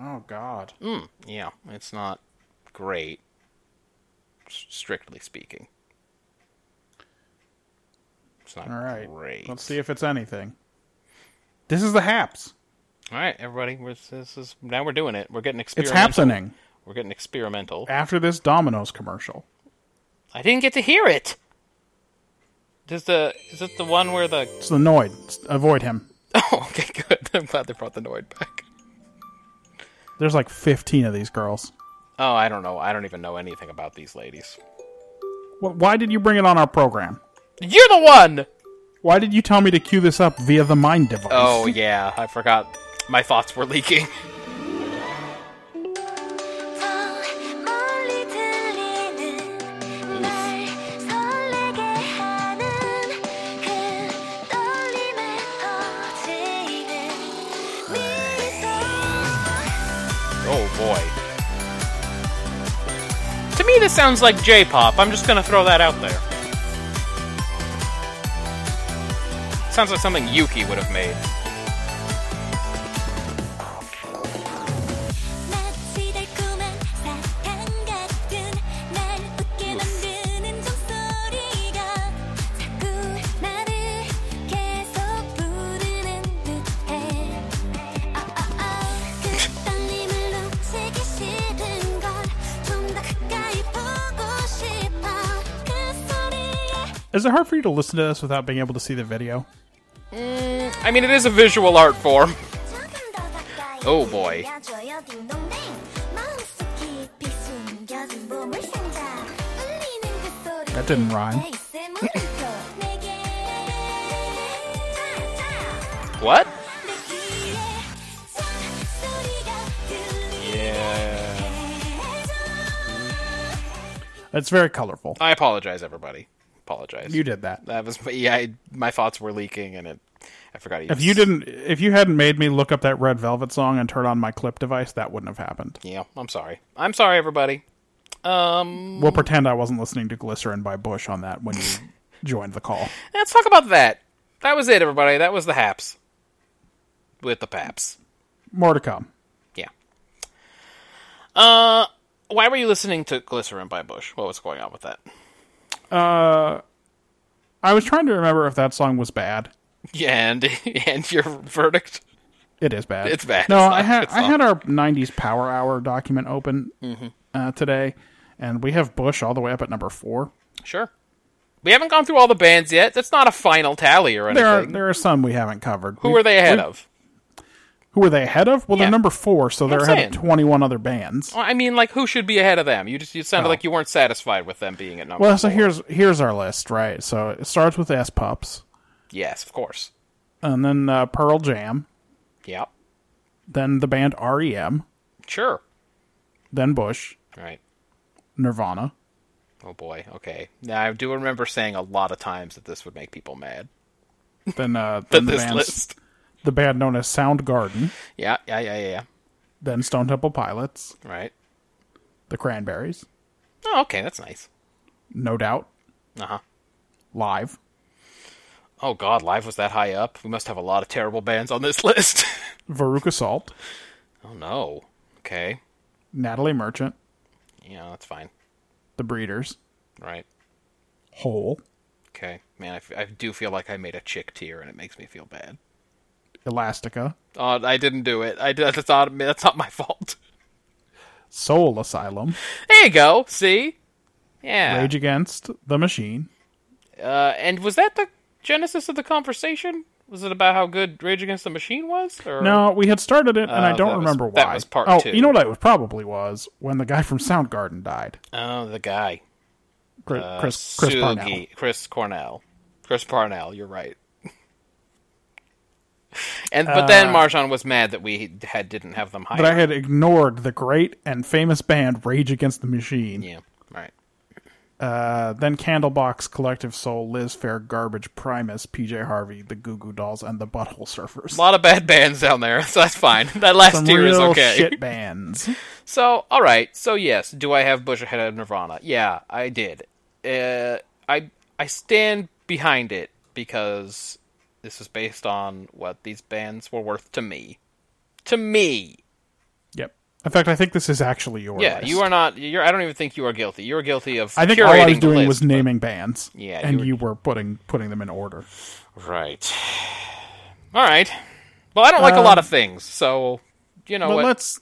[SPEAKER 3] Oh God.
[SPEAKER 2] Mm. Yeah, it's not great s- strictly speaking. It's not
[SPEAKER 3] All right.
[SPEAKER 2] great.
[SPEAKER 3] Let's see if it's anything. This is the Haps.
[SPEAKER 2] All right, everybody, we're, this is now we're doing it. We're getting
[SPEAKER 3] It's
[SPEAKER 2] experimental.
[SPEAKER 3] happening
[SPEAKER 2] We're getting experimental.
[SPEAKER 3] after this Domino's commercial.
[SPEAKER 2] I didn't get to hear it. Does the is it the one where the
[SPEAKER 3] It's the Noid. It's- Avoid him.
[SPEAKER 2] Oh, okay, good. I'm glad they brought the Noid back.
[SPEAKER 3] There's like 15 of these girls.
[SPEAKER 2] Oh, I don't know. I don't even know anything about these ladies.
[SPEAKER 3] Wh- Why did you bring it on our program?
[SPEAKER 2] You're the one.
[SPEAKER 3] Why did you tell me to cue this up via the mind device?
[SPEAKER 2] Oh yeah, I forgot. My thoughts were leaking.
[SPEAKER 4] 멀리 들리는 날 설레게 하는 그 떨림에 터지는 미소
[SPEAKER 2] Oh boy. To me, this sounds like J-pop. I'm just gonna throw that out there. Sounds like something Yuki would have made.
[SPEAKER 4] 마치 달콤한 사탕 같은 날 웃게 만드는 종소리가 자꾸 나를 계속 부르는 듯해 아, 그 떨림을 놓치기 싫은 걸 좀 더 가까이 보고 싶어 그 소리에
[SPEAKER 3] Is it hard for you to listen to this without being able to see the video?
[SPEAKER 2] I mean, it is a visual art form.
[SPEAKER 4] 조금 더 가까이
[SPEAKER 2] Oh, boy.
[SPEAKER 4] 들려줘요, 딩동댕. 마음속 깊이 숨겨진 보물 상자. 울리는 그 소리.
[SPEAKER 3] That didn't rhyme.
[SPEAKER 4] 베이스의 물음표. 내게 찾아.
[SPEAKER 2] What?
[SPEAKER 4] 내 귀에 참 소리가 들리게
[SPEAKER 2] Yeah.
[SPEAKER 4] 해줘.
[SPEAKER 3] It's very colorful.
[SPEAKER 2] I apologize, everybody. Apologize.
[SPEAKER 3] You did that.
[SPEAKER 2] Uh, That was yeah. I, my thoughts were leaking, and it. I forgot.
[SPEAKER 3] If you didn't, if you hadn't made me look up that Red Velvet song and turn on my clip device, that wouldn't have happened.
[SPEAKER 2] Yeah, I'm sorry. I'm sorry, everybody.
[SPEAKER 3] We'll pretend I wasn't listening to Glycerin by Bush on that when you joined the call.
[SPEAKER 2] Let's talk about that. That was it, everybody. That was the Haps. With the Paps.
[SPEAKER 3] More to come.
[SPEAKER 2] Yeah. Uh, why were you listening to Glycerin by Bush? What was going on with that?
[SPEAKER 3] I was trying to remember if that song was bad.
[SPEAKER 2] Yeah, and and your verdict.
[SPEAKER 3] It is bad.
[SPEAKER 2] It's bad.
[SPEAKER 3] No,
[SPEAKER 2] It's not Mm-hmm.
[SPEAKER 3] I
[SPEAKER 2] a
[SPEAKER 3] had
[SPEAKER 2] good
[SPEAKER 3] I
[SPEAKER 2] song.
[SPEAKER 3] had our '90s Power Hour document open uh, today, and we have Bush all the way up at number four.
[SPEAKER 2] Sure. We haven't gone through all the bands yet. That's not a final tally or anything.
[SPEAKER 3] There are there are some we haven't covered.
[SPEAKER 2] Who are they ahead of?
[SPEAKER 3] Who are they ahead of? Well,
[SPEAKER 2] Yeah.
[SPEAKER 3] they're number four, so they're
[SPEAKER 2] I'm
[SPEAKER 3] ahead
[SPEAKER 2] saying.
[SPEAKER 3] of 21 other bands.
[SPEAKER 2] Well, I mean, like who should be ahead of them? You just you sounded
[SPEAKER 3] Oh.
[SPEAKER 2] like you weren't satisfied with them being at number.
[SPEAKER 3] Well, so
[SPEAKER 2] four.
[SPEAKER 3] here's here's our list, right? So it starts with S Pups,
[SPEAKER 2] yes, of course.
[SPEAKER 3] and then uh, Pearl Jam,
[SPEAKER 2] Yep.
[SPEAKER 3] then the band REM,
[SPEAKER 2] Sure.
[SPEAKER 3] then Bush,
[SPEAKER 2] All right.
[SPEAKER 3] Nirvana.
[SPEAKER 2] Oh boy. Okay. Now I do remember saying a lot of times that this would make people mad.
[SPEAKER 3] Then uh,
[SPEAKER 2] That
[SPEAKER 3] then the
[SPEAKER 2] this
[SPEAKER 3] band
[SPEAKER 2] list.
[SPEAKER 3] the band known as Soundgarden,
[SPEAKER 2] Yeah. Yeah. Yeah. Yeah.
[SPEAKER 3] then Stone Temple Pilots,
[SPEAKER 2] yeah. Right.
[SPEAKER 3] the Cranberries,
[SPEAKER 2] Oh, okay. That's nice.
[SPEAKER 3] No Doubt,
[SPEAKER 2] Uh huh.
[SPEAKER 3] Live,
[SPEAKER 2] Oh God, live was that high up. We must have a lot of terrible bands on this list.
[SPEAKER 3] Veruca Salt,
[SPEAKER 2] oh no. Okay.
[SPEAKER 3] Natalie Merchant,
[SPEAKER 2] Yeah, that's fine.
[SPEAKER 3] The Breeders,
[SPEAKER 2] Right.
[SPEAKER 3] Hole,
[SPEAKER 2] Okay. Man, I, f- I do feel like I made a chick tear, and it makes me feel bad.
[SPEAKER 3] Elastica,
[SPEAKER 2] Oh, I didn't do it. I did, that's not that's not my fault.
[SPEAKER 3] Soul Asylum,
[SPEAKER 2] There you go. See. Yeah.
[SPEAKER 3] Rage Against the Machine,
[SPEAKER 2] Uh, and was that the genesis of the conversation? Was it about how good Rage Against the Machine was? Or...
[SPEAKER 3] No, we had started it, and
[SPEAKER 2] Oh,
[SPEAKER 3] I don't
[SPEAKER 2] that was-
[SPEAKER 3] remember why.
[SPEAKER 2] that was part
[SPEAKER 3] oh,
[SPEAKER 2] two.
[SPEAKER 3] you know what it was probably was when the guy from Soundgarden died.
[SPEAKER 2] Oh, the guy.
[SPEAKER 3] Chris
[SPEAKER 2] Uh,
[SPEAKER 3] Chris, Chris
[SPEAKER 2] Sugi-
[SPEAKER 3] Parnell.
[SPEAKER 2] Chris Cornell. Chris Parnell. You're right. And but then Marjan was mad that we had didn't have them higher.
[SPEAKER 3] Uh, But I had ignored the great and famous band Rage Against the Machine.
[SPEAKER 2] yeah, right.
[SPEAKER 3] Uh, then Candlebox, Collective Soul, Liz Fair, Garbage, Primus, PJ Harvey, the Goo Goo Dolls, and the Butthole Surfers.
[SPEAKER 2] A lot of bad bands down there, so that's fine. That last
[SPEAKER 3] Some
[SPEAKER 2] tier
[SPEAKER 3] real
[SPEAKER 2] is okay.
[SPEAKER 3] shit bands.
[SPEAKER 2] So, all right. So, yes, do I have Bush ahead of Nirvana? Yeah, I did. Uh, I I stand behind it because this is based on what these bands were worth to me. To me,
[SPEAKER 3] Yep. In fact, I think this is actually your
[SPEAKER 2] yeah.
[SPEAKER 3] list.
[SPEAKER 2] You are not. You're. I don't even think you are guilty. You're guilty of.
[SPEAKER 3] I think
[SPEAKER 2] curating
[SPEAKER 3] all I was
[SPEAKER 2] the
[SPEAKER 3] doing
[SPEAKER 2] list,
[SPEAKER 3] was
[SPEAKER 2] but-
[SPEAKER 3] naming bands.
[SPEAKER 2] Yeah,
[SPEAKER 3] and
[SPEAKER 2] you
[SPEAKER 3] you were putting putting them in order.
[SPEAKER 2] Right. All right. Well, I don't like a lot of things, so you know
[SPEAKER 3] But
[SPEAKER 2] what?
[SPEAKER 3] Um, let's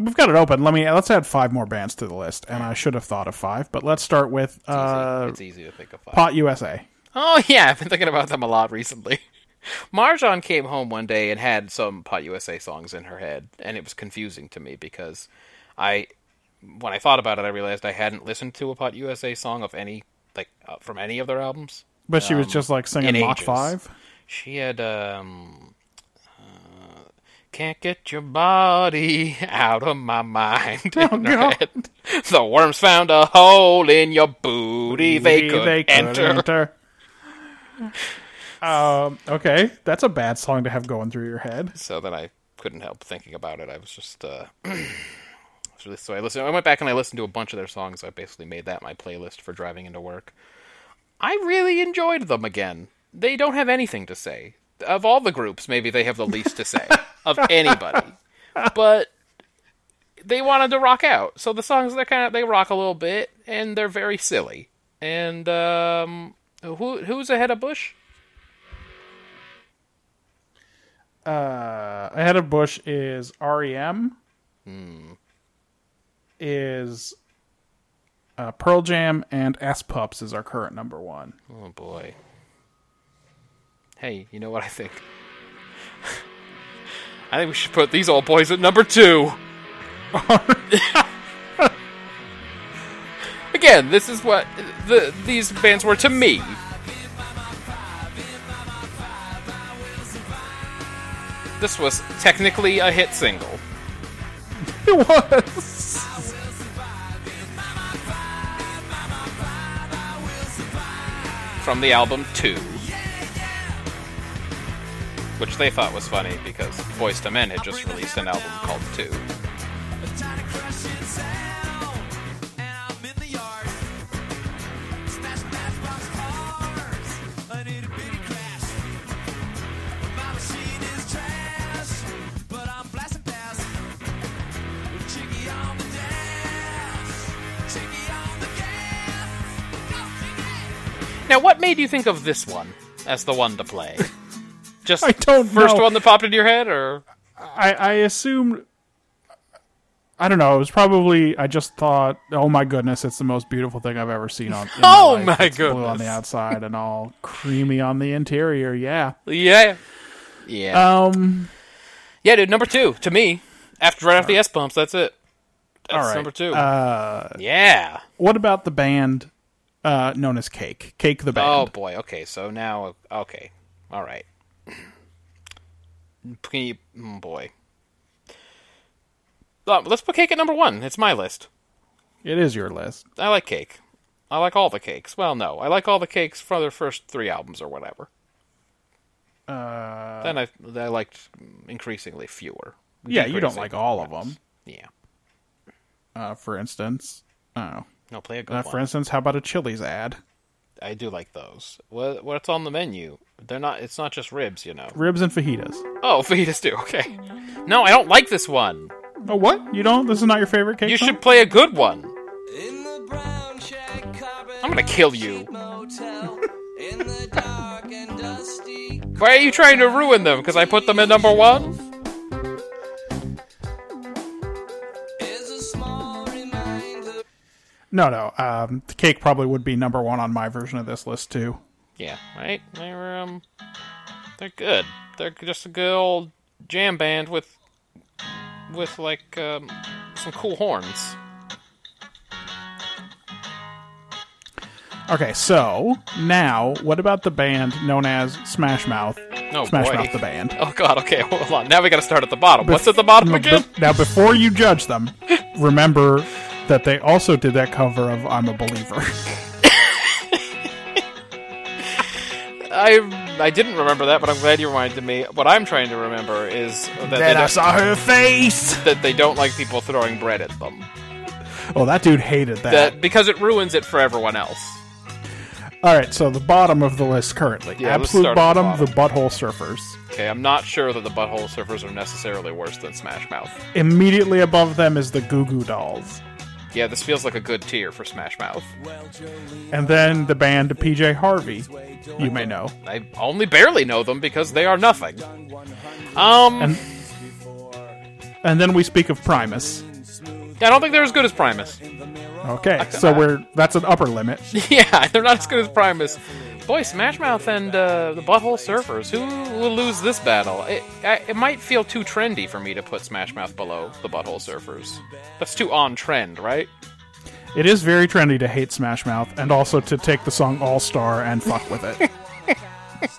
[SPEAKER 3] we've got it open. Let me let's add five more bands to the list, and I should have thought of five, but let's start with uh,
[SPEAKER 2] it's easy to think of. Five.
[SPEAKER 3] Pot USA.
[SPEAKER 2] Oh yeah, I've been thinking about them a lot recently. Marjan came home one day and had some Pot USA songs in her head, and it was confusing to me because I, when I thought about it, I realized I hadn't listened to a Pot USA song of any like uh, from any of their albums.
[SPEAKER 3] But she was just like singing
[SPEAKER 2] Um, in
[SPEAKER 3] Mach
[SPEAKER 2] ages.
[SPEAKER 3] Five.
[SPEAKER 2] She had um, uh, can't get your body out of my mind. in her
[SPEAKER 3] God.
[SPEAKER 2] head. The worms found a hole in your booty. They
[SPEAKER 3] Maybe
[SPEAKER 2] could, enter.
[SPEAKER 3] Um, okay, that's a bad song to have going through your head.
[SPEAKER 2] so then I couldn't help thinking about it. I was just uh, was really- so I listened. I went back and I listened to a bunch of their songs. I basically made that my playlist for driving into work. I really enjoyed them again. They don't have anything to say. Of all the groups, maybe they have the least to say of anybody. But they wanted to rock out, so the songs they kind of they rock a little bit, and they're very silly. And um, who who's ahead of Bush?
[SPEAKER 3] Uh, ahead of Bush is E REM.
[SPEAKER 2] Hmm.
[SPEAKER 3] Is uh, Pearl Jam and S Pups is our current number one.
[SPEAKER 2] Oh boy. Hey, you know what I think? I think we should put these old boys at number two. Again, this is what the these bands were to me. This was technically a hit single.
[SPEAKER 3] It was.
[SPEAKER 2] from the album Two, which they thought was funny because Voice to Men had just released an album called Two. Now, what made you think of this one as the one to play? Just
[SPEAKER 3] I don't
[SPEAKER 2] first
[SPEAKER 3] know.
[SPEAKER 2] one that popped into your head, or
[SPEAKER 3] I, I assumed. I don't know. It was probably. I just thought, oh my goodness, it's the most beautiful thing I've ever seen on. in
[SPEAKER 2] Oh
[SPEAKER 3] life.
[SPEAKER 2] my
[SPEAKER 3] It's Blue on
[SPEAKER 2] goodness.
[SPEAKER 3] the outside and all creamy on the interior. Yeah.
[SPEAKER 2] yeah, yeah,
[SPEAKER 3] Um.
[SPEAKER 2] yeah, dude. Number two to me, after right after the S bumps, that's it. That's
[SPEAKER 3] Uh, all right.
[SPEAKER 2] number two. Uh, yeah.
[SPEAKER 3] What about the band uh, known as Cake? Cake the band.
[SPEAKER 2] Oh boy. Okay. So now, okay. All right. Can you- mm, boy. Um, let's put cake at number one. It's my list.
[SPEAKER 3] It is your list.
[SPEAKER 2] I like cake. I like all the cakes. Well, no, I like all the cakes from their first three albums or whatever. Uh, then I I liked increasingly fewer.
[SPEAKER 3] Yeah, you don't
[SPEAKER 2] Decreasing.
[SPEAKER 3] like all of them.
[SPEAKER 2] Yeah.
[SPEAKER 3] Uh, for instance, oh,
[SPEAKER 2] No, play a good
[SPEAKER 3] uh,
[SPEAKER 2] one.
[SPEAKER 3] for instance, how about a Chili's ad?
[SPEAKER 2] I do like those. What what's on the menu? They're not. It's not just ribs, you know.
[SPEAKER 3] Ribs and fajitas.
[SPEAKER 2] Oh, fajitas too. Okay. No, I don't like this one.
[SPEAKER 3] Oh, what? You don't? This is not your favorite cake.
[SPEAKER 2] You
[SPEAKER 3] song?
[SPEAKER 2] should play a good one.
[SPEAKER 5] In the brown shag carpet
[SPEAKER 2] I'm gonna kill you.
[SPEAKER 5] motel. In the dark and dusty.
[SPEAKER 2] Why are you trying to ruin them? Because I put them at number one?
[SPEAKER 5] Is a small reminder.
[SPEAKER 3] No, no. Um, the cake probably would be number one on my version of this list too.
[SPEAKER 2] Yeah, right? They were, um. They're good. They're just a good old jam band with. with, like, um, some cool horns.
[SPEAKER 3] Okay, so now what about the band known as Smash Mouth?
[SPEAKER 2] Oh,
[SPEAKER 3] Smash
[SPEAKER 2] boy.
[SPEAKER 3] Mouth the band.
[SPEAKER 2] Oh, God, okay, hold on. Now we gotta start at the bottom. What's at the bottom
[SPEAKER 3] Now,
[SPEAKER 2] again?
[SPEAKER 3] be- now, before you judge them, remember that they also did that cover of "I'm a Believer."
[SPEAKER 2] I I didn't remember that, but I'm glad you reminded me. What I'm trying to remember is that, they,
[SPEAKER 3] Then I
[SPEAKER 2] don't,
[SPEAKER 3] saw her face.
[SPEAKER 2] that they don't like people throwing bread at them.
[SPEAKER 3] Oh, that dude hated that.
[SPEAKER 2] That because it ruins it for everyone else.
[SPEAKER 3] All right, so the bottom of the list currently,
[SPEAKER 2] Yeah, let's
[SPEAKER 3] absolute
[SPEAKER 2] start at the
[SPEAKER 3] bottom, the butthole surfers.
[SPEAKER 2] Okay, I'm not sure that the butthole surfers are necessarily worse than Smash Mouth.
[SPEAKER 3] Immediately above them is the Goo Goo Dolls,
[SPEAKER 2] Yeah, this feels like a good tier for Smash Mouth.
[SPEAKER 3] and then the band PJ Harvey. You may know.
[SPEAKER 2] I only barely know them because they are nothing. Um,
[SPEAKER 3] And- And then we speak of Primus.
[SPEAKER 2] I don't think they're as good as Primus.
[SPEAKER 3] Okay, so we're that's an upper limit.
[SPEAKER 2] yeah, they're not as good as Primus. Boy, Smash Mouth and uh, the Butthole Surfers. Who will lose this battle? It, I, it might feel too trendy for me to put Smash Mouth below the Butthole Surfers. That's too on trend, right?
[SPEAKER 3] It is very trendy to hate Smash Mouth and also to take the song All Star and fuck with it.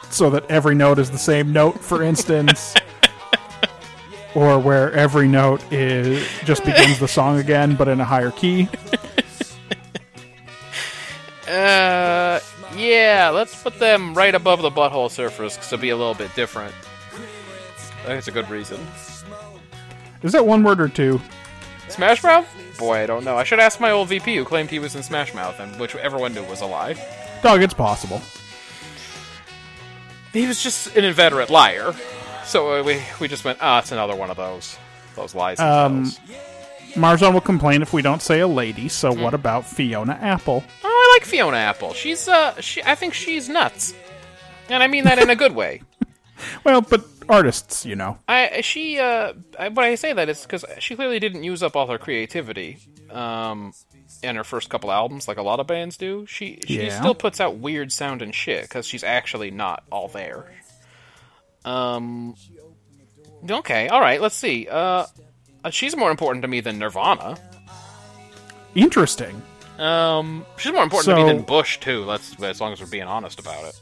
[SPEAKER 3] so that every note is the same note, for instance. or where every note is just begins the song again but in a higher key.
[SPEAKER 2] Uh, yeah, let's put them right above the Butthole Surfers because it'll be a little bit different. I think it's a good reason.
[SPEAKER 3] Is that one word or two?
[SPEAKER 2] Smash Mouth? Boy, I don't know. I should ask my old VP who claimed he was in Smash Mouth, and which everyone knew was a lie.
[SPEAKER 3] Dog, it's possible.
[SPEAKER 2] He was just an inveterate liar. So uh, we we just went, ah, it's another one of those those lies.
[SPEAKER 3] Um,
[SPEAKER 2] themselves."
[SPEAKER 3] Marzon will complain if we don't say a lady, so what about Fiona Apple?
[SPEAKER 2] oh, I like Fiona Apple. She's uh, she I think she's nuts, and I mean that in a good way.
[SPEAKER 3] Well, but artists, you know.
[SPEAKER 2] I she uh, I, when I say that, it's because she clearly didn't use up all her creativity, um, in her first couple albums, like a lot of bands do. She she
[SPEAKER 3] Yeah.
[SPEAKER 2] still puts out weird sounding shit because she's actually not all there. Um, okay, all right, let's see. Uh, uh, she's more important to me than Nirvana.
[SPEAKER 3] Interesting.
[SPEAKER 2] Um, she's more important to me
[SPEAKER 3] So-
[SPEAKER 2] than Bush too. Let's as long as we're being honest about it.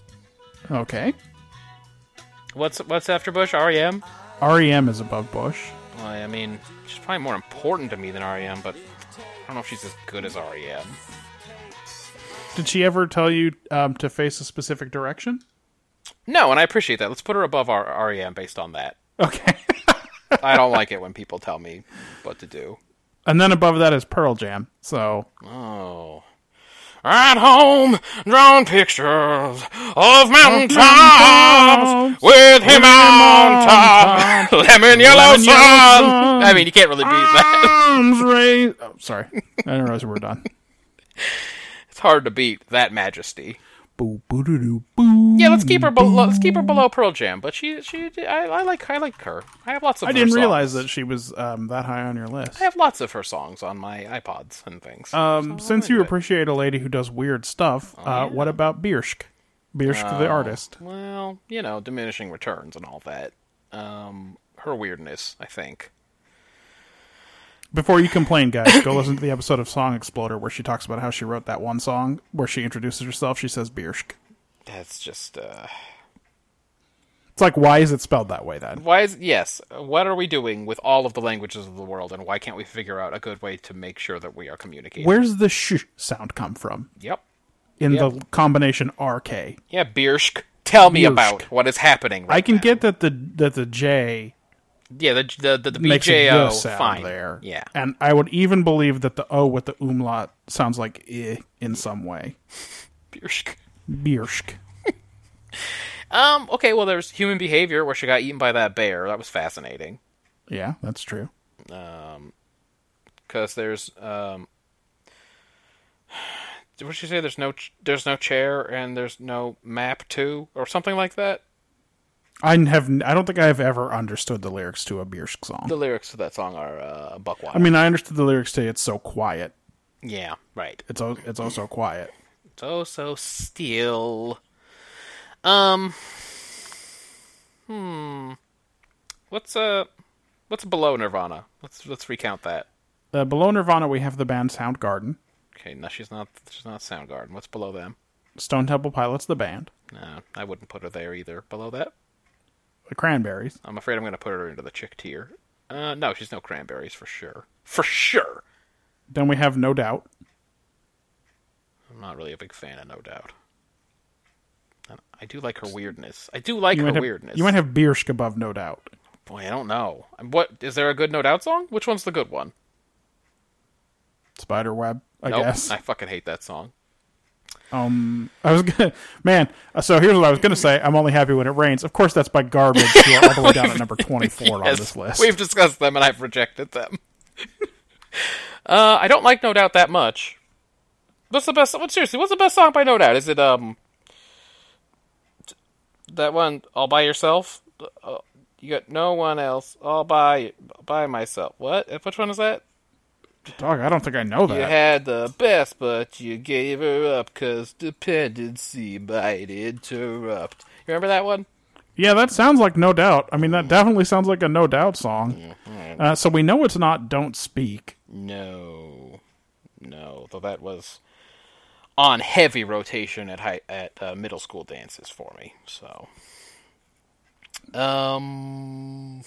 [SPEAKER 3] Okay.
[SPEAKER 2] What's what's after Bush? E REM.
[SPEAKER 3] REM E is above Bush.
[SPEAKER 2] Well, I mean, she's probably more important to me than REM, but I don't know if she's as good as E REM.
[SPEAKER 3] Did she ever tell you um, to face a specific direction?
[SPEAKER 2] No, and I appreciate that. Let's put her above our REM based on that.
[SPEAKER 3] Okay.
[SPEAKER 2] I don't like it when people tell me what to do.
[SPEAKER 3] and then above that is Pearl Jam. So
[SPEAKER 2] Oh. At home, drawing pictures of mountaintops with him on top, lemon yellow
[SPEAKER 3] Lemon yellow
[SPEAKER 2] sun.
[SPEAKER 3] sun.
[SPEAKER 2] I mean, you can't really beat that.
[SPEAKER 3] arms raised. Oh, sorry. I didn't realize we were done.
[SPEAKER 2] It's hard to beat that majesty.
[SPEAKER 3] Boo boo doo doo boo.
[SPEAKER 2] Yeah, let's keep her below. Let's keep her below Pearl Jam, but she, she, I, I like, I like her. I have lots of.
[SPEAKER 3] I
[SPEAKER 2] her
[SPEAKER 3] didn't realize
[SPEAKER 2] songs.
[SPEAKER 3] that she was um, that high on your list.
[SPEAKER 2] I have lots of her songs on my iPods and things.
[SPEAKER 3] Um, since you appreciate a lady who does weird stuff,
[SPEAKER 2] Oh,
[SPEAKER 3] uh, what about Bierschk? Bierschk,
[SPEAKER 2] Uh,
[SPEAKER 3] the artist.
[SPEAKER 2] well, you know, diminishing returns and all that. Um, her weirdness, I think.
[SPEAKER 3] Before you complain, guys, go listen to the episode of Song Exploder where she talks about how she wrote that one song where she introduces herself. She says Bierschk.
[SPEAKER 2] That's just. Uh,
[SPEAKER 3] It's like, why is it spelled that way then?
[SPEAKER 2] why is yes? What are we doing with all of the languages of the world, and why can't we figure out a good way to make sure that we are communicating?
[SPEAKER 3] Where's the sh sound come from?
[SPEAKER 2] Yep.
[SPEAKER 3] in
[SPEAKER 2] Yep.
[SPEAKER 3] the combination RK.
[SPEAKER 2] Yeah, Biersch. Tell me
[SPEAKER 3] Biersch.
[SPEAKER 2] about what is happening. Right
[SPEAKER 3] I can
[SPEAKER 2] now.
[SPEAKER 3] get that the that the J
[SPEAKER 2] yeah the the the, the
[SPEAKER 3] makes a
[SPEAKER 2] BJO
[SPEAKER 3] yo sound
[SPEAKER 2] fine
[SPEAKER 3] there.
[SPEAKER 2] Yeah,
[SPEAKER 3] and I would even believe that the O with the umlaut sounds like I in some way.
[SPEAKER 2] Biersch.
[SPEAKER 3] Bierschk.
[SPEAKER 2] Um. Okay. Well, there's human behavior where she got eaten by that bear. That was fascinating.
[SPEAKER 3] Yeah, that's true.
[SPEAKER 2] because there's um what did you say there's no ch- there's no chair and there's no map to or something like that
[SPEAKER 3] I have n- I don't think I have ever understood the lyrics to a Bierschk song.
[SPEAKER 2] the lyrics to that song are uh buckwild
[SPEAKER 3] I mean, I understood the lyrics to "It's so quiet."
[SPEAKER 2] yeah right
[SPEAKER 3] It's oh, it's oh so quiet.
[SPEAKER 2] it's oh so still um hmm what's uh what's below nirvana let's let's recount that
[SPEAKER 3] Uh, below Nirvana, we have the band Soundgarden.
[SPEAKER 2] okay no she's not she's not soundgarden what's below them
[SPEAKER 3] Stone Temple Pilots, the band.
[SPEAKER 2] no i wouldn't put her there either below that
[SPEAKER 3] The Cranberries.
[SPEAKER 2] I'm afraid I'm going to put her into the chick tier. Uh, no, she's no cranberries for sure. For sure.
[SPEAKER 3] Then we have No Doubt.
[SPEAKER 2] I'm not really a big fan of No Doubt. And I do like her weirdness. I do like
[SPEAKER 3] You
[SPEAKER 2] her
[SPEAKER 3] might have,
[SPEAKER 2] weirdness.
[SPEAKER 3] you might have Biersch above, no doubt.
[SPEAKER 2] Boy, I don't know. What is there a good No Doubt song? Which one's the good one?
[SPEAKER 3] Spiderweb, I
[SPEAKER 2] nope.
[SPEAKER 3] guess.
[SPEAKER 2] I fucking hate that song.
[SPEAKER 3] I was gonna, man. uh, So here's what I was gonna say. I'm only happy when it rains. Of course, that's by garbage. who are all the way down at number 24 on
[SPEAKER 2] Yes,
[SPEAKER 3] this list.
[SPEAKER 2] We've discussed them and I've rejected them. uh, I don't like No Doubt that much. What's the best? What seriously? What's the best song by No Doubt? Is it um t- that one all by yourself? Uh, you got no one else all by by myself. What? Uh, Which one is that?
[SPEAKER 3] Dog, I don't think I know that.
[SPEAKER 2] You had the best, but you gave her up because dependency might interrupt. You remember that one?
[SPEAKER 3] Yeah, that sounds like No Doubt. I mean,
[SPEAKER 2] Mm.
[SPEAKER 3] that definitely sounds like a No Doubt song. Uh, so we know it's not Don't Speak.
[SPEAKER 2] No, no. Though that was on heavy rotation at high at uh, middle school dances for me. So, um,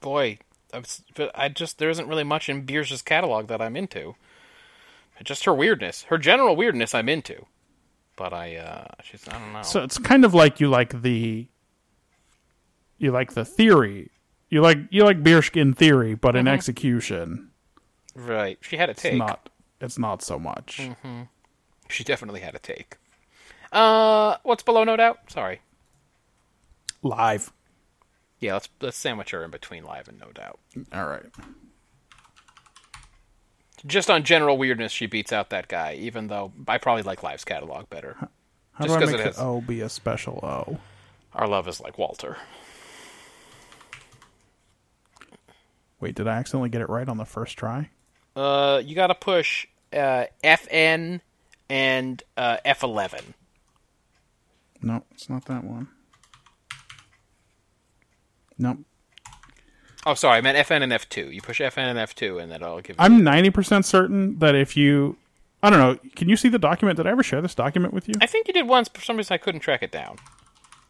[SPEAKER 2] boy, I, was, but I just there isn't really much in Beers' catalog that I'm into. Just her weirdness, her general weirdness, I'm into. But I, uh, she's I don't know.
[SPEAKER 3] So it's kind of like you like the you like the theory. You like you like Biersch in theory, but in execution,
[SPEAKER 2] right, she had a
[SPEAKER 3] it's
[SPEAKER 2] Mm-hmm. take. Mm-hmm.
[SPEAKER 3] not it's not so much.
[SPEAKER 2] She definitely had a take. Uh, what's below? No doubt. Sorry.
[SPEAKER 3] Live.
[SPEAKER 2] Yeah, let's let's sandwich her in between live and no doubt.
[SPEAKER 3] All right.
[SPEAKER 2] Just on general weirdness, she beats out that guy. Even though I probably like Live's catalog better.
[SPEAKER 3] How
[SPEAKER 2] Just
[SPEAKER 3] do I
[SPEAKER 2] 'cause
[SPEAKER 3] make oh.
[SPEAKER 2] it
[SPEAKER 3] the
[SPEAKER 2] has-
[SPEAKER 3] O be a special O?
[SPEAKER 2] Our love is like Walter.
[SPEAKER 3] Wait, did I accidentally get it right on the first try?
[SPEAKER 2] Uh, you got to push uh, FN and uh, F11.
[SPEAKER 3] No, it's not that one. Nope.
[SPEAKER 2] Oh, sorry, I meant FN and F2. You push FN and F2, and that'll give. you...
[SPEAKER 3] I'm 90% certain that if you I don't know, can you see the document? Did I ever share this document with you?
[SPEAKER 2] I think you did once, but for some reason I couldn't track it down.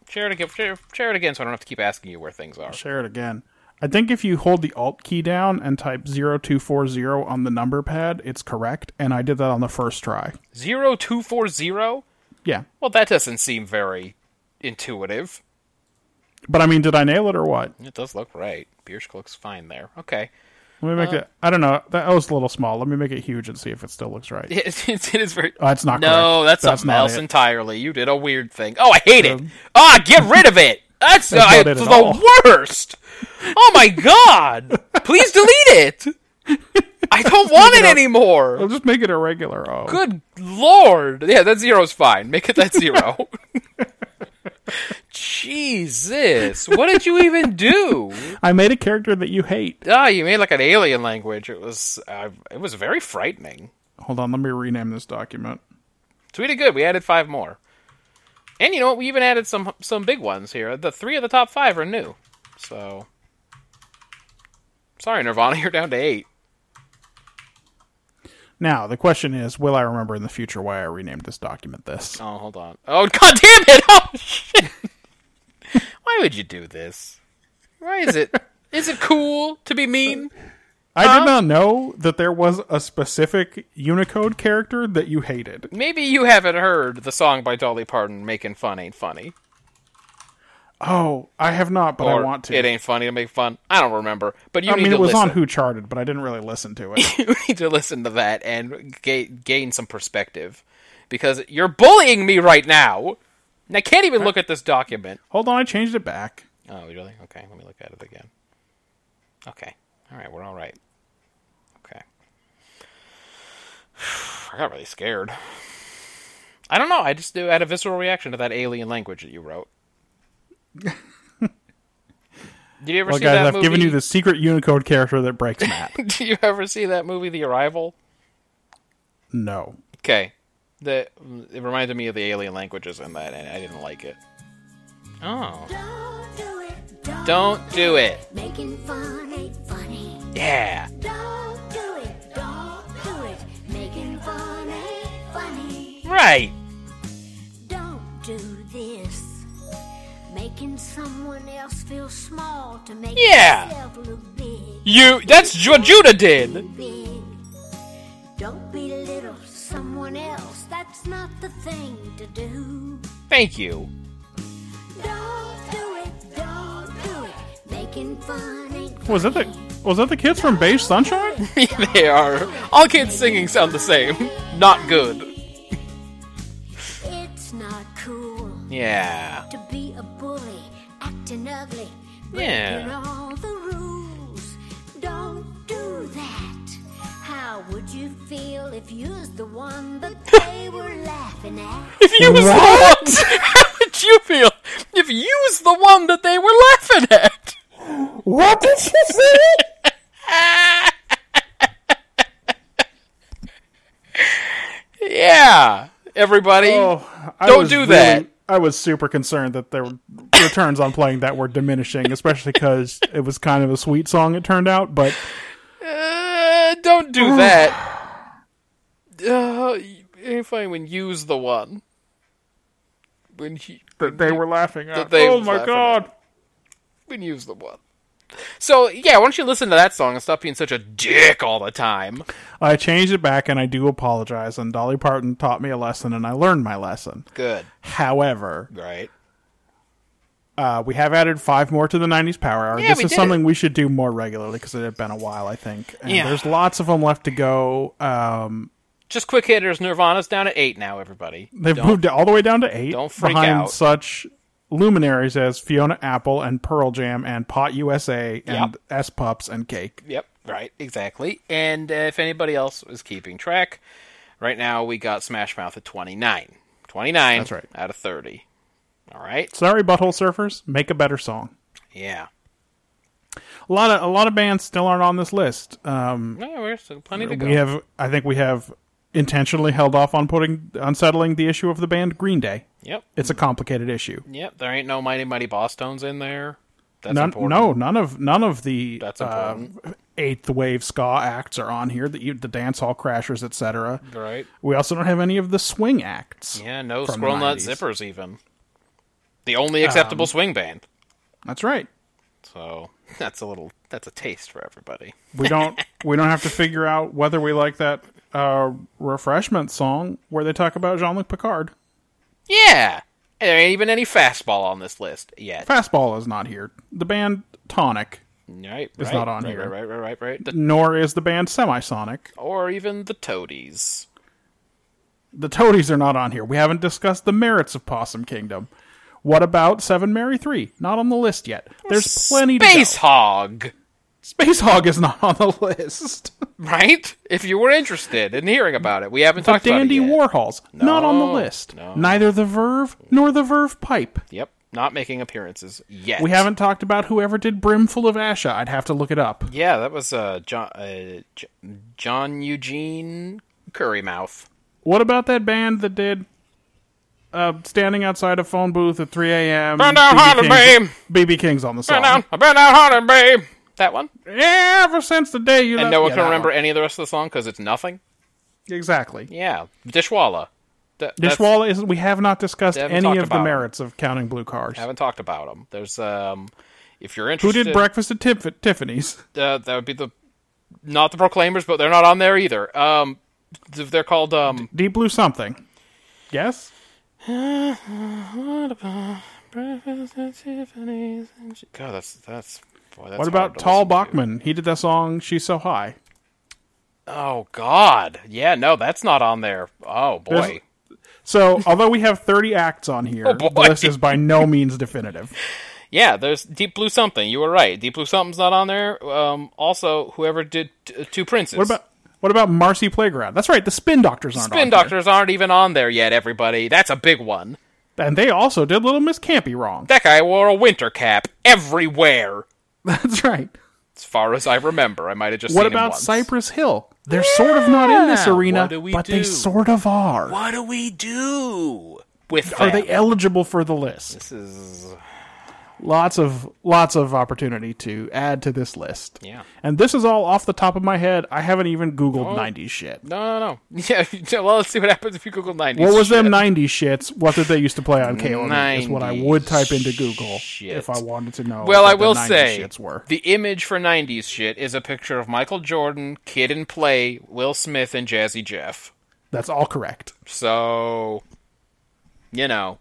[SPEAKER 2] Share it again. Share, share it again, so I don't have to keep asking you where things are.
[SPEAKER 3] Share it again. I think if you hold the alt key down and type 0240 on the number pad, it's correct and I did that on the first try.
[SPEAKER 2] Zero two four zero.
[SPEAKER 3] Yeah.
[SPEAKER 2] Well, that doesn't seem very intuitive.
[SPEAKER 3] But I mean, did I nail it or what?
[SPEAKER 2] It does look right. Biersch looks fine there. Okay.
[SPEAKER 3] Let me make
[SPEAKER 2] Uh,
[SPEAKER 3] it I don't know. That O's a little small. Let me make it huge and see if it still looks right.
[SPEAKER 2] It, it, it is very.
[SPEAKER 3] Oh, that's not
[SPEAKER 2] no,
[SPEAKER 3] correct.
[SPEAKER 2] that's,
[SPEAKER 3] That's
[SPEAKER 2] something
[SPEAKER 3] not
[SPEAKER 2] else
[SPEAKER 3] it.
[SPEAKER 2] entirely. You did a weird thing. Oh, I hate it.
[SPEAKER 3] Um,
[SPEAKER 2] Ah, get rid of it. That's,
[SPEAKER 3] That's
[SPEAKER 2] uh,
[SPEAKER 3] not it at
[SPEAKER 2] the
[SPEAKER 3] all.
[SPEAKER 2] worst. Oh my god! Please delete it. I don't want it
[SPEAKER 3] I'll
[SPEAKER 2] anymore.
[SPEAKER 3] just make it Oh. a regular O.
[SPEAKER 2] Good lord. Yeah, that zero's fine. Make it that zero. Jesus, what did you even do?
[SPEAKER 3] I made a character that you hate.
[SPEAKER 2] Ah, you made like an alien language. It was, uh, it was very frightening.
[SPEAKER 3] Hold on, let me rename this document.
[SPEAKER 2] So we did good. We added five more. And you know what? We even added some some big ones here. The three of the top five are new. So sorry, Nirvana, you're down to eight.
[SPEAKER 3] Now, the question is, will I remember in the future why I renamed this document this?
[SPEAKER 2] Oh, hold on. Oh, god damn it! Oh shit! Why would you do this? Why is it? Is it cool to be mean?
[SPEAKER 3] I did not know that there was a specific Unicode character that you hated.
[SPEAKER 2] Maybe you haven't heard the song by Dolly Parton, "Making Fun Ain't Funny."
[SPEAKER 3] Oh, I have not, but I
[SPEAKER 2] Or,
[SPEAKER 3] want to.
[SPEAKER 2] It ain't funny to make fun. I don't remember, but you
[SPEAKER 3] I
[SPEAKER 2] need
[SPEAKER 3] mean,
[SPEAKER 2] to
[SPEAKER 3] it was
[SPEAKER 2] listen.
[SPEAKER 3] on Who Charted, but I didn't really listen to it.
[SPEAKER 2] you need to listen to that and ga- gain some perspective because you're bullying me right now. And I can't even look at this document.
[SPEAKER 3] Hold on, I changed it back.
[SPEAKER 2] Oh, really? Okay, let me look at it again. Okay. All right, we're all right. Okay. I got really scared. I don't know. I just do- had a visceral reaction to that alien language that you wrote. Did you ever
[SPEAKER 3] Well,
[SPEAKER 2] see
[SPEAKER 3] guys,
[SPEAKER 2] that
[SPEAKER 3] I've
[SPEAKER 2] movie?
[SPEAKER 3] given you the secret Unicode character that breaks Matt.
[SPEAKER 2] Do you ever see that movie, The Arrival?
[SPEAKER 3] no.
[SPEAKER 2] Okay. The mm, it reminded me of the alien languages in that, and I didn't like it. Oh,
[SPEAKER 4] Don't do it. Don't,
[SPEAKER 2] Don't do it.
[SPEAKER 4] Making fun ain't funny.
[SPEAKER 2] yeah.
[SPEAKER 4] Don't do it. Don't do it. Making fun ain't funny.
[SPEAKER 2] Right.
[SPEAKER 4] Don't do this. Making someone else feel small to make
[SPEAKER 2] Yeah.
[SPEAKER 4] yourself look big.
[SPEAKER 2] You. That's what Judah did.
[SPEAKER 4] Big. Don't belittle someone else. That's not the thing to do.
[SPEAKER 2] Thank you.
[SPEAKER 4] Don't do it, don't do it. Making fun ain't
[SPEAKER 3] Was that the was that the kids from Beige Sunshine?
[SPEAKER 2] they are. All kids singing sound the same. Not good.
[SPEAKER 4] It's not cool
[SPEAKER 2] Yeah.
[SPEAKER 4] to be a bully, acting ugly, breaking
[SPEAKER 2] Yeah.
[SPEAKER 4] all the rules. Don't do that. How would you feel if you're the one that they were laughing at?
[SPEAKER 2] If you was the one, how would you feel if you was the one that they were laughing at?
[SPEAKER 3] What did she say?
[SPEAKER 2] Yeah, everybody.
[SPEAKER 3] Oh, I
[SPEAKER 2] Don't
[SPEAKER 3] was
[SPEAKER 2] do
[SPEAKER 3] really-
[SPEAKER 2] that.
[SPEAKER 3] I was super concerned that their returns on playing that were diminishing, especially because it was kind of a sweet song. It turned out, but
[SPEAKER 2] Uh, don't do that. Uh, ain't fine when you's the one. When he,
[SPEAKER 3] that they were laughing at.
[SPEAKER 2] That they
[SPEAKER 3] oh
[SPEAKER 2] was
[SPEAKER 3] my
[SPEAKER 2] laughing
[SPEAKER 3] god!
[SPEAKER 2] when you's the one. So yeah, why don't you listen to that song and stop being such a dick all the time?
[SPEAKER 3] I changed it back, and I do apologize. And Dolly Parton taught me a lesson, and I learned my lesson.
[SPEAKER 2] Good,
[SPEAKER 3] However,
[SPEAKER 2] right?
[SPEAKER 3] uh, we have added five more to the '90s Power Hour.
[SPEAKER 2] Yeah,
[SPEAKER 3] this
[SPEAKER 2] we
[SPEAKER 3] is
[SPEAKER 2] did
[SPEAKER 3] something we should do more regularly because it had been a while, I think. And
[SPEAKER 2] Yeah.
[SPEAKER 3] there's lots of them left to go. Um,
[SPEAKER 2] Just quick hitters. Nirvana's down at eight now. Everybody.
[SPEAKER 3] They've
[SPEAKER 2] Don't-
[SPEAKER 3] moved it all the way down to eight.
[SPEAKER 2] don't freak
[SPEAKER 3] behind
[SPEAKER 2] out.
[SPEAKER 3] such luminaries as Fiona Apple and Pearl Jam and Pot USA and
[SPEAKER 2] Yep.
[SPEAKER 3] S Pups and Cake.
[SPEAKER 2] Yep, right, exactly. And uh, if anybody else is keeping track, right now we got Smash Mouth at 29. 29
[SPEAKER 3] That's right.
[SPEAKER 2] out of 30. All right?
[SPEAKER 3] Sorry, Butthole Surfers, make a better song.
[SPEAKER 2] Yeah.
[SPEAKER 3] A lot of a lot of bands still aren't on this list. Um,
[SPEAKER 2] No, we're still plenty to go.
[SPEAKER 3] we have, I think, we have intentionally held off on putting unsettling the issue of the band Green Day.
[SPEAKER 2] Yep.
[SPEAKER 3] It's a complicated issue.
[SPEAKER 2] Yep, there ain't no Mighty Mighty Boss Stones in there. That's
[SPEAKER 3] None,
[SPEAKER 2] important.
[SPEAKER 3] no, none of none of the
[SPEAKER 2] That's
[SPEAKER 3] uh, eighth wave ska acts are on here. The, the dance hall crashers, etc.
[SPEAKER 2] Right.
[SPEAKER 3] We also don't have any of the swing acts.
[SPEAKER 2] Yeah, no
[SPEAKER 3] From
[SPEAKER 2] Squirrel
[SPEAKER 3] the
[SPEAKER 2] Nut
[SPEAKER 3] 90s.
[SPEAKER 2] Zippers even. The only acceptable
[SPEAKER 3] Um,
[SPEAKER 2] swing band.
[SPEAKER 3] That's right.
[SPEAKER 2] So, that's a little that's a taste for everybody.
[SPEAKER 3] We don't we don't have to figure out whether we like that uh, refreshment song where they talk about Jean Luc Picard.
[SPEAKER 2] Yeah. There ain't even any fastball on this list yet.
[SPEAKER 3] Fastball is not here. The band Tonic,
[SPEAKER 2] Right,
[SPEAKER 3] It's
[SPEAKER 2] right,
[SPEAKER 3] not on
[SPEAKER 2] right,
[SPEAKER 3] here.
[SPEAKER 2] Right, right, right, right. The,
[SPEAKER 3] nor is the band Semisonic.
[SPEAKER 2] or even the Toadies.
[SPEAKER 3] The Toadies are not on here. We haven't discussed the merits of Possum Kingdom. What about Seven Mary Three? Not on the list yet. There's plenty
[SPEAKER 2] Space
[SPEAKER 3] to
[SPEAKER 2] Hog,
[SPEAKER 3] go. Space Hog is not on the list.
[SPEAKER 2] right? If you were interested in hearing about it, we haven't
[SPEAKER 3] The
[SPEAKER 2] talked
[SPEAKER 3] Dandy
[SPEAKER 2] about it yet.
[SPEAKER 3] Warhols not on the
[SPEAKER 2] No,
[SPEAKER 3] list.
[SPEAKER 2] no.
[SPEAKER 3] Neither the Verve nor the Verve Pipe.
[SPEAKER 2] Yep, not making appearances yet.
[SPEAKER 3] We haven't talked about whoever did Brimful of Asha. I'd have to look it up.
[SPEAKER 2] Yeah, that was uh, John, uh, J- John Eugene Currymouth.
[SPEAKER 3] What about that band that did uh, Standing Outside a Phone Booth at 3 a.m.?
[SPEAKER 2] Burn down
[SPEAKER 3] BB
[SPEAKER 2] Harlem,
[SPEAKER 3] King's-
[SPEAKER 2] babe!
[SPEAKER 3] BB King's on the song.
[SPEAKER 2] Burn down, I burn down harder, babe. That one,
[SPEAKER 3] Ever since the day you
[SPEAKER 2] and
[SPEAKER 3] left-
[SPEAKER 2] no one
[SPEAKER 3] Uh, Yeah,
[SPEAKER 2] can
[SPEAKER 3] that
[SPEAKER 2] remember
[SPEAKER 3] one.
[SPEAKER 2] any of the rest of the song because it's nothing.
[SPEAKER 3] Exactly.
[SPEAKER 2] Yeah, Dishwalla. Th- that's-
[SPEAKER 3] Dishwalla is we have not discussed
[SPEAKER 2] Haven't
[SPEAKER 3] any
[SPEAKER 2] talked
[SPEAKER 3] of the
[SPEAKER 2] about it.
[SPEAKER 3] merits of counting blue cars.
[SPEAKER 2] Haven't talked about them. There's um, if you're
[SPEAKER 3] Who
[SPEAKER 2] interested,
[SPEAKER 3] did Breakfast at Tif- Tiffany's?
[SPEAKER 2] uh, that would be the not the Proclaimers, but they're not on there either. Um, th- they're called um.
[SPEAKER 3] Deep Blue something. Yes?
[SPEAKER 2] God, that's that's. Boy, that's
[SPEAKER 3] what
[SPEAKER 2] hard
[SPEAKER 3] about
[SPEAKER 2] to
[SPEAKER 3] Tall
[SPEAKER 2] listen to.
[SPEAKER 3] Bachman? He did that song She's So High.
[SPEAKER 2] Oh God, yeah, no, that's not on there. Oh boy,
[SPEAKER 3] So, although we have 30 acts on here,
[SPEAKER 2] Oh, boy.
[SPEAKER 3] the list is by no means definitive.
[SPEAKER 2] yeah, there's Deep Blue Something. You were right. Deep Blue Something's not on there. Um, also, whoever did t- uh, Two Princes.
[SPEAKER 3] What about what about Marcy Playground? That's right, the Spin Doctors aren't on
[SPEAKER 2] Spin
[SPEAKER 3] here.
[SPEAKER 2] Doctors aren't even on there yet. Everybody, that's a big one.
[SPEAKER 3] and they also did Little Miss Campy wrong.
[SPEAKER 2] That guy wore a winter cap everywhere,
[SPEAKER 3] That's right.
[SPEAKER 2] as far as I remember. I might have just
[SPEAKER 3] What
[SPEAKER 2] seen him
[SPEAKER 3] about
[SPEAKER 2] once.
[SPEAKER 3] Cypress Hill? They're sort of not in this
[SPEAKER 2] Yeah.
[SPEAKER 3] arena,
[SPEAKER 2] What do we
[SPEAKER 3] but they
[SPEAKER 2] do?
[SPEAKER 3] sort of are.
[SPEAKER 2] What do we do with
[SPEAKER 3] Are
[SPEAKER 2] them?
[SPEAKER 3] they eligible for the list?
[SPEAKER 2] This is
[SPEAKER 3] Lots of lots of opportunity to add to this list.
[SPEAKER 2] Yeah. Oh,
[SPEAKER 3] And this is all off the top of my head. I haven't even googled 90s shit.
[SPEAKER 2] no, no, no. Yeah, well, let's see what happens if you Google nineties.
[SPEAKER 3] What was them 90s shits? What did they used to play on KLM E is what I
[SPEAKER 2] 90s
[SPEAKER 3] would type into Google
[SPEAKER 2] shit.
[SPEAKER 3] if I wanted to know.
[SPEAKER 2] Well,
[SPEAKER 3] what
[SPEAKER 2] I
[SPEAKER 3] the
[SPEAKER 2] will
[SPEAKER 3] 90s
[SPEAKER 2] say
[SPEAKER 3] shits were.
[SPEAKER 2] the image for '90s shit is a picture of Michael Jordan, Kid and Play, Will Smith, and Jazzy Jeff.
[SPEAKER 3] That's all correct.
[SPEAKER 2] So, you know,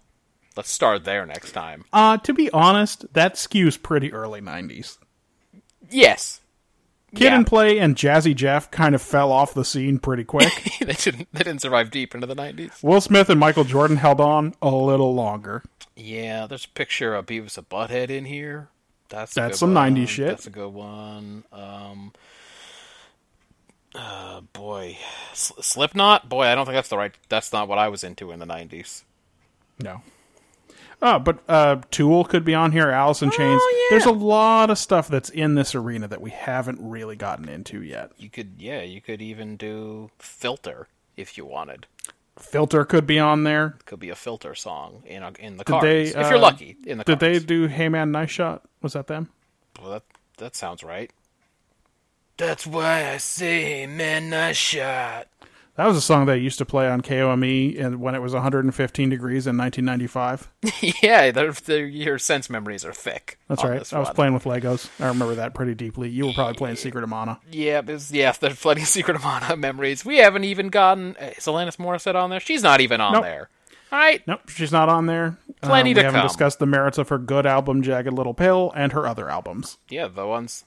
[SPEAKER 2] let's start there next time.
[SPEAKER 3] Uh, to be honest, that skews pretty early 90s.
[SPEAKER 2] Yes.
[SPEAKER 3] Kid
[SPEAKER 2] Yeah.
[SPEAKER 3] and Play and Jazzy Jeff kind of fell off the scene pretty quick.
[SPEAKER 2] they didn't they didn't survive deep into the 90s.
[SPEAKER 3] Will Smith and Michael Jordan held on a little longer.
[SPEAKER 2] Yeah, there's a picture of Beavis and Butthead in here. That's a
[SPEAKER 3] That's
[SPEAKER 2] good
[SPEAKER 3] some 90s
[SPEAKER 2] one.
[SPEAKER 3] shit.
[SPEAKER 2] That's a good one. Um uh, boy, S- Slipknot. Boy, I don't think that's the right. That's not what I was into in the '90s.
[SPEAKER 3] No. Oh, but uh, Tool could be on here. Alice in Chains.
[SPEAKER 2] yeah.
[SPEAKER 3] There's a lot of stuff that's in this arena that we haven't really gotten into yet.
[SPEAKER 2] You could, yeah, you could even do Filter if you wanted.
[SPEAKER 3] Filter could be on there.
[SPEAKER 2] Could be a Filter song in a, in the
[SPEAKER 3] Did
[SPEAKER 2] cards
[SPEAKER 3] they,
[SPEAKER 2] if you're
[SPEAKER 3] uh,
[SPEAKER 2] lucky. In the
[SPEAKER 3] Did they
[SPEAKER 2] cards.
[SPEAKER 3] do Hey Man Nice Shot? Was that them?
[SPEAKER 2] Well, that that sounds right. That's why I say, man, nice shot.
[SPEAKER 3] That was a song they used to play on KOME E and when it was 115 degrees in 1995.
[SPEAKER 2] yeah, their, their your sense memories are thick.
[SPEAKER 3] That's
[SPEAKER 2] on
[SPEAKER 3] right.
[SPEAKER 2] this
[SPEAKER 3] I was
[SPEAKER 2] one.
[SPEAKER 3] playing with Legos. I remember that pretty deeply. You were probably playing Secret of Mana.
[SPEAKER 2] Yeah, there's yeah, there's plenty of Secret of Mana memories. We haven't even gotten uh, is Alanis Morissette on there. She's not even on
[SPEAKER 3] Nope.
[SPEAKER 2] there. All right.
[SPEAKER 3] Nope, she's not on there. Uh,
[SPEAKER 2] Plenty
[SPEAKER 3] we
[SPEAKER 2] to
[SPEAKER 3] haven't
[SPEAKER 2] come.
[SPEAKER 3] discussed the merits of her good album Jagged Little Pill and her other albums
[SPEAKER 2] Yeah, the ones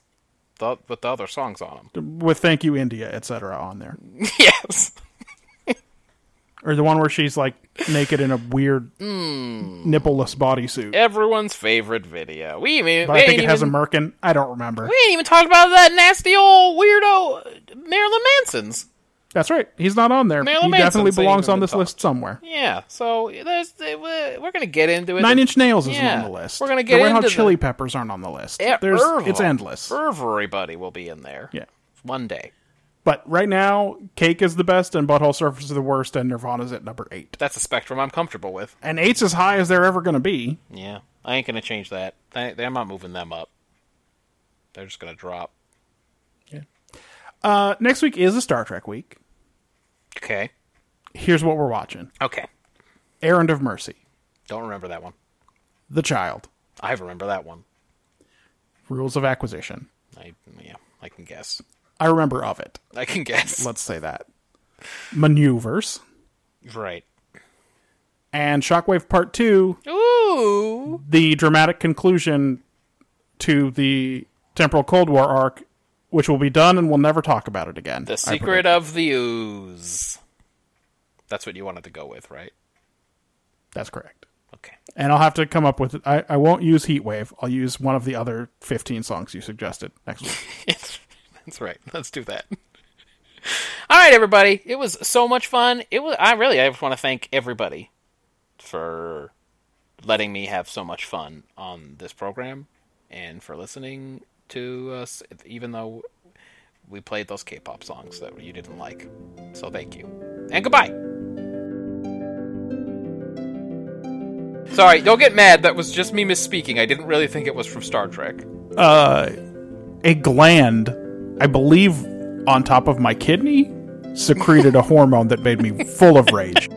[SPEAKER 2] the, with the other songs on them.
[SPEAKER 3] with Thank You India, etc. on there.
[SPEAKER 2] yes.
[SPEAKER 3] Or the one where she's like naked in a weird
[SPEAKER 2] Hmm.
[SPEAKER 3] nippleless bodysuit.
[SPEAKER 2] Everyone's favorite video. We even Eh,
[SPEAKER 3] But
[SPEAKER 2] we
[SPEAKER 3] I
[SPEAKER 2] ain't
[SPEAKER 3] think it
[SPEAKER 2] even,
[SPEAKER 3] has a merkin. I don't remember.
[SPEAKER 2] we ain't even talked about that nasty old weirdo uh, Marilyn Manson's.
[SPEAKER 3] That's right. He's not on there.
[SPEAKER 2] Marilyn
[SPEAKER 3] he definitely
[SPEAKER 2] Manson's the
[SPEAKER 3] belongs on
[SPEAKER 2] England
[SPEAKER 3] this
[SPEAKER 2] top.
[SPEAKER 3] list somewhere.
[SPEAKER 2] Yeah, so there's uh, we're gonna get into it.
[SPEAKER 3] Nine Inch Nails isn't
[SPEAKER 2] Yeah.
[SPEAKER 3] on the list.
[SPEAKER 2] We're gonna get
[SPEAKER 3] the Red Hot
[SPEAKER 2] into
[SPEAKER 3] Chili
[SPEAKER 2] the-
[SPEAKER 3] Peppers aren't on the list.
[SPEAKER 2] Yeah,
[SPEAKER 3] There's,
[SPEAKER 2] Irv-
[SPEAKER 3] it's endless.
[SPEAKER 2] Everybody will be in there.
[SPEAKER 3] Yeah.
[SPEAKER 2] one day.
[SPEAKER 3] But right now, Cake is the best, and Butthole Surfers is the worst, and Nirvana's at number eight.
[SPEAKER 2] That's a spectrum I'm comfortable with.
[SPEAKER 3] And eight's as high as they're ever going to be.
[SPEAKER 2] Yeah, I ain't gonna change that. I, I'm not moving them up. They're just gonna drop.
[SPEAKER 3] Uh, next week is a Star Trek week.
[SPEAKER 2] Okay.
[SPEAKER 3] Here's what we're watching:
[SPEAKER 2] Okay.
[SPEAKER 3] Errand of Mercy,
[SPEAKER 2] Don't remember that one.
[SPEAKER 3] The Child,
[SPEAKER 2] I remember that one.
[SPEAKER 3] Rules of Acquisition.
[SPEAKER 2] I yeah, I can guess.
[SPEAKER 3] I remember of it.
[SPEAKER 2] I can guess.
[SPEAKER 3] Let's say that. Maneuvers
[SPEAKER 2] Right.
[SPEAKER 3] and Shockwave Part Two,
[SPEAKER 2] Ooh.
[SPEAKER 3] the dramatic conclusion to the temporal Cold War arc, which will be done, and we'll never talk about it again.
[SPEAKER 2] The secret of the ooze. That's what you wanted to go with, right?
[SPEAKER 3] That's correct.
[SPEAKER 2] Okay.
[SPEAKER 3] and I'll have to come up with. I, I won't use Heat Wave. I'll use one of the other fifteen songs you suggested next week.
[SPEAKER 2] That's right. Let's do that. All right, everybody. It was so much fun. It was. I really. I just want to thank everybody for letting me have so much fun on this program and for listening to us, even though we played those K-pop songs that you didn't like. So thank you and goodbye. Sorry, don't get mad. That was just me misspeaking. I didn't really think it was from Star Trek.
[SPEAKER 3] Uh, a gland, I believe, on top of my kidney, secreted a hormone that made me full of rage.